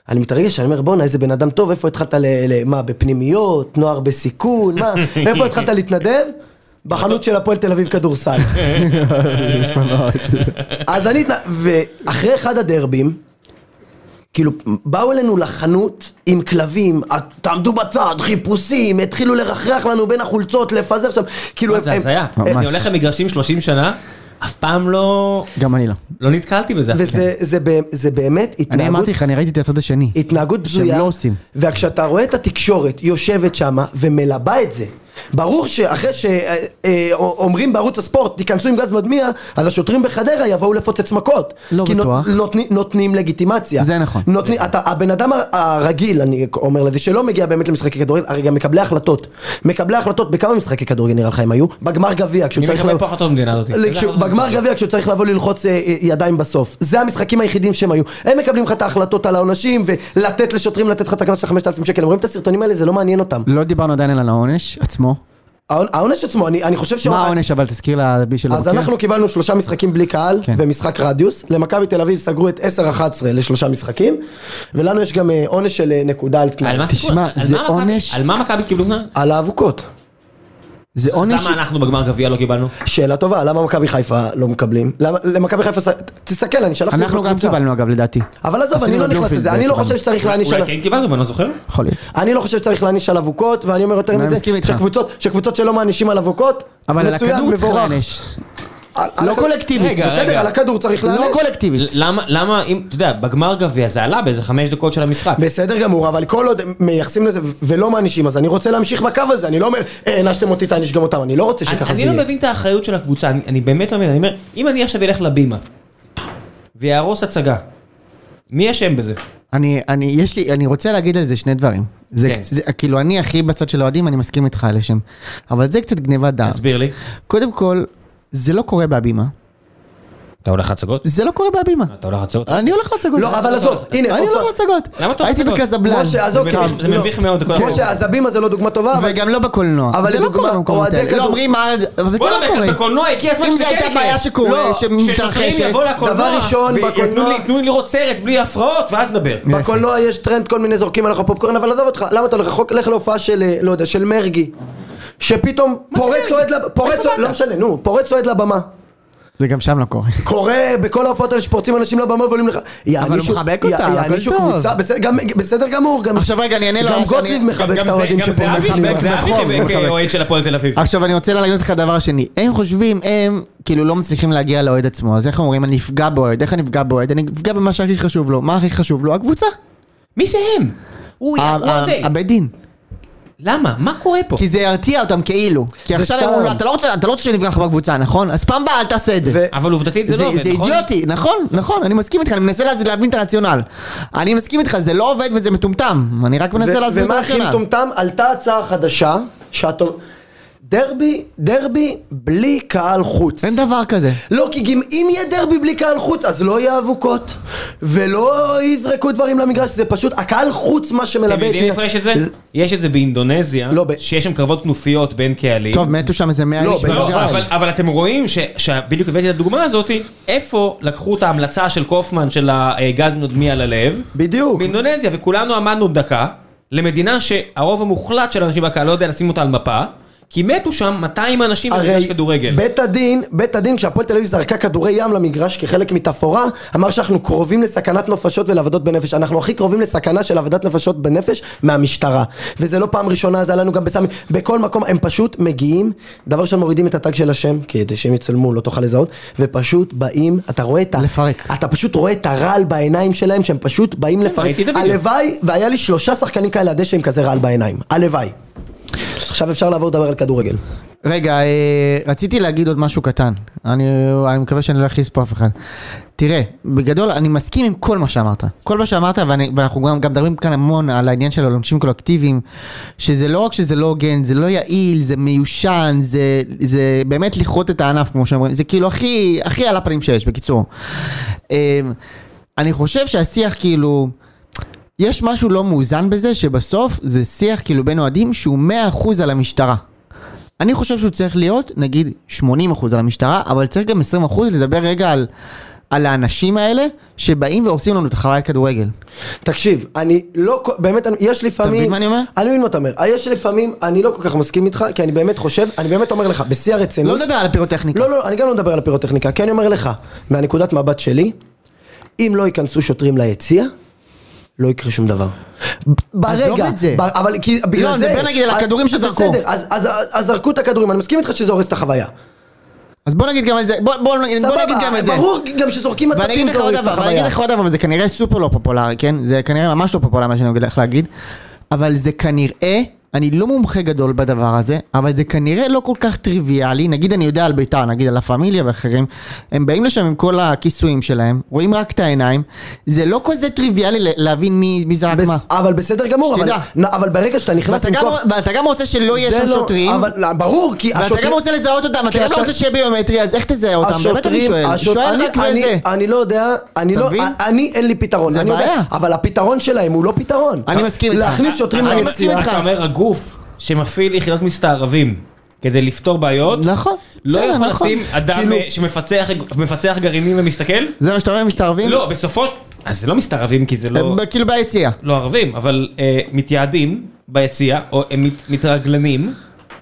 אני מתרגש, אני אומר, בואנה, איזה בן אדם טוב, איפה התחלת ל... ל- מה, בפנימיות, נוער בסיכון, מה? איפה התחלת להתנדב? בחנות של הפועל תל אביב כדורסל. אז אני... התנ- ואחרי אחד הדרבים, כאילו, באו אלינו לחנות עם כלבים, תעמדו בצד, חיפושים, התחילו לרחרח לנו בין החולצות, לפזר שם, כאילו... מה, הם- זה הם- הזיה. הם- ממש. אני הולך למגרשים 30 שנה, אף פעם לא... גם אני לא. לא נתקלתי בזה. וזה זה בא- זה באמת התנהגות... אני אמרתי לך, אני ראיתי את הצד השני. התנהגות שהם בזויה, לא עושים. וכשאתה רואה את התקשורת יושבת שמה ומלבה את זה, ברור שאחרי אה, שאומרים בערוץ הספורט, תיכנסו עם גז מדמיע, אז השוטרים בחדרה יבואו לפוצץ מכות. לא כי בטוח. נותני- נותנים לגיטימציה. זה נכון. נותני, אתה, הבן אדם הרגיל, אני אומר לזה, שלא מגיע באמת למשחקי כדורגל, הרי גם מקבלי החלטות. מקבלי החלטות, בכמה משחקי כדורגל נראה לך הם היו? בגמר גביע, כשהוא מי צריך... מקבל לבוא- פה החלטות במדינה הזאת? לא, כש- בגמר גביע כשהוא צריך לבוא ללחוץ אה, אה, ידיים בסוף. זה המשחקים היחידים שהם היו. הם מקבלים לך את ההחלטות על העונשים, ולתת לשוטרים לתת לך את הקנס של 5,000 שקל. הם רואים את הסרטונים האלה, זה לא מעניין אותם. לא דיברנו עדיין על העונש עצמו. העונ- העונש עצמו, אני אני חושב ש... מה העונש אבל תזכיר למי שלא אז מכיר. אנחנו קיבלנו שלושה משחקים בלי קהל כן. ומשחק רדיוס, למכבי תל אביב סגרו את 10-11 לשלושה משחקים ולנו יש גם אה, עונש של אה, נקודה על על תנאי, מה סיפור? תשמע, על מה זה מכבי- עונש- על מה מכבי קיבלו קנס? על האבוקות. זה אז עונש... למה אנחנו בגמר גביע לא קיבלנו? שאלה טובה, למה מכבי חיפה לא מקבלים? למה- למכבי חיפה, ס- תסתכל, אני שלחתי את זה אנחנו גם לא בקבוצה. קיבלנו אגב לדעתי. אבל עזוב, אני עשינו לא נכנס בבלומפילד לזה, אני לא בעצם. חושב שצריך להעניש על... אולי כן קיבלנו, אבל אני לא זוכר. יכול להיות. אני לא חושב שצריך להעניש על אבוקות, ואני אומר יותר אני מזה, מסכים איתך. שקבוצות, שקבוצות שלא מענישים על אבוקות, אבל על מצוין, הכדור צריך מבורך. להעניש. על- על לא הכ- קולקטיבית. רגע, בסדר, רגע. על הכדור צריך לא להעניש. קולקטיבית. למה, למה, אם, אתה יודע, בגמר גביע זה עלה באיזה חמש דקות של המשחק. בסדר גמור, אבל כל עוד מייחסים לזה ו- ולא מענישים, אז אני רוצה להמשיך בקו הזה, אני לא אומר, "אה, הענשתם אותי, תעניש גם אותם, אני לא רוצה אני, שככה זה אני לא יהיה. מבין את האחריות של הקבוצה, אני, אני באמת לא מבין, אני אומר, אם אני עכשיו אלך לבימה ויהרוס הצגה, מי אשם בזה? אני, אני, יש לי, אני רוצה להגיד על זה שני דברים. זה, כן. כן. זה, כאילו, אני הכי בצד של האוהדים, אני מסכים איתך על השם. אבל זה קצת גניבת דעת. תסביר לי. קודם כל, זה לא קורה בהבימה. אתה הולך להצגות? זה אה, לא קורה בהבימה. אתה הולך להצגות? אני הולך להצגות. לא, אבל עזוב, הנה, אני עופר. הולך להצגות. למה אתה הולך הייתי להצגות? בקזבלן. כמו שעזוב, זה מביך- זה לא. מביך מאוד, כל כמו הכבוד. שהזבימה זה לא דוגמה טובה, אבל... וגם לא בקולנוע. אבל זה לא לדוגמה, קורה במקומות אוהדי האלה. לא, כדור- אומרים, אה, אבל זה בוא'נה, לא קורה. בקולנוע הגיע הזמן כן אם זה הייתה יקרה. בעיה שקורה, לא, ששוטרים שמתרחשת. יבואו לקולנוע, דבר ראשון, ויתנו בקולנוע- לי- תנו לי לראות סרט בלי הפרעות, ואז נדבר. בקולנוע יש טרנד כל מיני זורקים עליך פופקורן, אבל עזוב אותך, למה אתה הולך רחוק? לך להופעה של, אה, לא יודע, של מרגי. שפתאום פורץ אוהד לבמה, פורץ אוהד, לא משנה, נו, פורץ אוהד לבמה. זה גם שם לא קורה. קורא בכל ההופעות האלה שפורצים אנשים לבמה ועולים לך. יענישו- מחבק אותם, יע- הכל יענישו טוב. קבוצה, בסדר, גם- בסדר גמור, גם... עכשיו רגע, אני אענה לו, גם אני- גוטליב אני- מחבק גם את זה- האוהדים גם שפורצים. זהבי- לבמה. גם זהבי נכון, כ- מחבק. אה, כאוהד של הפועל תל אביב. עכשיו אני רוצה להגיד לך דבר השני, הם חושבים, הם כאילו לא מצליחים להגיע לאוהד עצמו, אז איך אומרים, אני אפגע באוהד, איך אני אפגע באוהד, אני אפגע במה שהכי חשוב לו, מה הכי חשוב לו? הקבוצה, מי זה הם? הוא ה- הוא ה- אוהדי. הבית דין, למה? מה קורה פה? אה, כי זה ירתיע אותם כאילו, כי זה עכשיו הם סתם. אומרים, לו, "אתה לא רוצה- אתה לא רוצה שנפגע לך בקבוצה, נכון? אז פעם הבאה אל תעשה את זה. ו- אבל עובדתית זה זה לא עובד, זה נכון? אידיוטי, נכון, נכון, אני מסכים איתך, אני מנסה לה- להבין את הרציונל. אני מסכים איתך, זה לא עובד וזה מטומטם, אני רק מנסה ו- להסביר את ומה הכי הרציונל. מטומטם? עלתה הצעה חדשה, שאתה... דרבי, דרבי בלי קהל חוץ. אין דבר כזה. לא, כי גם אם יהיה דרבי בלי קהל חוץ, אז לא יהיה אבוקות, ולא יזרקו דברים למגרש, זה פשוט, הקהל חוץ מה שמלבה את... אתם יודעים איפה יש את זה? יש את זה באינדונזיה, לא, ב- שיש שם קרבות כנופיות בין קהלים. טוב, מתו שם איזה 100 לא, איש ב- לא, במגרש. אבל- אבל אתם רואים ש- שבדיוק הבאתי את הדוגמה הזאת, איפה לקחו את ההמלצה של קופמן של הגז נודמי על הלב? בדיוק. באינדונזיה, וכולנו עמדנו דקה, למדינה שהרוב המוחלט של האנשים בקהל לא יודע לשים אותה על מפה, כי מתו שם 200 אנשים במגרש כדורגל. בית הדין, בית הדין כשהפועל תל אביב זרקה כדורי ים למגרש כחלק מתפאורה, אמר שאנחנו קרובים לסכנת נפשות ולעבדות בנפש. אנחנו הכי קרובים לסכנה של עבודת נפשות בנפש מהמשטרה. וזה לא פעם ראשונה, זה עלה לנו גם בסמי, בכל מקום, הם פשוט מגיעים, דבר ראשון מורידים את הטאג של השם, כדי שהם יצלמו, לא תוכל לזהות, ופשוט באים, אתה רואה את ה... לפרק. אתה פשוט רואה את הרעל בעיניים שלהם, שהם פשוט באים לפרק. כן, ראיתי את הוידאו. הלוואי, והיה לי שלושה שחקנים כאלה על הדשא עם כזה רעל בעיניים. הלוואי. עכשיו אפשר לעבור לדבר על כדורגל. רגע, אה, רציתי להגיד עוד משהו קטן. אני, אני מקווה שאני לא אכניס פה אף אחד. תראה, בגדול אני מסכים עם כל מה שאמרת. כל מה שאמרת, ואני, ואנחנו גם, גם מדברים כאן המון על העניין של עונשים קולקטיביים, שזה לא רק שזה לא הוגן, זה לא יעיל, זה מיושן, זה, זה באמת לכרות את הענף, כמו שאומרים. זה כאילו הכי, הכי על הפנים שיש, בקיצור. אה, אני חושב שהשיח כאילו... יש משהו לא מאוזן בזה שבסוף זה שיח כאילו בין אוהדים שהוא 100% על המשטרה. אני חושב שהוא צריך להיות נגיד 80% על המשטרה, אבל צריך גם 20% לדבר רגע על, על האנשים האלה שבאים והורסים לנו את החוויית כדורגל. לא תקשיב, אני לא, כל- באמת, אני- יש לפעמים... מבין מה אני אומר? אני מבין מה אתה אומר. יש לפעמים, אני לא כל כך מסכים איתך, כי אני באמת חושב, אני באמת אומר לך, בשיא לא הרצינות... נדבר על הפירוטכניקה. לא, לא, אני גם לא מדבר על הפירוטכניקה, כי אני אומר לך, מהנקודת מבט שלי, אם לא ייכנסו שוטרים ליציע, לא יקרה שום דבר. עזוב ברגע, את זה. ב- אבל כי בגלל לא, זה... נדבר נגיד על אז- הכדורים שזרקו. בסדר, אז- אז אז זרקו את הכדורים, אני מסכים איתך שזה הורס את החוויה. אז בוא נגיד גם את זה, בוא, בוא, נגיד- בוא נגיד גם את זה. ברור גם שזורקים ואני מצתים אגיד זה לך עוד הורס את דבר, ואני אגיד החוויה. לך עוד דבר, וזה כנראה סופר לא פופולרי, כן? זה כנראה ממש לא פופולרי מה שאני הולך להגיד, אבל זה כנראה אני לא מומחה גדול בדבר הזה, אבל זה כנראה לא כל כך טריוויאלי. נגיד אני יודע על ביתר, נגיד על לה פמיליה ואחרים, הם באים לשם עם כל הכיסויים שלהם, רואים רק את העיניים. זה לא כזה טריוויאלי ל- להבין מי, מי זרק בס- מה. אבל בסדר גמור, אבל- שתדע. נ- אבל ברגע שאתה נכנס ואתה עם גם, לא- כוח... ואתה גם רוצה שלא יהיה זה שם לא- שוטרים, אבל- לא, ברור, כי ואתה השוטרים... גם רוצה לזהות אותם, ואתה כי גם לא השוט- רוצה שיהיה ביומטרי, אז איך תזהה אותם? באמת אני השוטרים- שואל. השוט- שואל אני- רק אני- באיזה. אני לא יודע, אני אתה לא, מבין? אני אין לי פתרון, זה אני יודע, בעיה. אבל הפתרון שלהם הוא לא פתרון. אני מסכים איתך. להכניס שוטרים אני ליציאה. מסכים איתך. אתה אומר, הגוף שמפעיל יחידות מסתערבים כדי לפתור בעיות, נכון. לא בסדר, יכול נכון. לשים אדם כאילו- אה, שמפצח מפצח גרעינים ומסתכל? זה מה שאתה אומר, מסתערבים? לא, בסופו של... אז זה לא מסתערבים כי זה לא... הם כאילו ביציאה. לא ערבים, אבל אה, מתייעדים ביציע, או הם מת, מתרגלנים,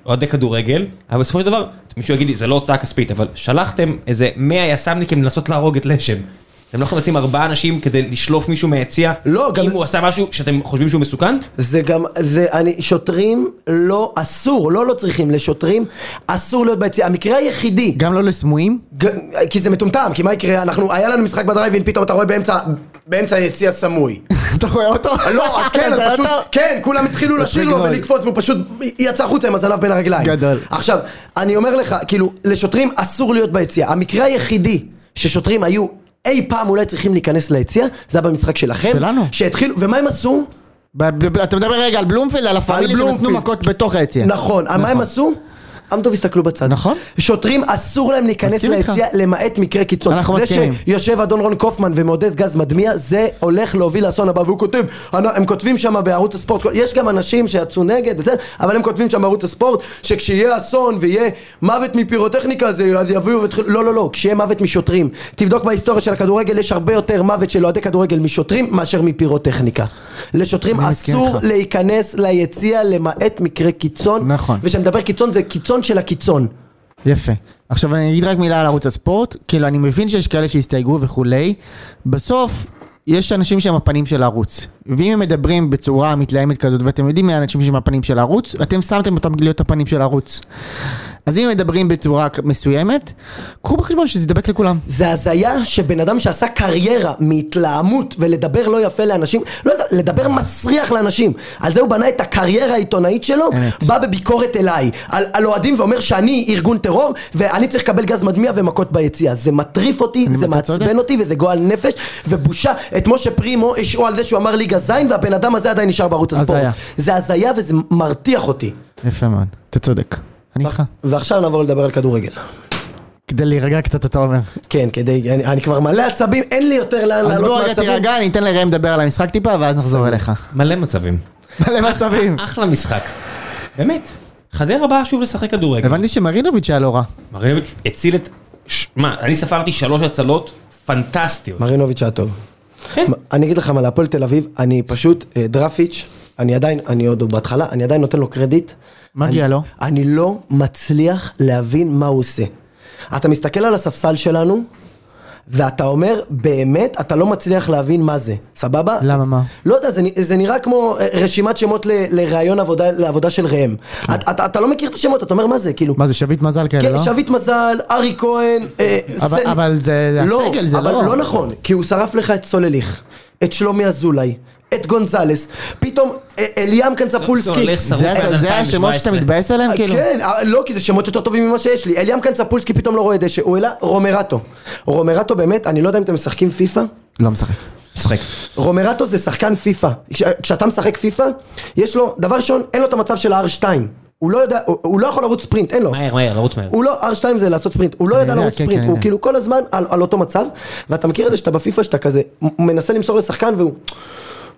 אוהדי כדורגל, אבל בסופו של דבר, מישהו יגיד לי, זה לא הוצאה כספית, אבל שלחתם איזה 100 יס"מניקים לנסות להרוג את לשם. אתם לא יכולים לשים ארבעה אנשים כדי לשלוף מישהו מהיציע, לא, גם- אם הוא עשה משהו שאתם חושבים שהוא מסוכן? זה גם, זה, אני, שוטרים לא, אסור, לא לא צריכים, לשוטרים אסור להיות ביציאה. המקרה היחידי, גם לא לסמויים? ג- כי זה מטומטם, כי מה יקרה, אנחנו, היה לנו משחק בדרייבין, פתאום אתה רואה באמצע, באמצע היציע סמוי. אתה רואה אותו? לא, אז כן, אז אתה פשוט, רואה אותו? כן, כולם התחילו לשיר לו מאוד. ולקפוץ, והוא פשוט יצא החוצה עם הזנב בין הרגליים. גדול. עכשיו, אני אומר לך, כאילו, לשוטרים אסור להיות ביציע. המקרה היחידי ששוטרים היו אי פעם אולי צריכים להיכנס ליציע, זה היה במשחק שלכם. שלנו. שהתחילו, ומה הם עשו? ב- ב- ב- אתה מדבר רגע על בלומפילד, על הפאמילי שנתנו בלומפילד. מכות בתוך היציאה. נכון, מה הם עשו? עמדו והסתכלו בצד. נכון. שוטרים אסור להם להיכנס מסכים איתך. ליציע למעט מקרה קיצון. אנחנו מסכימים. זה שיושב אדון רון קופמן ומעודד גז מדמיע, זה הולך להוביל לאסון הבא. והוא כותב, אנ- הם כותבים שם בערוץ הספורט, יש גם אנשים שיצאו נגד, וזה, אבל הם כותבים שם בערוץ הספורט, שכשיהיה אסון ויהיה מוות מפירוטכניקה, זה, אז יביאו ויתחילו... לא, לא, לא, כשיהיה מוות משוטרים. תבדוק בהיסטוריה של הכדורגל, יש הרבה יותר מוות של אוהדי כדורגל משוטרים, מאשר מפירוטכניקה. לשוטרים אני מסכים אסור איתך. להיכנס ליציע למעט מקרה קיצון. נכון. וכשאני מדבר קיצון זה קיצון של הקיצון. יפה. עכשיו אני אגיד רק מילה על ערוץ הספורט, כאילו אני מבין שיש כאלה שהסתייגו וכולי, בסוף יש אנשים שהם הפנים של הערוץ, ואם הם מדברים בצורה מתלהמת כזאת ואתם יודעים מי האנשים שהם הפנים של הערוץ, אתם שמתם אותם להיות הפנים של הערוץ. אז אם הם מדברים בצורה מסוימת, קחו בחשבון שזה ידבק לכולם. זה הזיה שבן אדם שעשה קריירה מהתלהמות ולדבר לא יפה לאנשים, לא יודע, לדבר מסריח לאנשים. על זה הוא בנה את הקריירה העיתונאית שלו, אמת. בא בביקורת אליי, על, על אוהדים ואומר שאני ארגון טרור, ואני צריך לקבל גז מדמיע ומכות ביציע. זה מטריף אותי, אני- זה אתה צודק. מעצבן אותי וזה גועל נפש, ובושה. את משה פרימו השעו על זה שהוא אמר ליגה זין, והבן אדם הזה עדיין נשאר בערוץ הספורט. הזיה. זה הזיה וזה מרתיח אותי. יפה מאוד, אתה צודק. אני איתך. ועכשיו נעבור לדבר על כדורגל. כדי להירגע קצת אתה אומר. כן, כדי, אני, אני כבר מלא עצבים, אין לי יותר לאן אז לעלות בוא רגע מעצבים. תירגע, אני אתן לראם לדבר על המשחק טיפה ואז נחזור אליך. מלא מצבים. מלא מצבים. אחלה משחק. באמת. חדרה באה שוב לשחק כדורגל. הבנתי שמרינוביץ' היה לא רע. מרינוביץ' הציל את... ש- מה, אני ספרתי שלוש הצלות פנטסטיות. מרינוביץ' היה טוב. כן. אני אגיד לך מה, להפועל תל אביב, אני פשוט, אה, דרפיץ', אני עדיין, אני עוד בהתחלה, אני עדיין נותן לו קרדיט. מגיע אני- לו. אני לא מצליח להבין מה הוא עושה. אתה מסתכל על הספסל שלנו, ואתה אומר, באמת, אתה לא מצליח להבין מה זה, סבבה? למה, מה? לא יודע, זה, נ- זה נראה כמו אה, רשימת שמות ל- לראיון עבודה, לעבודה של ראם. כן. אתה, אתה, אתה לא מכיר את השמות, אתה אומר מה זה, כאילו. מה זה שביט מזל כאלה כן, לא? שביט מזל, ארי כהן. אה, אבל- סן- אבל זה- זה הסגל, זה אבל לא- לא נכון, כי הוא שרף לך את סולליך, את שלומי אזולאי, את גונזלס, פתאום אה, אליאם קנצפולסקי. סולליך שרוף זה- עד זה- זה 2017. השמות שאתה מתבאס עליהם? אה, כאילו? כן, אה, לא, כי זה שמות יותר טובים ממה שיש לי. אליאם קנצפולסקי פתאום לא רואה דשא, הוא העלה רומרטו. רומרטו באמת, אני לא יודע אם אתם משחקים פיפא, לא משחק. משחק. רומרטו זה שחקן פיפא. כש- כשאתה משחק פיפא, יש לו, דבר ראשון, אין לו את המצב של ה-R2. הוא לא יודע, הוא- הוא לא יכול לרוץ ספרינט, אין לו. מהר, מהר, לרוץ מהר. הוא לא, R2 זה לעשות ספרינט, הוא לא יודע יודע, לרוץ כן, ספרינט, כן, הוא אני כאילו כל הזמן על על אותו מצב, ואתה מכיר את זה שאתה בפיפא שאתה כזה מ- מנסה למסור לשחקן והוא,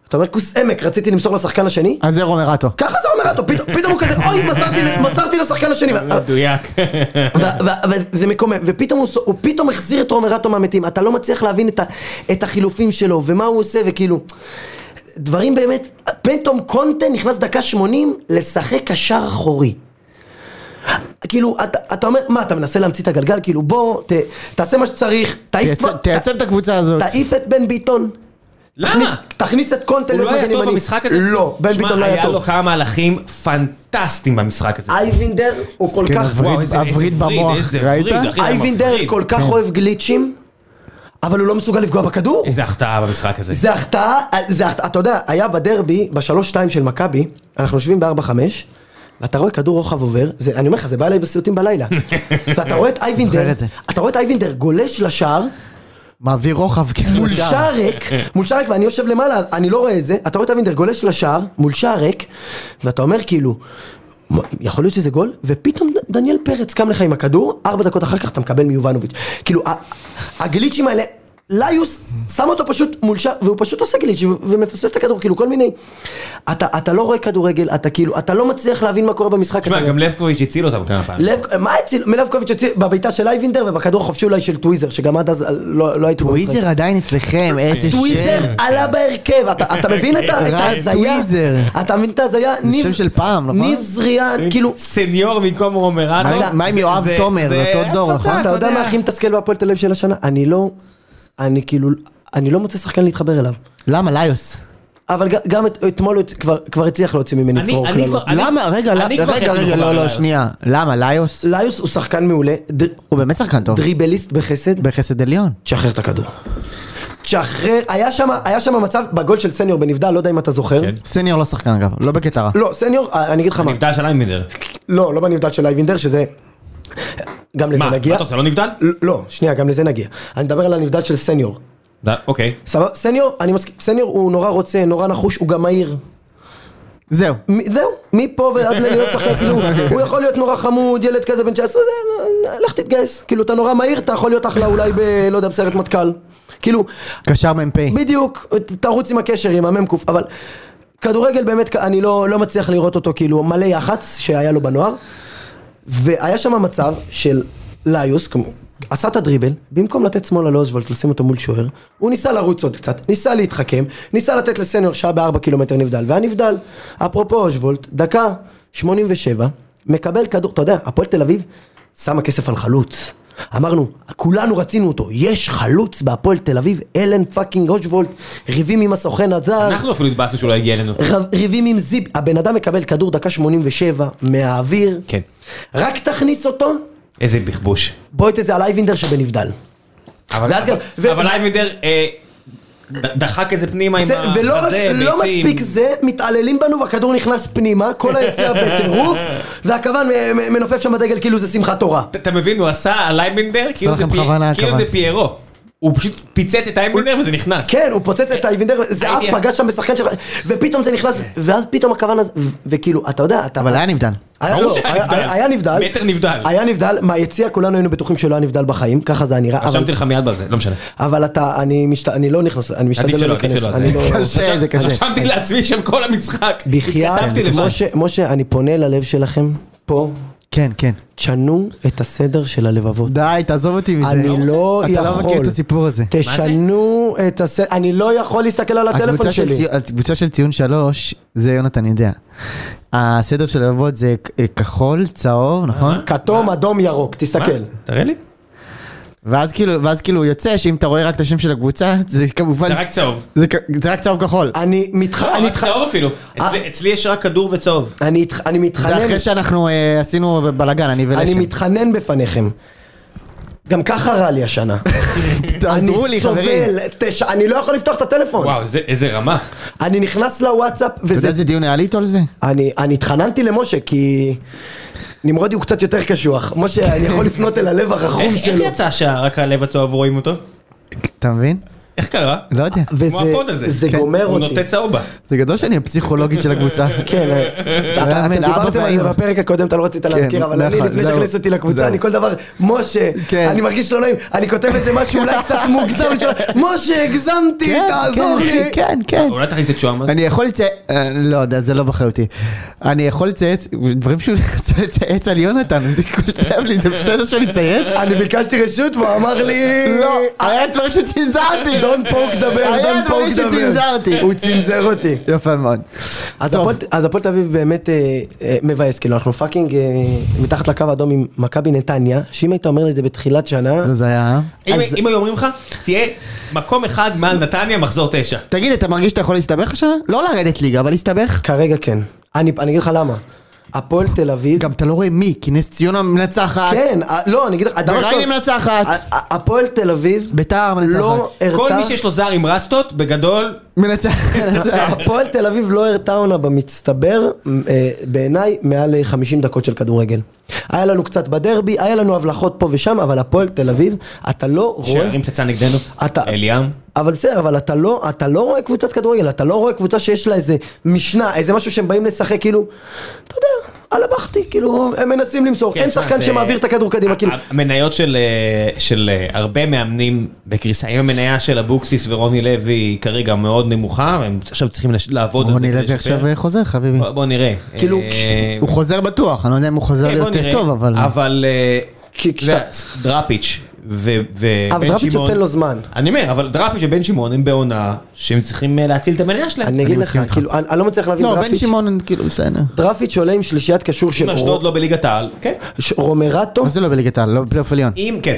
אתה אומר כוס עמק, רציתי למסור לשחקן השני, אז זה רומרטו. ככה זה אומר אותו, פתאום פתאום הוא כזה, אוי, מסרתי ל- מסרתי לשחקן אה, השני, ו- מדויק. אה, כן. ו- ו- וזה מקומם, ופתאום הוא, ס- הוא פתאום החזיר את רומרטו מהמתים, אתה לא מצליח להבין את, ה, את החילופים שלו, ומה הוא עושה, וכאילו, דברים באמת, פתאום קונטה נכנס דקה 80 לשחק קשר אחורי. כאילו, אתה, אתה אומר, מה, אתה מנסה להמציא את הגלגל? כאילו, בוא, ת, תעשה מה שצריך, תעיף, תייצב- כבר- תייצב את הקבוצה הזאת. תעיף את בן ביטון. למה? תכניס, תכניס את קונטה הוא לא להיות היה מגן טוב ימני. במשחק הזה? לא, בן ביטון לא היה היה לו טוב. כמה מהלכים פנטסטיים במשחק הזה. אייבינדר הוא כל כן, כך... הווריד- הווריד במוח, ראית? אייבינדר כל כך אוהב גליצ'ים. אבל הוא לא מסוגל לפגוע בכדור. איזה החטאה במשחק הזה. זה החטאה, זה החטאה, אתה יודע, היה בדרבי, בשלוש-שתיים של מכבי, אנחנו יושבים בארבע-חמש, ואתה רואה כדור רוחב עובר, זה, אני אומר לך, זה בא אליי בסיוטים בלילה. ואתה רואה את זוכר אייבינדר, את זה. אתה רואה את אייבינדר גולש לשער, מעביר רוחב כאילו מול לשער. שער ריק, מול שער ריק, ואני יושב למעלה, אני לא רואה את זה, אתה רואה את אבינדר גולש לשער, מול שער ריק, ואתה אומר כאילו, "מה, יכול להיות שזה גול, ופתאום ד- דניאל פרץ קם לך עם הכדור, ארבע דקות אחר כך אתה מקבל מיובנוביץ'. כאילו, ה- הגליצ'ים האלה, ליוס שם אותו פשוט מול שער, והוא פשוט עושה גליץ' ו- ומפספס את הכדור, כאילו כל מיני... אתה, אתה לא רואה כדורגל, אתה כאילו, אתה לא מצליח להבין מה קורה במשחק. תשמע, אתה- גם לבקוביץ' הציל אותם כמה פעמים. לב, מה הציל, מלבקוביץ' הוציא בבעיטה של אייבינדר ובכדור החופשי אולי של טוויזר, שגם עד אז אה, לא, לא הייתי במשחק. טוויזר עדיין כן. אצלכם, איזה שם. טוויזר עלה בהרכב, אתה אתה מבין את ה- את כן. רז ההזיה? טוויזר. אתה מבין את ההזיה? ניב- שם של פעם, נכון? ניב כן. זריאן, כאילו, סניור במקום רומרנו. אתה- מה עם יואב תומר, אותו דור, נכון? אתה יודע מה הכי מתסכל בהפועל תל אביב של השנה? אני לא, אני כאילו, אני לא מוצא שחקן להתחבר אליו. למה ליוס? אבל ג- גם את- אתמול הוא כבר- כבר הצליח להוציא ממני אני- צרור אני קללות. כבר- למה? רגע, אני כבר ל- רגע, חצי רגע, מחובר לא, לא, לליוס. שנייה. למה, ליוס? ליוס הוא שחקן מעולה, דר- הוא באמת שחקן טוב. דריבליסט בחסד, בחסד עליון. תשחרר את הכדור. תשחרר, היה שם- היה שם מצב בגול של סניור בנבדל, לא יודע אם אתה זוכר. כן. סניור לא שחקן אגב, לא בקטע רע. לא, סניור, אה, אני אגיד לך מה. נבדל של איימינדר. לא, לא בנבדל של אייבינדר, שזה... גם לזה מה, מה נגיע. אתה רוצה, לא נבדל? לא, שנייה, גם לזה נגיע. אני מדבר על הנבדל של סניור. ד- אוקיי. סבבה? סניור, אני מסכים, סניור הוא נורא רוצה, נורא נחוש, הוא גם מהיר. זהו. מ- זהו, מפה ועד ללהיות שחקן, כאילו, הוא יכול להיות נורא חמוד, ילד כזה בן 19, זה, לך תתגייס. כאילו, אתה נורא מהיר, אתה יכול להיות אחלה אולי ב... לא יודע, בסיירת מטכ"ל. כאילו, קשר מ"פ. בדיוק, ת- תרוץ עם הקשר, עם המ"ק, אבל... כדורגל באמת, אני לא, לא מצליח לראות אותו כאילו מלא יח"צ שהיה לו בנוער. והיה שם מצב של ליוס, כמו, עשה את הדריבל, במקום לתת שמאלה לאוזוולט, לשים אותו מול שוער, הוא ניסה לרוץ עוד קצת, ניסה להתחכם, ניסה לתת לסניור שעה בארבע קילומטר נבדל, והיה נבדל. אפרופו אוזוולט, דקה 87, מקבל כדור, אתה יודע, הפועל תל אביב שמה כסף על חלוץ. אמרנו, כולנו רצינו אותו, יש חלוץ בהפועל תל אביב, אלן פאקינג אוזוולט, ריבים עם הסוכן הזר. אנחנו אפילו התבאסנו שהוא לא הגיע אלינו. רב- ריבים עם זיב, הבן אדם מקבל כדור דקה 87 מהאוויר. כן. רק תכניס אותו, איזה בכבוש. בועט את זה על אייבינדר שבנבדל. אבל ואז גם- אבל- ו- אבל אייבינדר אה, ד- דחק את זה פנימה עם זה, ולא רק, החזה, לא ביצים. מספיק זה, מתעללים בנו והכדור נכנס פנימה, כל היציאה בטירוף, והכוון מ- מ- מנופף שם בדגל כאילו זה שמחת תורה. ת- אתה מבין, הוא עשה על אייבינדר, כאילו זה לכם פי- בכוונה, כאילו הכוון. זה פיירו. הוא פשוט פיצץ את אייבינדר וזה נכנס. כן, הוא פוצץ את אייבינדר, זה אף הייתי- פגש שם בשחקן שלך, ופתאום זה נכנס, ואז פתאום הכוון הזה, ו- וכאילו, אתה יודע, אתה... אבל היה נבדל. היה, ברור לא, שהיה היה, נבדל. היה, היה נבדל, מטר נבדל. היה נבדל, מהיציע כולנו היינו בטוחים שלא היה נבדל בחיים, ככה זה היה נראה, אבל, רשמתי לך מיד על זה, לא משנה. אבל אתה, אני, משת, אני לא נכנס, אני עדיף משתדל לא שלא, עדיף להיכנס, שלא. אני לא, קשה, זה קשה. כן. רשמתי לעצמי שם כל המשחק. בחייאת, התכתבתי לבד. משה, משה, אני פונה ללב שלכם, פה, כן, כן. תשנו את הסדר של הלבבות. די, תעזוב אותי מזה. אני לא יכול. אתה לא מכיר את הסיפור הזה. תשנו את הסדר, אני לא יכול להסתכל על הטלפון הקבוצה של שלי. ציון- הקבוצה של ציון שלוש, זה יונתן יודע. הסדר של הלבבות זה כ- אה, כחול, צהוב, נכון? כתום, אדום, ירוק, תסתכל. מה? תראה לי. ואז כאילו, ואז כאילו יוצא שאם אתה רואה רק את השם של הקבוצה, זה כמובן... זה רק צהוב. זה כ- זה רק צהוב כחול. אני מתח- לא, אני אה. רק מתח- צהוב אפילו. אצלי- אצלי יש רק כדור וצהוב. אני מתח- אני זה מתחנן, אחרי שאנחנו אה, עשינו בלאגן, אני ולשם. אני מתחנן בפניכם. גם ככה רע לי השנה. תעזרו לי, חברים. אני סובל, תש- אני לא יכול לפתוח את הטלפון. וואו, זה- איזה רמה. אני נכנס לוואטסאפ אתה יודע וזה... איזה דיון היה לי איתו על זה? אני אני התחננתי למשה כי נמרודי הוא קצת יותר קשוח. משה, אני יכול לפנות אל הלב הרחום איך איך שלו. יצא שרק הלב הצהוב רואים אותו? אתה מבין? איך קרה? לא יודע. וזה כמו הפוד הזה. זה כן, גומר הוא אותי. נוטה צהובה. זה גדול שאני הפסיכולוגית של הקבוצה. כן, אה, אתה- אתם מאמן, האבא דיברתם על זה והאימא. בפרק הקודם, אתה לא רצית להזכיר, אבל אני נכון, לפני זהו, שהכניס אותי לקבוצה, זהו. אני כל דבר, משה, כן. אני מרגיש לא נעים, אני כותב איזה משהו אולי קצת מוגזם, אני שואל, משה, הגזמתי, כן, תעזור כן, לי. כן, כן. אולי תכניס את שוהם אז? אני יכול לצייץ, אה, לא יודע, זה לא באחריותי. אני יכול לצייץ, דברים שהוא רצה לצייץ על יונתן, זה כל שכתב לי, זה בסדר שאני אצייץ? אני ביקשתי רשות והוא אמר לי, לא, היה דברים שצנזרתי. דון פורק דבר, היה דון פורק דברים דבר. שצנזרתי. הוא צנזר אותי. יפה מאוד. אז טוב. הפועל- אז הפועל תל אביב באמת אה, אה, מבאס, כאילו אנחנו פאקינג אה, מתחת לקו האדום עם מכבי נתניה, שאם היית אומר לי את זה בתחילת שנה, זה היה... אה? אם אז- אם היו אומרים לך, תהיה מקום אחד מעל נתניה, מחזור תשע. תגיד, אתה מרגיש שאתה יכול להסתבך השנה? לא לרדת ליגה, אבל להסתבך? כרגע כן. אני אני אגיד לך למה. הפועל תל אביב... גם אתה לא רואה מי, כי נס ציונה מנצחת. כן, אה, לא, אני אגיד לך, הדבר וריינה מנצחת. ה- ה- הפועל תל אביב ביתר מנצחת. לא כל הראתה... מי שיש לו זר עם רסטות, בגדול, מנצחת. הפועל תל אביב לא הראתה עונה במצטבר, אה, בעיניי, מעל אה, 50 דקות של כדורגל. היה לנו קצת בדרבי, היה לנו הבלחות פה ושם, אבל הפועל תל אביב, אתה לא רואה... שערים חצה נגדנו, אתה- אליאם. אבל בסדר, אבל אתה לא, אתה לא רואה קבוצת כדורגל, אתה לא רואה קבוצה שיש לה איזה משנה, איזה משהו שהם באים לשחק, כאילו, אתה יודע, על הבכתי, כאילו, הם מנסים למסור, כן, אין תשמע, שחקן זה- שמעביר את הכדור קדימה, כאילו, המניות של, אה, של אה, הרבה מאמנים בקריסה, אם המניה של אבוקסיס ורוני לוי כרגע מאוד נמוכה, הם עכשיו צריכים לש- לעבוד על זה רוני כדי לוי לשפר. עכשיו חוזר, חביבי. בוא- בוא נראה. כאילו, אה, כש- הוא חוזר בטוח, אני לא יודע אם הוא חוזר כן, בוא ליותר נראה. טוב, אבל... אבל... אה, כי אתה יודע, דראפיץ' ו- ובן שמעון. אבל דראפיץ' נותן לו זמן. אני אומר, אבל דראפיץ' ובן שמעון הם בעונה שהם צריכים אה, להציל את המניה שלהם. אני אגיד לך, מסכים איתך. כאילו, אני אני לא מצליח להבין לא, בן דרפיץ', שמעון כאילו בסדר. דרפיץ' עולה עם שלישיית קשור של אם אשדוד לא בליגת העל, כן. ש- רומרטו, מה זה לא בליגת העל? לא בפלייאוף עליון. אם כן.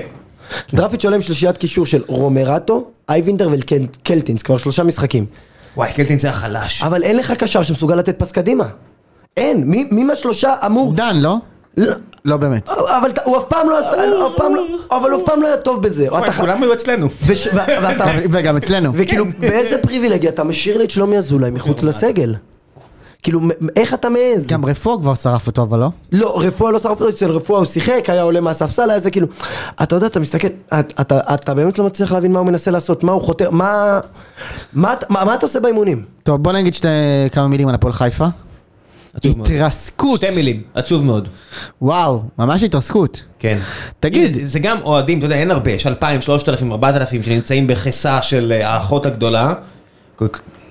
דרפיץ' עולה עם שלישיית קישור של רומרטו, אייבינדר וקלטינס, כבר שלושה משחקים. וואי, קלטינס היה חלש. אבל אין לך קשר שמסוגל לתת פס קדימה. אין, מי מי מהשלושה אמור... דן, לא? לא, לא באמת. אבל אתה- הוא אף פעם לא עשה, אף פעם לא, אבל הוא אף פעם לא היה טוב בזה. וואי, אתה ח- כולם היו אצלנו. וש- ו- ואתה, וגם אצלנו. וכאילו, באיזה פריבילגיה אתה משאיר לי את שלומי אזולאי מחוץ לסגל? כאילו, מ- איך אתה מעז? כן, גם רפואה כבר שרף אותו, אבל לא? לא, רפואה לא שרף אותו, אצל רפואה הוא שיחק, היה עולה מהספסל, היה זה כאילו, אתה יודע, אתה מסתכל, אתה- אתה- אתה באמת לא מצליח להבין מה הוא מנסה לעשות, מה הוא חותר, מה... מה אתה- מה מה אתה עושה באימונים? טוב, בוא נגיד שתי כמה מילים על הפועל חיפה. עצוב מאוד. התרסקות. שתי מילים, עצוב מאוד. וואו, ממש התרסקות. כן. תגיד. זה גם אוהדים, אתה יודע, אין הרבה, יש 2,000, 3,000, 4,000 שנמצאים בחסה של אה, האחות הגדולה,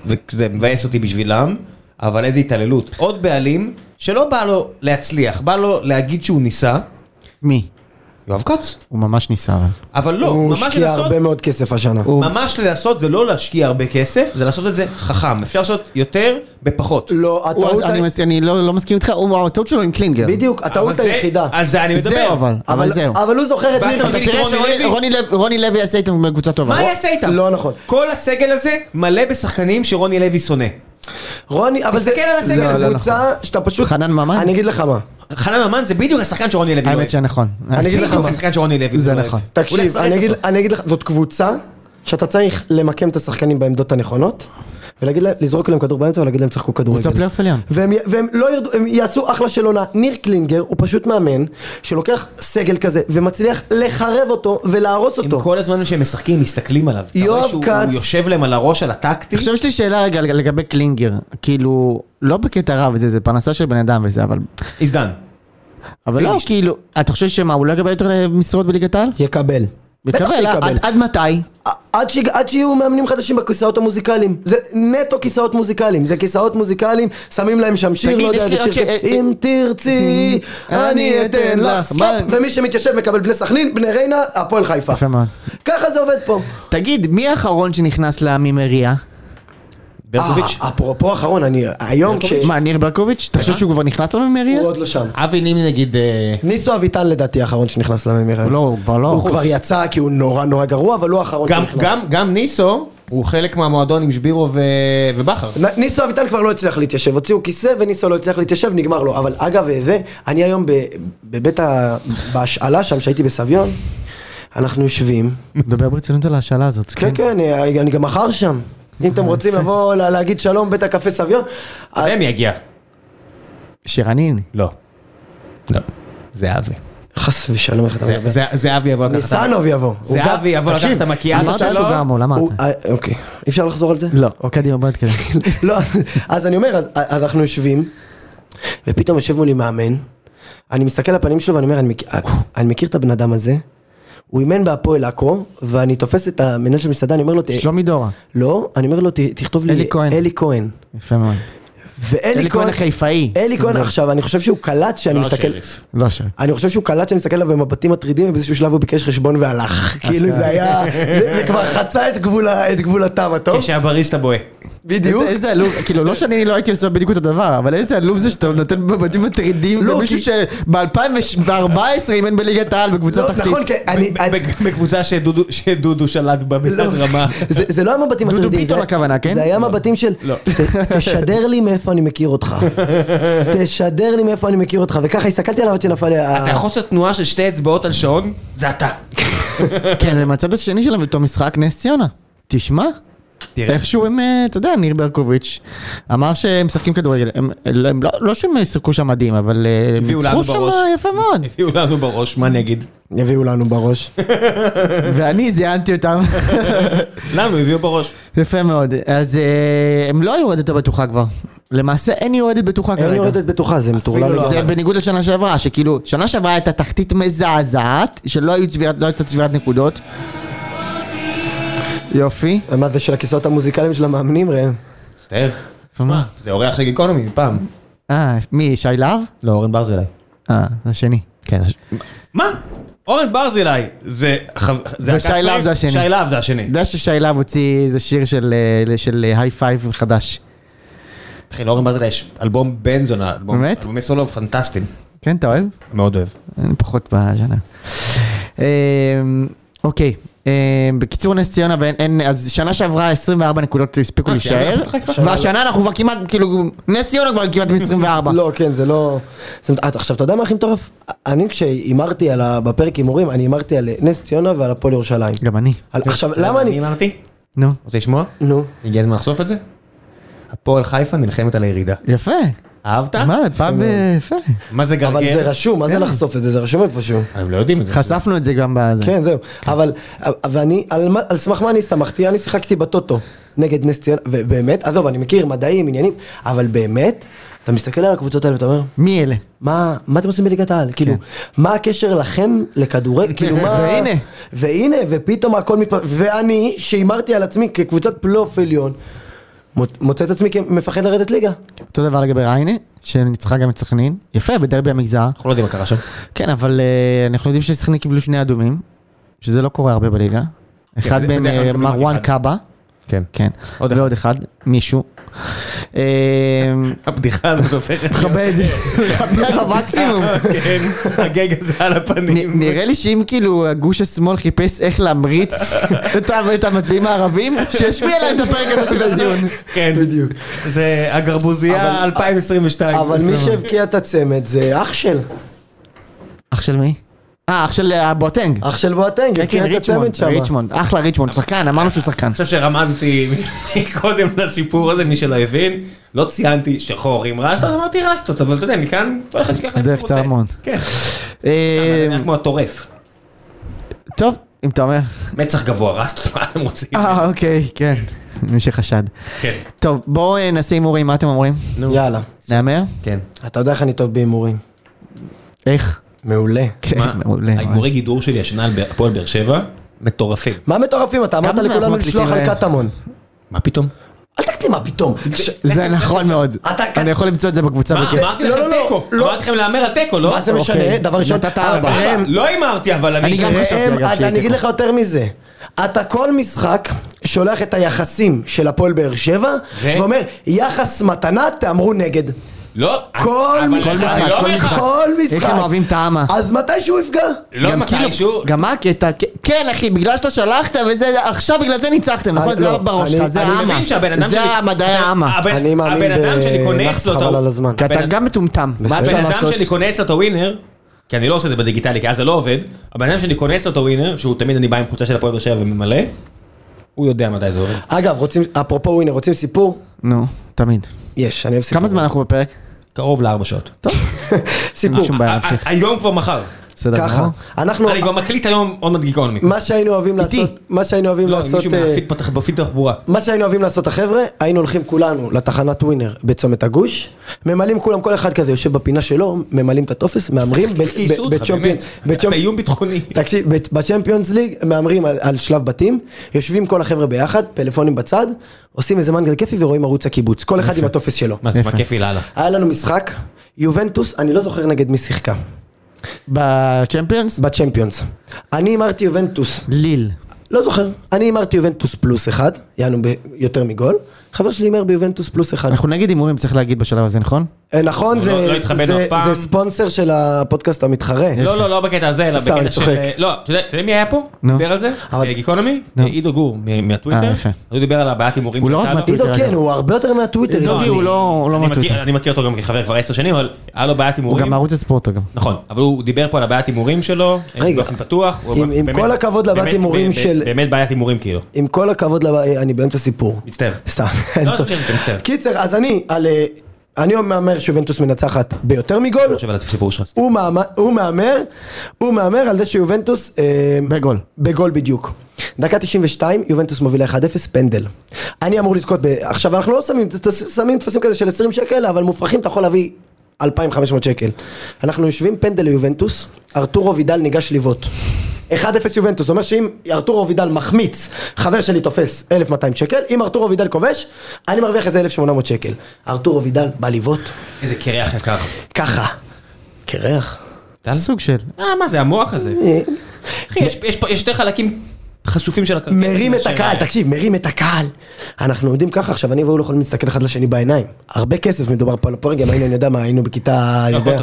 וזה מבאס אותי בשבילם, אבל איזה התעללות. עוד בעלים שלא בא לו להצליח, בא לו להגיד שהוא ניסה, מי? יואב כץ. הוא ממש ניסה אבל. אבל לא, הוא ממש השקיע לעשות, הרבה מאוד כסף השנה. הוא- ממש לעשות זה לא להשקיע הרבה כסף, זה לעשות את זה חכם. אפשר לעשות יותר בפחות. לא, הוא- הטעות... אני ה- מס- אני לא לא מסכים איתך, הוא- הטעות שלו עם קלינגר. בדיוק, אבל הטעות זה- היחידה. על זה אני מדבר. זהו אבל, אבל זהו. אבל הוא זוכר את ואז מי אתה אתה... אתה תראה רוני לוי- שרוני לוי- רוני לוי יעשה איתם קבוצה טובה. מה רון- יעשה איתם? לא נכון. כל הסגל הזה מלא בשחקנים שרוני לוי שונא. רוני, אבל זה... תסתכל על הסגל, זה זה לא קבוצה שאתה פשוט... חנן ממן? אני אגיד לך מה. חנן ממן זה בדיוק השחקן שרוני לוי האמת נכון. שנכון. אני אגיד לך בדיוק מה. השחקן שרוני לוי זה לא נכון. אוהב. הוא תקשיב, לסרס אני אגיד, אותו. אני אגיד לך, זאת קבוצה שאתה צריך למקם את השחקנים בעמדות הנכונות, ולהגיד להם, לזרוק להם כדור באמצע ולהגיד להם תשחקו כדורגל. קבוצה פלייאוף עליון. והם, י- והם לא ירדו, הם יעשו אחלה של עונה. ניר קלינגר הוא פשוט מאמן שלוקח סגל כזה ומצליח לחרב אותו ולהרוס הם אותו. כל הזמן שהם משחקים מסתכלים עליו. אתה יואב רואה שהוא- כץ- הוא יושב להם על הראש על הטקטי. עכשיו יש לי שאלה רגע לגבי קלינגר, כאילו, לא בקטע רע וזה, זה פרנסה של בן אדם וזה, אבל... איזדן. אבל לא, פיניש. כאילו, אתה חושב שמה, הוא לא יקבל יותר משרות בליגת העל? יקבל. בטח יקבל, אה, שיקבל. עד- עד מתי? עד, ש... עד שיהיו מאמנים חדשים בכיסאות המוזיקליים. זה נטו כיסאות מוזיקליים. זה כיסאות מוזיקליים, שמים להם שם שיר, תגיד, לא יודע, יש לי איזה עוד שיר. ש- כיף. אם תרצי, אני אתן לך סטאפ, מה- ומי שמתיישב מקבל בני סכנין, בני ריינה, הפועל חיפה. יפה מאוד. ככה זה עובד פה. תגיד, מי האחרון שנכנס למימריה? ברקוביץ'. אה, אפרופו אחרון, אני היום כש... מה, ניר ברקוביץ'? אתה חושב שהוא כבר נכנס למימריה? אה? הוא עוד לא שם. אבי נימני נגיד. אה, ניסו אביטן לדעתי האחרון שנכנס לממירה. הוא לא, הוא כבר לא. הוא כבר יצא כי הוא נורא נורא גרוע, אבל הוא האחרון גם- שנכנס. גם- גם ניסו הוא חלק מהמועדון עם שבירו ו- ובכר. נ- ניסו אביטן כבר לא הצליח להתיישב, הוציאו כיסא וניסו לא הצליח להתיישב, נגמר לו. אבל אגב, אה, זה, אני היום ב- בבית ה... בהשאלה שם, שהייתי בסביון, אנחנו יושבים. מדבר ברצינות על ההשאלה הזאת. כן, כן, אני אני גם מחר שם. אם אה, אתם רוצים לבוא לה- להגיד שלום, בית הקפה סביון. אה, אתה יודע מי יגיע? שירנין. לא. לא. זה אבי. חס ושלום, איך אתה מדבר. זה- זה אבי יבוא לקחת. ניסנוב יבוא. הוא זה גם- אבי יבוא לקחת תקשיב, את המקיאטו אמרת ניסנוב- שהוא גם הוא, אמרת. הוא- אה, אוקיי, אי אפשר לחזור על זה? לא, קדימה בוא נתקדם. לא, אז- אז אני אומר, אז, אז אנחנו יושבים, ופתאום יושב מולי מאמן, אני מסתכל על הפנים שלו ואני אומר, אני, מכיר- אני מכיר את הבן אדם הזה, הוא אימן בהפועל עכו, ואני תופס את המנהל של המסעדה, אני אומר לו, "ת- שלומי דורה. לא, אני אומר לו, "ת- תכתוב לי, אלי כהן." אלי כהן. יפה מאוד. ואלי אלי כהן החיפאי. אלי כהן עכשיו, אני חושב שהוא קלט שאני מסתכל... השריף. לא שם. אני חושב שהוא קלט שאני מסתכל עליו במבטים מטרידים ובאיזשהו שלב הוא ביקש חשבון והלך. כאילו כן. זה היה, זה- זה כבר חצה את גבול ה- את גבול הטעם כן, הטוב. כשהבריסטה בוהה. בדיוק. איזה- איזה עלוב, כאילו לא שאני לא הייתי עושה בדיוק אותו דבר, אבל איזה עלוב זה שאתה נותן מבטים מטרידים לא, למישהו כי- שב-2014 אימן בליגת העל בקבוצה לא, תחתית. נכון, כי אני- אני- בקבוצה שדודו- שדודו שלט בה ביד רמה. זה זה לא המבטים דודו הטרידים, זה- ביטון הכוונה, כן? זה היה מבטים של, לא. "ת- תשדר לי מאיפה מאיפה אני מכיר אותך. תשדר לי מאיפה אני מכיר אותך, וככה הסתכלתי עליו עד שנפל לי ה... אתה יכול לעשות תנועה של שתי אצבעות על שעון? זה אתה. כן, ומהצד השני שלהם באותו משחק, נס ציונה. תשמע, תראה. איכשהו הם, אה, אתה יודע, ניר ברקוביץ' אמר שהם משחקים כדורגל. הם- הם לא- לא שהם שיחקו שם מדהים, אבל אה, הם הביאו ניצחו לנו בראש. שם יפה מאוד. הביאו לנו בראש, מה אני אגיד? יביאו לנו בראש. ואני זיינתי אותם. לנו הביאו בראש. יפה מאוד. אז אה, הם לא יורדת הבטוחה כבר. למעשה אין יורדת בטוחה כרגע. אין יורדת בטוחה, זה מטורלל. אפילו לא. לגמרי. זה בניגוד לשנה שעברה, שכאילו, שנה שעברה הייתה תחתית מזעזעת, שלא היו צבירת- לא הייתה צבירת נקודות. יופי. מה זה של הכיסאות המוזיקליים של המאמנים ראם? מצטער. שמע, זה אורח של גיקונומי פעם. אה, מי, שי להב? לא, אורן ברזילי. אה, זה השני. כן, מה? אורן ברזילי זה... הח- זה הקש ושי להב זה פלייט? השני. שי להב זה השני. אתה יודע ששי להב הוציא איזה שיר של, אה, של היי פייב חדש. אחי, לאורן ברזילי יש אלבום בן זונה. אלבום- באמת? אלבומי סולו פנטסטיים. כן, אתה אוהב? מאוד אוהב. אני פחות בשנה. אה, אוקיי. אה, בקיצור נס ציונה, ואין- אין- אז שנה שעברה 24 נקודות הספיקו אה, שנייה, להישאר, חיפה. והשנה אנחנו כבר כמעט, כאילו, נס ציונה כבר כמעט עם 24. לא, כן, זה לא... זאת אומרת, את- עכשיו, אתה יודע מה הכי מטורף? אני כשהימרתי על ה... בפרק הימורים, אני הימרתי על נס ציונה ועל הפועל ירושלים. גם אני. כן. על- עכשיו, למה אני... אמרתי? נו. רוצה לשמוע? נו. הגיע הזמן לחשוף את זה? הפועל חיפה נלחמת על הירידה. יפה. אהבת? מה, פעם ב- יפה. מה זה אבל זה גרגר? רשום, מה זה לחשוף את זה? זה רשום איפשהו. הם לא יודעים את זה. חשפנו את זה גם בזה. כן, זהו. אבל, אבל אני, על, מה- על סמך מה אני הסתמכתי? אני שיחקתי בטוטו נגד נס ציונה, ובאמת, עזוב, אני מכיר מדעים, עניינים, אבל באמת, אתה מסתכל על הקבוצות האלה ואתה אומר, מי אלה? מה, מה אתם עושים בליגת העל? כאילו, מה הקשר לכם לכדורגל? כאילו, מה... כן. והנה. והנה, ופתאום הכל מתפ... ואני, שהימרתי על עצמי כקבוצת פלייאוף עליון, מוצ- מוצא את עצמי כמפחד לרדת ליגה. אותו דבר לגבי ריינה, שניצחה גם את סכנין. יפה, בדרבי המגזר. אנחנו לא יודעים מה קרה שם. כן, אבל אה, אנחנו יודעים שסכנין קיבלו שני אדומים, שזה לא קורה הרבה בליגה. אחד כן, בדרך מהם כלל אה, מקבלים רק מרואן אחד. קאבה. כן. כן. עוד אחד. ועוד אחד, מישהו. אה, הבדיחה הזאת הופכת... תכבה את זה. תכבה את המקסימום. כן, הגג הזה על הפנים. נ- נראה לי שאם כאילו הגוש השמאל חיפש איך להמריץ את ה- את המצביעים הערבים, שישמיע להם את הפרק הזה של הציון. כן, בדיוק. זה הגרבוזייה 2022. אבל לא- מי שהבקיע את הצמד זה אח של, אח של מי? אה, אח של אה, בואטנג. אח של בואטנג, כן, כן, הבקיע את הצמד ריצ'מונד, שם. ריצ'מונד, אחלה ריצ'מונד, הוא שחקן, אמרנו שהוא שחקן. אני חושב שרמזתי קודם לסיפור הזה, מי שלא הבין, לא ציינתי שחור עם רסטות, אמרתי רסטות, אבל אתה יודע, מכאן כל אחד שיקח לאן דרך שהוא רוצה. צלמון. כן, זה אה, נראה כמו הטורף. טוב, אם אתה אומר. מצח גבוה, רסטות, מה אתם רוצים? אה, אוקיי, כן, מי שחשד. כן. טוב, בואו אה, נעשה הימורים, מה אתם אומרים? יאללה. נהמר? כן. אתה יודע איך אני טוב בהימורים. איך? מעולה. כן, מה, מעולה, ממש. ההימורי גידור שלי השנה על ב- הפועל באר שבע, מטורפים. מה מטורפים? אתה אמרת כמה זמן לכולנו אנחנו לשלוח על מקליטים, אה? קטמון. מה פתאום? אל תקטין מה פתאום. ש- זה נכון מאוד. אתה- אני יכול למצוא את זה בקבוצה. מה, בכיף. אמרתי לא, לכם לא, לא, תיקו. לא. אמרתי לכם להמר על תיקו, לא? מה זה משנה? אוקיי. דבר ראשון, נתת ארבע. אה, למה? לא הימרתי, אבל אני... אה, אני גם חשבתי, הם- אגב, אתה- שיהיה אני אגיד לך תיקו. יותר מזה. אתה כל משחק שולח את היחסים של הפועל באר שבע, ו? ואומר, יחס מתנה, תאמרו נגד. לא. כל אבל- משחק, אני לא כל אומר לך. משחק. כל משחק. איך הם אוהבים את העמה. אז מתישהו יפגע. לא גם מתישהו. כאילו, גם מה הקטע? כ- כן אחי, בגלל שאתה שלחת וזה, עכשיו בגלל זה ניצחתם, נכון? אני- זה לא, לא בראש אני- שלך, זה אני אתה העמה. מבין שהבן אדם זה שלי- המדעי הבן- העמה. הבן- אני מאמין הבן אדם שאני קונה בלחץ, אצלו את חבל ה- על הזמן. כי הבן- אתה גם מטומטם. מה הבן אפשר אדם לעשות? שלי קונה אצלו את הווינר, כי אני לא עושה את זה בדיגיטלי, כי אז זה לא עובד, הבן אדם שלי קונה אצלו את הווינר, שהוא תמיד אני בא עם חולצה של הפועל באר שבע וממלא, הוא יודע מתי זה עובד. אגב, רוצים, אפרופו ווינר, רוצים סיפור? נו, תמיד. יש, אני אוהב סיפור. כמה זמן אנחנו בפרק? קרוב לארבע שעות. סיפור. שום בעיה, ה- נמשיך. ה- היום כבר מחר. בסדר ככה. גמור. אנחנו, אני כבר מקליט היום עוד מעט גיקונומי. מה שהיינו אוהבים איתי. לעשות, מה שהיינו אוהבים לא, לעשות... מישהו אה, מהפיד פתח- בפיד תחבורה. מה שהיינו אוהבים לעשות החבר'ה, היינו הולכים כולנו לתחנת ווינר בצומת הגוש, ממלאים כולם, כל אחד כזה יושב בפינה שלו, ממלאים את הטופס, מהמרים ב- ב- כיסו אותך, באמת. בצ'מפיונס- אתה בצ'מפ- איום ביטחוני. תקשיב, ב- בצ'מפיונס ליג מהמרים על, על שלב בתים, יושבים כל החבר'ה ביחד, פלאפונים בצד, עושים איזה מנגל כיפי ורואים ערוץ הקיבוץ, כל אחד עם הטופס שלו. מה זה, מה כיפי לאללה. היה לנו משחק, יובנטוס, אני לא זוכר נגד מי שיחקה, בצ'מפיונס? בצ'מפיונס. אני הימרתי יובנטוס, ליל. לא זוכר, אני הימרתי יובנטוס פלוס אחד, יענו ביותר מגול, חבר שלי הימר ביובנטוס פלוס אחד. אנחנו נגד הימורים צריך להגיד בשלב הזה, נכון? אה, נכון, הוא זה- לא- לא התחבן זה- אף פעם. זה ספונסר של הפודקאסט המתחרה. לא, לא, לא בקטע הזה, אלא סתם, אני בקטע של... צוחק. לא, אתה יודע אתה יודע מי היה פה? נו. דיבר על זה? אה, אבל- גיקונומי? נו. עידו גור מ- אה, מהטוויטר. יפה. אז הוא דיבר על הבעיית הימורים הוא לא רק שהייתה לו. מהטוויטר. עידו טוויטר, כן, אגב. הוא הרבה יותר מהטוויטר. עידו, נראה לי. כי הוא לא- הוא לא אני מהטוויטר. מכיר- אני מכיר אותו גם כחבר כבר עשר שנים, אבל היה לו בעיית הוא גם הימורים. מערוץ הספורט אגב. נכון, אבל הוא דיבר פה על הבעיית הימורים שלו, אה, רגע, באופן פתוח. הוא עם- אמר, עם באמת- כל הכבוד לבעיית באמת- הימורים ב- ב- של- באמת בעיית הימורים כאילו. עם כל הכבוד, לב- אני באמצע סיפור. מצטער. סתם, לא, אין אני צורך. חושב שזה מצטער. קיצר, אז אני, על... אה, אני מהמר שיובנטוס מנצחת ביותר מגול, אני חושב על הסיפור שלך. הוא מהמר- הוא מהמר, הוא מהמר על זה שיובנטוס... אה, בגול. בגול בדיוק. דקה 92, יובנטוס מובילה 1-0, פנדל. אני אמור לזכות ב... עכשיו, אנחנו לא שמים, ת- שמים טפסים כזה של 20 שקל, אבל מופרכים אתה יכול להביא 2,500 שקל. אנחנו יושבים פנדל ליובנטוס, ארתורו וידל ניגש לבעוט. 1-0 יובנטוס, אומר שאם ארתורו וידל מחמיץ, חבר שלי תופס 1,200 שקל, אם ארתורו וידל כובש, אני מרוויח איזה 1,800 שקל. ארתורו וידל בא לבעוט, איזה קרח יקר. ככה. קרח. סוג של. אה, מה זה המוח הזה? אה, אחי, יש- יש פה- יש שתי חלקים חשופים של הקרקע. מרים את הקהל, תקשיב, מרים את הקהל. אנחנו עומדים ככה, עכשיו אני והוא לא יכולים להסתכל אחד לשני בעיניים. הרבה כסף מדובר פה על הפרק, גם היינו, אני יודע מה, היינו בכיתה, אני יודע.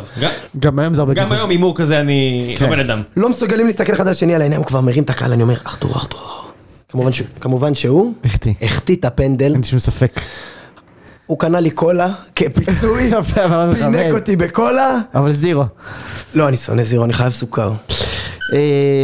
גם היום זה הרבה גם כסף. היום הימור כזה אני כן. לא בן אדם. לא מסוגלים להסתכל אחד על השני על העיניים, הוא כבר מרים את הקהל, אני אומר, ארתור, ארתור. כמובן שהוא- כמובן שהוא החטיא. החטיא את הפנדל, אין שום ספק. הוא קנה לי קולה כפיצוי, יפה, אבל פינק מכבד. אותי בקולה. אבל זירו. לא, אני שונא זירו, אני חייב סוכר. אה,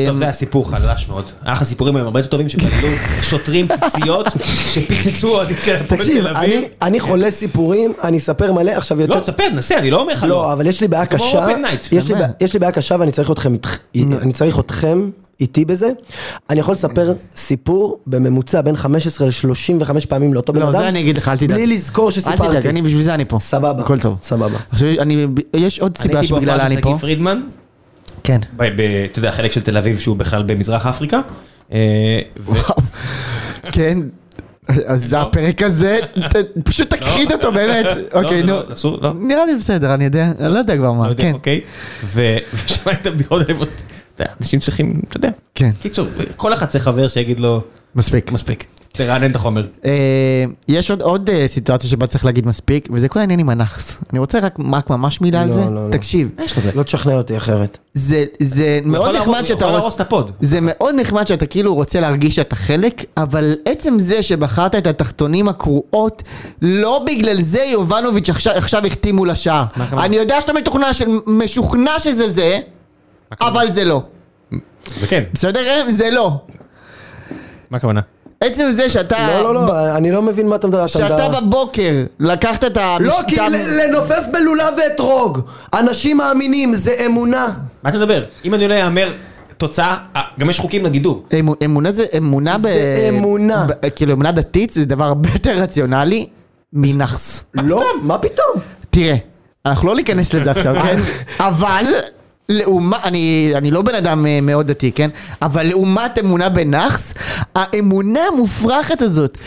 טוב, זה היה סיפור חלש מאוד. היה לך סיפורים היום הרבה יותר טובים שגדלו שוטרים ציציות שפיצצו אוהדים של הפועל תקשיב, תל אביב. אני- אני חולה סיפורים, אני אספר מלא, עכשיו יותר... לא, תספר, תנסה, אני לא אומר לך לא, אבל יש לי בעיה כמו קשה, Open Night, יש לי באמת. בעיה- יש לי בעיה קשה ואני צריך אתכם, איתך- אני צריך אתכם איתי בזה. אני יכול לספר סיפור בממוצע בין 15 ל-35 פעמים לאותו בן אדם. לא, זה אני אגיד לך, אל תדאג. בלי לזכור אל תדאג, שסיפרתי. אני בשביל זה אני פה. סבבה. הכל טוב. סבבה. עכשיו, אני, יש עוד אני סיבה הייתי בהופעה שבגללה של אני פה. שגיא פרידמן, כן. ב- ב- אתה יודע, חלק של תל אביב שהוא בכלל במזרח אפריקה. אה, ו- כן. אז הפרק הזה, ת- פשוט תכחיד אותו באמת. לא, אוקיי, לא, נו. לא, אסור, לא. נראה לי בסדר, אני יודע, אני לא יודע כבר לא מה, יודע, כן. אוקיי? ו- ושמע את הבדיחות האלה, ואתה יודע, אנשים צריכים, אתה יודע. כן. קיצור, כל אחד צריך חבר שיגיד לו, מספיק. מספיק, תרענן את החומר. אה, יש עוד- עוד אה, סיטואציה שבה צריך להגיד מספיק, וזה כל העניין עם הנאחס. אני רוצה רק רק ממש מילה על לא, זה. לא, לא. תקשיב, לא תשכנע אותי אחרת. זה- זה מאוד להרוס- נחמד הוא שאתה יכול להרוס רוצ- את הפוד. זה מאוד נחמד שאתה כאילו רוצה להרגיש שאתה חלק, אבל עצם זה שבחרת את התחתונים הקרועות, לא בגלל זה יובנוביץ' עכשיו- עכשיו החתים מול השער. אני יודע שאתה מתוכנע ש- משוכנע שזה זה, אבל זה לא. זה כן, בסדר? ראם? זה לא. מה הכוונה? עצם זה שאתה... לא, לא, לא, אני לא מבין מה אתה מדבר. אתה אה, שאתה מדבר- בבוקר לקחת את ה... לא, כי את ה- ל- לנופף בלולב ואתרוג. אנשים מאמינים, זה אמונה. מה אתה מדבר? אם אני לא אאמר תוצאה, אה, גם יש חוקים לגידור. אמ- אמונה זה אמונה ב... זה אמונה. ב- כאילו אמונה דתית זה דבר הרבה יותר רציונלי מנכס. לא, מה פתאום? תראה, אנחנו לא ניכנס לזה עכשיו, כן? אבל... לעומת, אני, אני לא בן אדם אה, מאוד דתי, כן? אבל לעומת אמונה בנאחס, האמונה המופרכת הזאת,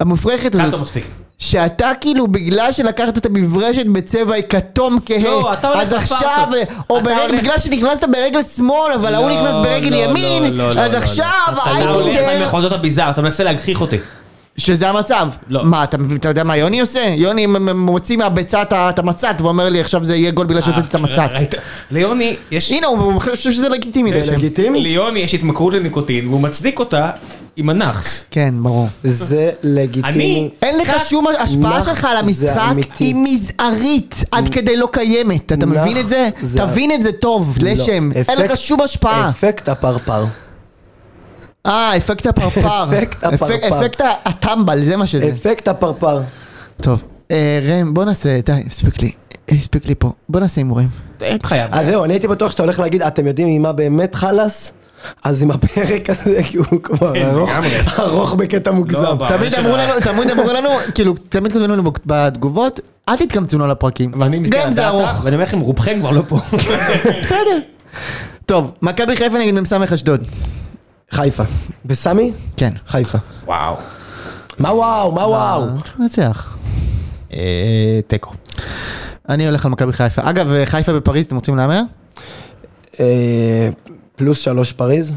המופרכת אתה הזאת, מספיק. שאתה כאילו בגלל שלקחת את המברשת בצבע כתום כהה, לא, אתה הולך אז לפארסות. עכשיו, אה, או אתה ברג, הולך- בגלל שנכנסת ברגל שמאל, אבל ההוא לא, נכנס ברגל לא, ימין, לא, לא, אז לא, לא, עכשיו, אתה לא I הולך don't care, למחוזות הביזאר, אתה מנסה להגחיך אותי. שזה המצב. לא. מה, אתה, אתה יודע מה יוני עושה? יוני מ- מ- מוציא מהביצה את ה- את המצת, ואומר לי עכשיו זה יהיה גול בגלל אה, שהוצאתי את המצת. ראית? ליוני יש... הנה, הוא חושב שזה לגיטימי. זה שם. לגיטימי? ליוני יש התמכרות לניקוטין, והוא מצדיק אותה עם הנאחס. כן, ברור. זה לגיטימי. אני- אין לך שום השפעה נאחס שלך על זה המשחק, אמיתי. היא מזערית, עד כדי לא קיימת. אתה מבין את זה? נאחס זה- תבין את זה טוב, לשם. לא, אין לך אפקט- שום השפעה. אפקט הפרפר. אה, אפקט הפרפר. אפקט הפרפר. אפק- אפקט ה- הטמבל, זה מה שזה. אפקט הפרפר. טוב. אה, ראם, בוא נעשה, די, הספיק לי. אה, הספיק לי פה. בוא נעשה הימורים. אין חייב. אז אה, זהו, אני הייתי בטוח שאתה הולך להגיד, אתם יודעים עם מה באמת חלאס? אז עם הפרק הזה, כי הוא כבר כן, ארוך, לגמרי. ארוך בקטע לא, מוגזם. ברור. תמיד אמרו לנו, תמיד אמרו לנו, כאילו, תמיד כותבים לנו בתגובות, אל תתקמצו לנו לפרקים. ואני מסתכל גם על זה הדאטה, ארוך. ואני אומר לכם, רובכם כבר לא פה. בסדר. טוב, מכבי חיפה נגד מ"ס אשדוד. חיפה. וסמי? כן. חיפה. וואו. מה וואו, מה וואו. אה, צריך לנצח. אה, תיקו. אני הולך על מכבי חיפה. אגב, אה, חיפה בפריז, אתם רוצים להמר? אה, פלוס שלוש פריז.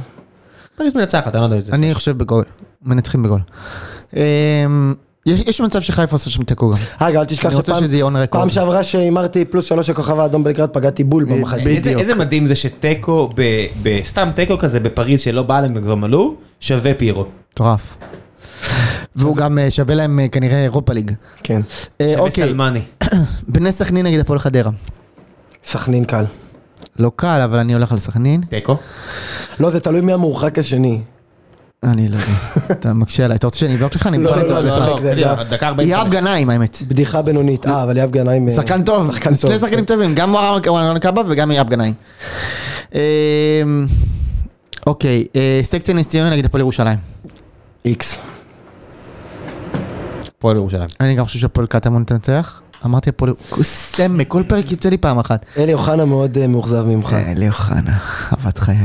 פריז מנצחת, אני לא יודע את זה. אני חושב בגול. מנצחים בגול. אמ, יש יש מצב שחיפה עושה שם תיקו גם. אגב, אל תשכח אני רוצה שזה יהיה on record. פעם שעברה שהימרתי פלוס שלוש לכוכב האדום בלקראת פגעתי בול אה, במחצית. אה, איזה, איזה מדהים זה שתיקו, ב- ב- סתם תיקו כזה בפריז שלא בא להם וכבר מלאו, שווה פירו. מטורף. והוא גם אה, שווה להם אה, כנראה אירופה ליג. כן. אה, שווה אוקיי, סלמני. בני סכנין נגד הפועל חדרה. סכנין קל. לא קל, אבל אני הולך על סכנין. תיקו. לא, זה תלוי מי המורחק השני. אני לא יודע. אתה מקשה עליי. אתה רוצה שאני אבדוק לך? אני לא, מוכן לא, לבדוק לא, לך. לא. לא, קדימה, דקה 40. יהב גנאים האמת. בדיחה בינונית. אה, אבל יאב גנאים... אה, שחקן טוב, שחקן טוב. כן. שני שחקנים טובים, גם ווארן קאבה וגם יאב גנאים. אמ, אוקיי, אה, סקציה נס ציונה נגד הפועל ירושלים. איקס. הפועל ירושלים. אני גם חושב שהפועל קטמון תנצח. אמרתי הפועל... סמק, כל פרק יוצא לי פעם אחת. אלי אוחנה מאוד אה, מאוכזב ממך. אלי אוחנה, אהבת חיי.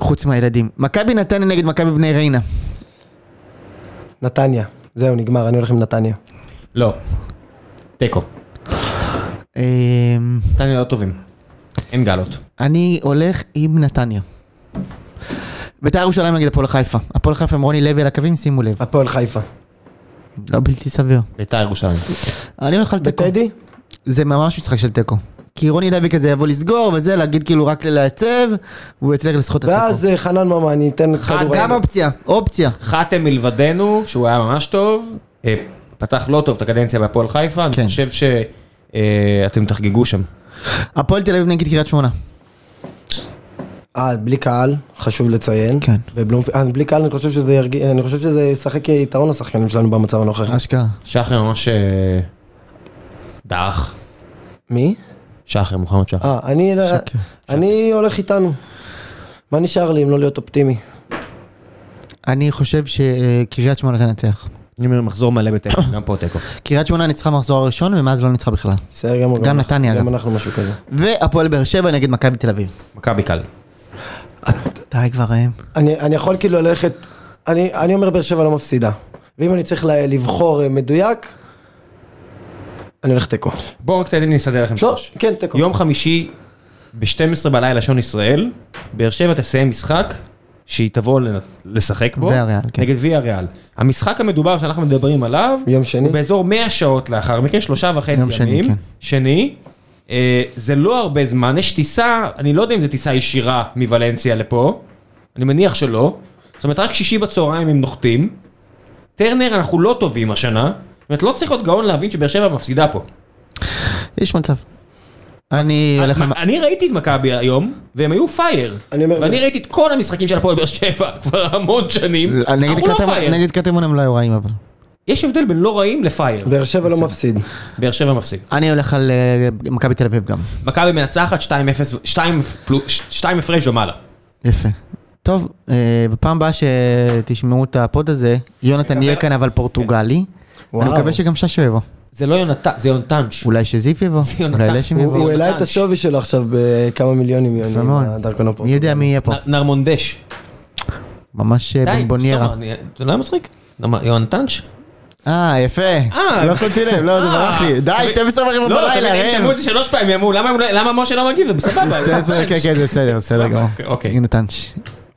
חוץ מהילדים. מכבי נתניה נגד מכבי בני ריינה. נתניה. זהו, נגמר, אני הולך עם נתניה. לא. תיקו. אמ, נתניה לא טובים. אין גלות. אני הולך עם נתניה. בית"ר ירושלים נגד הפועל חיפה. הפועל חיפה עם רוני לוי על הקווים, שימו לב. הפועל חיפה. לא בלתי סביר. ביתר ירושלים. אני הולך על תיקו. בטדי? זה ממש משחק של תיקו. כי רוני לוי כזה יבוא לסגור וזה, להגיד כאילו רק ללעצב, והוא יצליח לסחוט את התיקו. ואז אה, חנן ממן, אני אתן לך כדורגל. אה, גם אופציה, אופציה. חתם מלבדנו, שהוא היה ממש טוב, אה, פתח לא טוב את הקדנציה בהפועל חיפה, אני כן. חושב שאתם תחגגו שם. הפועל תל אביב נגד קריית שמונה. אה, בלי קהל, חשוב לציין. כן. ובלומפילד, אה, בלי קהל, אני חושב שזה ירגיע, אני חושב שזה ישחק יתרון לשחקנים שלנו במצב הנוכחי. אשכרה. שחר ממש אה, דעך. מי? שחר, מוחמד שחר. אה, אני, שקר. אני הולך איתנו. מה נשאר לי אם לא להיות אופטימי? אני חושב שקריית שמונה תנצח. אני אומר מחזור מלא בתיקו, גם פה תיקו. קריית שמונה ניצחה מחזור הראשון, ומאז לא ניצחה בכלל. בסדר גמור. גם נתניה, גם אגב. אנחנו משהו כזה. והפועל באר שבע נגד מכבי תל אביב. מכבי קל. די כבר ראם. אני, אני יכול כאילו ללכת, אני, אני אומר באר שבע לא מפסידה. ואם אני צריך ל- לבחור אה, מדויק, אני הולך תיקו. בואו רק תן לי לסדר לכם לא, שלוש. כן, תיקו. יום חמישי ב-12 בלילה שעון ישראל, באר שבע תסיים משחק שהיא תבוא לנ- לשחק בו, ויאריאל, כן. נגד ויה ריאל. המשחק המדובר שאנחנו מדברים עליו, יום שני. הוא באזור 100 שעות לאחר מכן, שלושה וחצי יום ימים, שני, שני, כן. אה, זה לא הרבה זמן, יש טיסה, אני לא יודע אם זו טיסה ישירה מוולנסיה לפה, אני מניח שלא, זאת אומרת רק שישי בצהריים הם נוחתים, טרנר אנחנו לא טובים השנה, זאת אומרת לא צריך להיות גאון להבין שבאר שבע מפסידה פה. יש מצב. אני הולך על... מה- אני ראיתי את מכבי היום, והם היו פייר. אני אומר- ואני ראיתי את כל המשחקים של הפועל באר שבע כבר המון שנים. נגד אנחנו לא קטמון- פייר. נגד קטמון הם לא היו רעים אבל. יש הבדל בין לא רעים לפייר. באר שבע לא מפסיד. באר שבע מפסיד. אני הולך על אה, מכבי תל אביב גם. מכבי מנצחת 2-0, 2 פלוס- 2 הפרש ומעלה. יפה. טוב, אה, בפעם הבאה שתשמעו את הפוד הזה, יונתן יהיה כאן אבל פורטוגלי. אני וואו. מקווה שגם ששו יבוא. זה לא יונתן, זה יונתנץ'. אולי שזיף יבוא, יונתן. אולי לשם הוא- יבוא. הוא זה העלה את ממש. השווי שלו עכשיו בכמה מיליונים יוני, יפה עם מאוד. הדרכון הפורטוגלי. מי יודע מי יהיה פה. נ- נרמונדש. ממש אה, די, בונבוניירה. סתום, אני- זה לא היה מצחיק? למה, יונתנץ'? אה, יפה. אה. לא שמתי לב, לא, זה ברח לי. די, 12 לא, ורבע אתה מבין, בלילה, הם ראם. שמעו את זה שלוש פעמים, הם אמרו, "למה הוא לא- למה משה לא מגיב? זה בסבבה. שתי עשרה, כן, כן, זה בסדר, בסדר גמור. אוקיי. יונתן.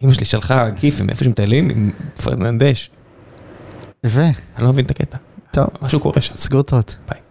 אמא שלי שלחה כיף עם איפה שמטיילים עם פרננדש. יפה, אני לא מבין את הקטע. טוב, משהו קורה שם. סגור טעות. ביי.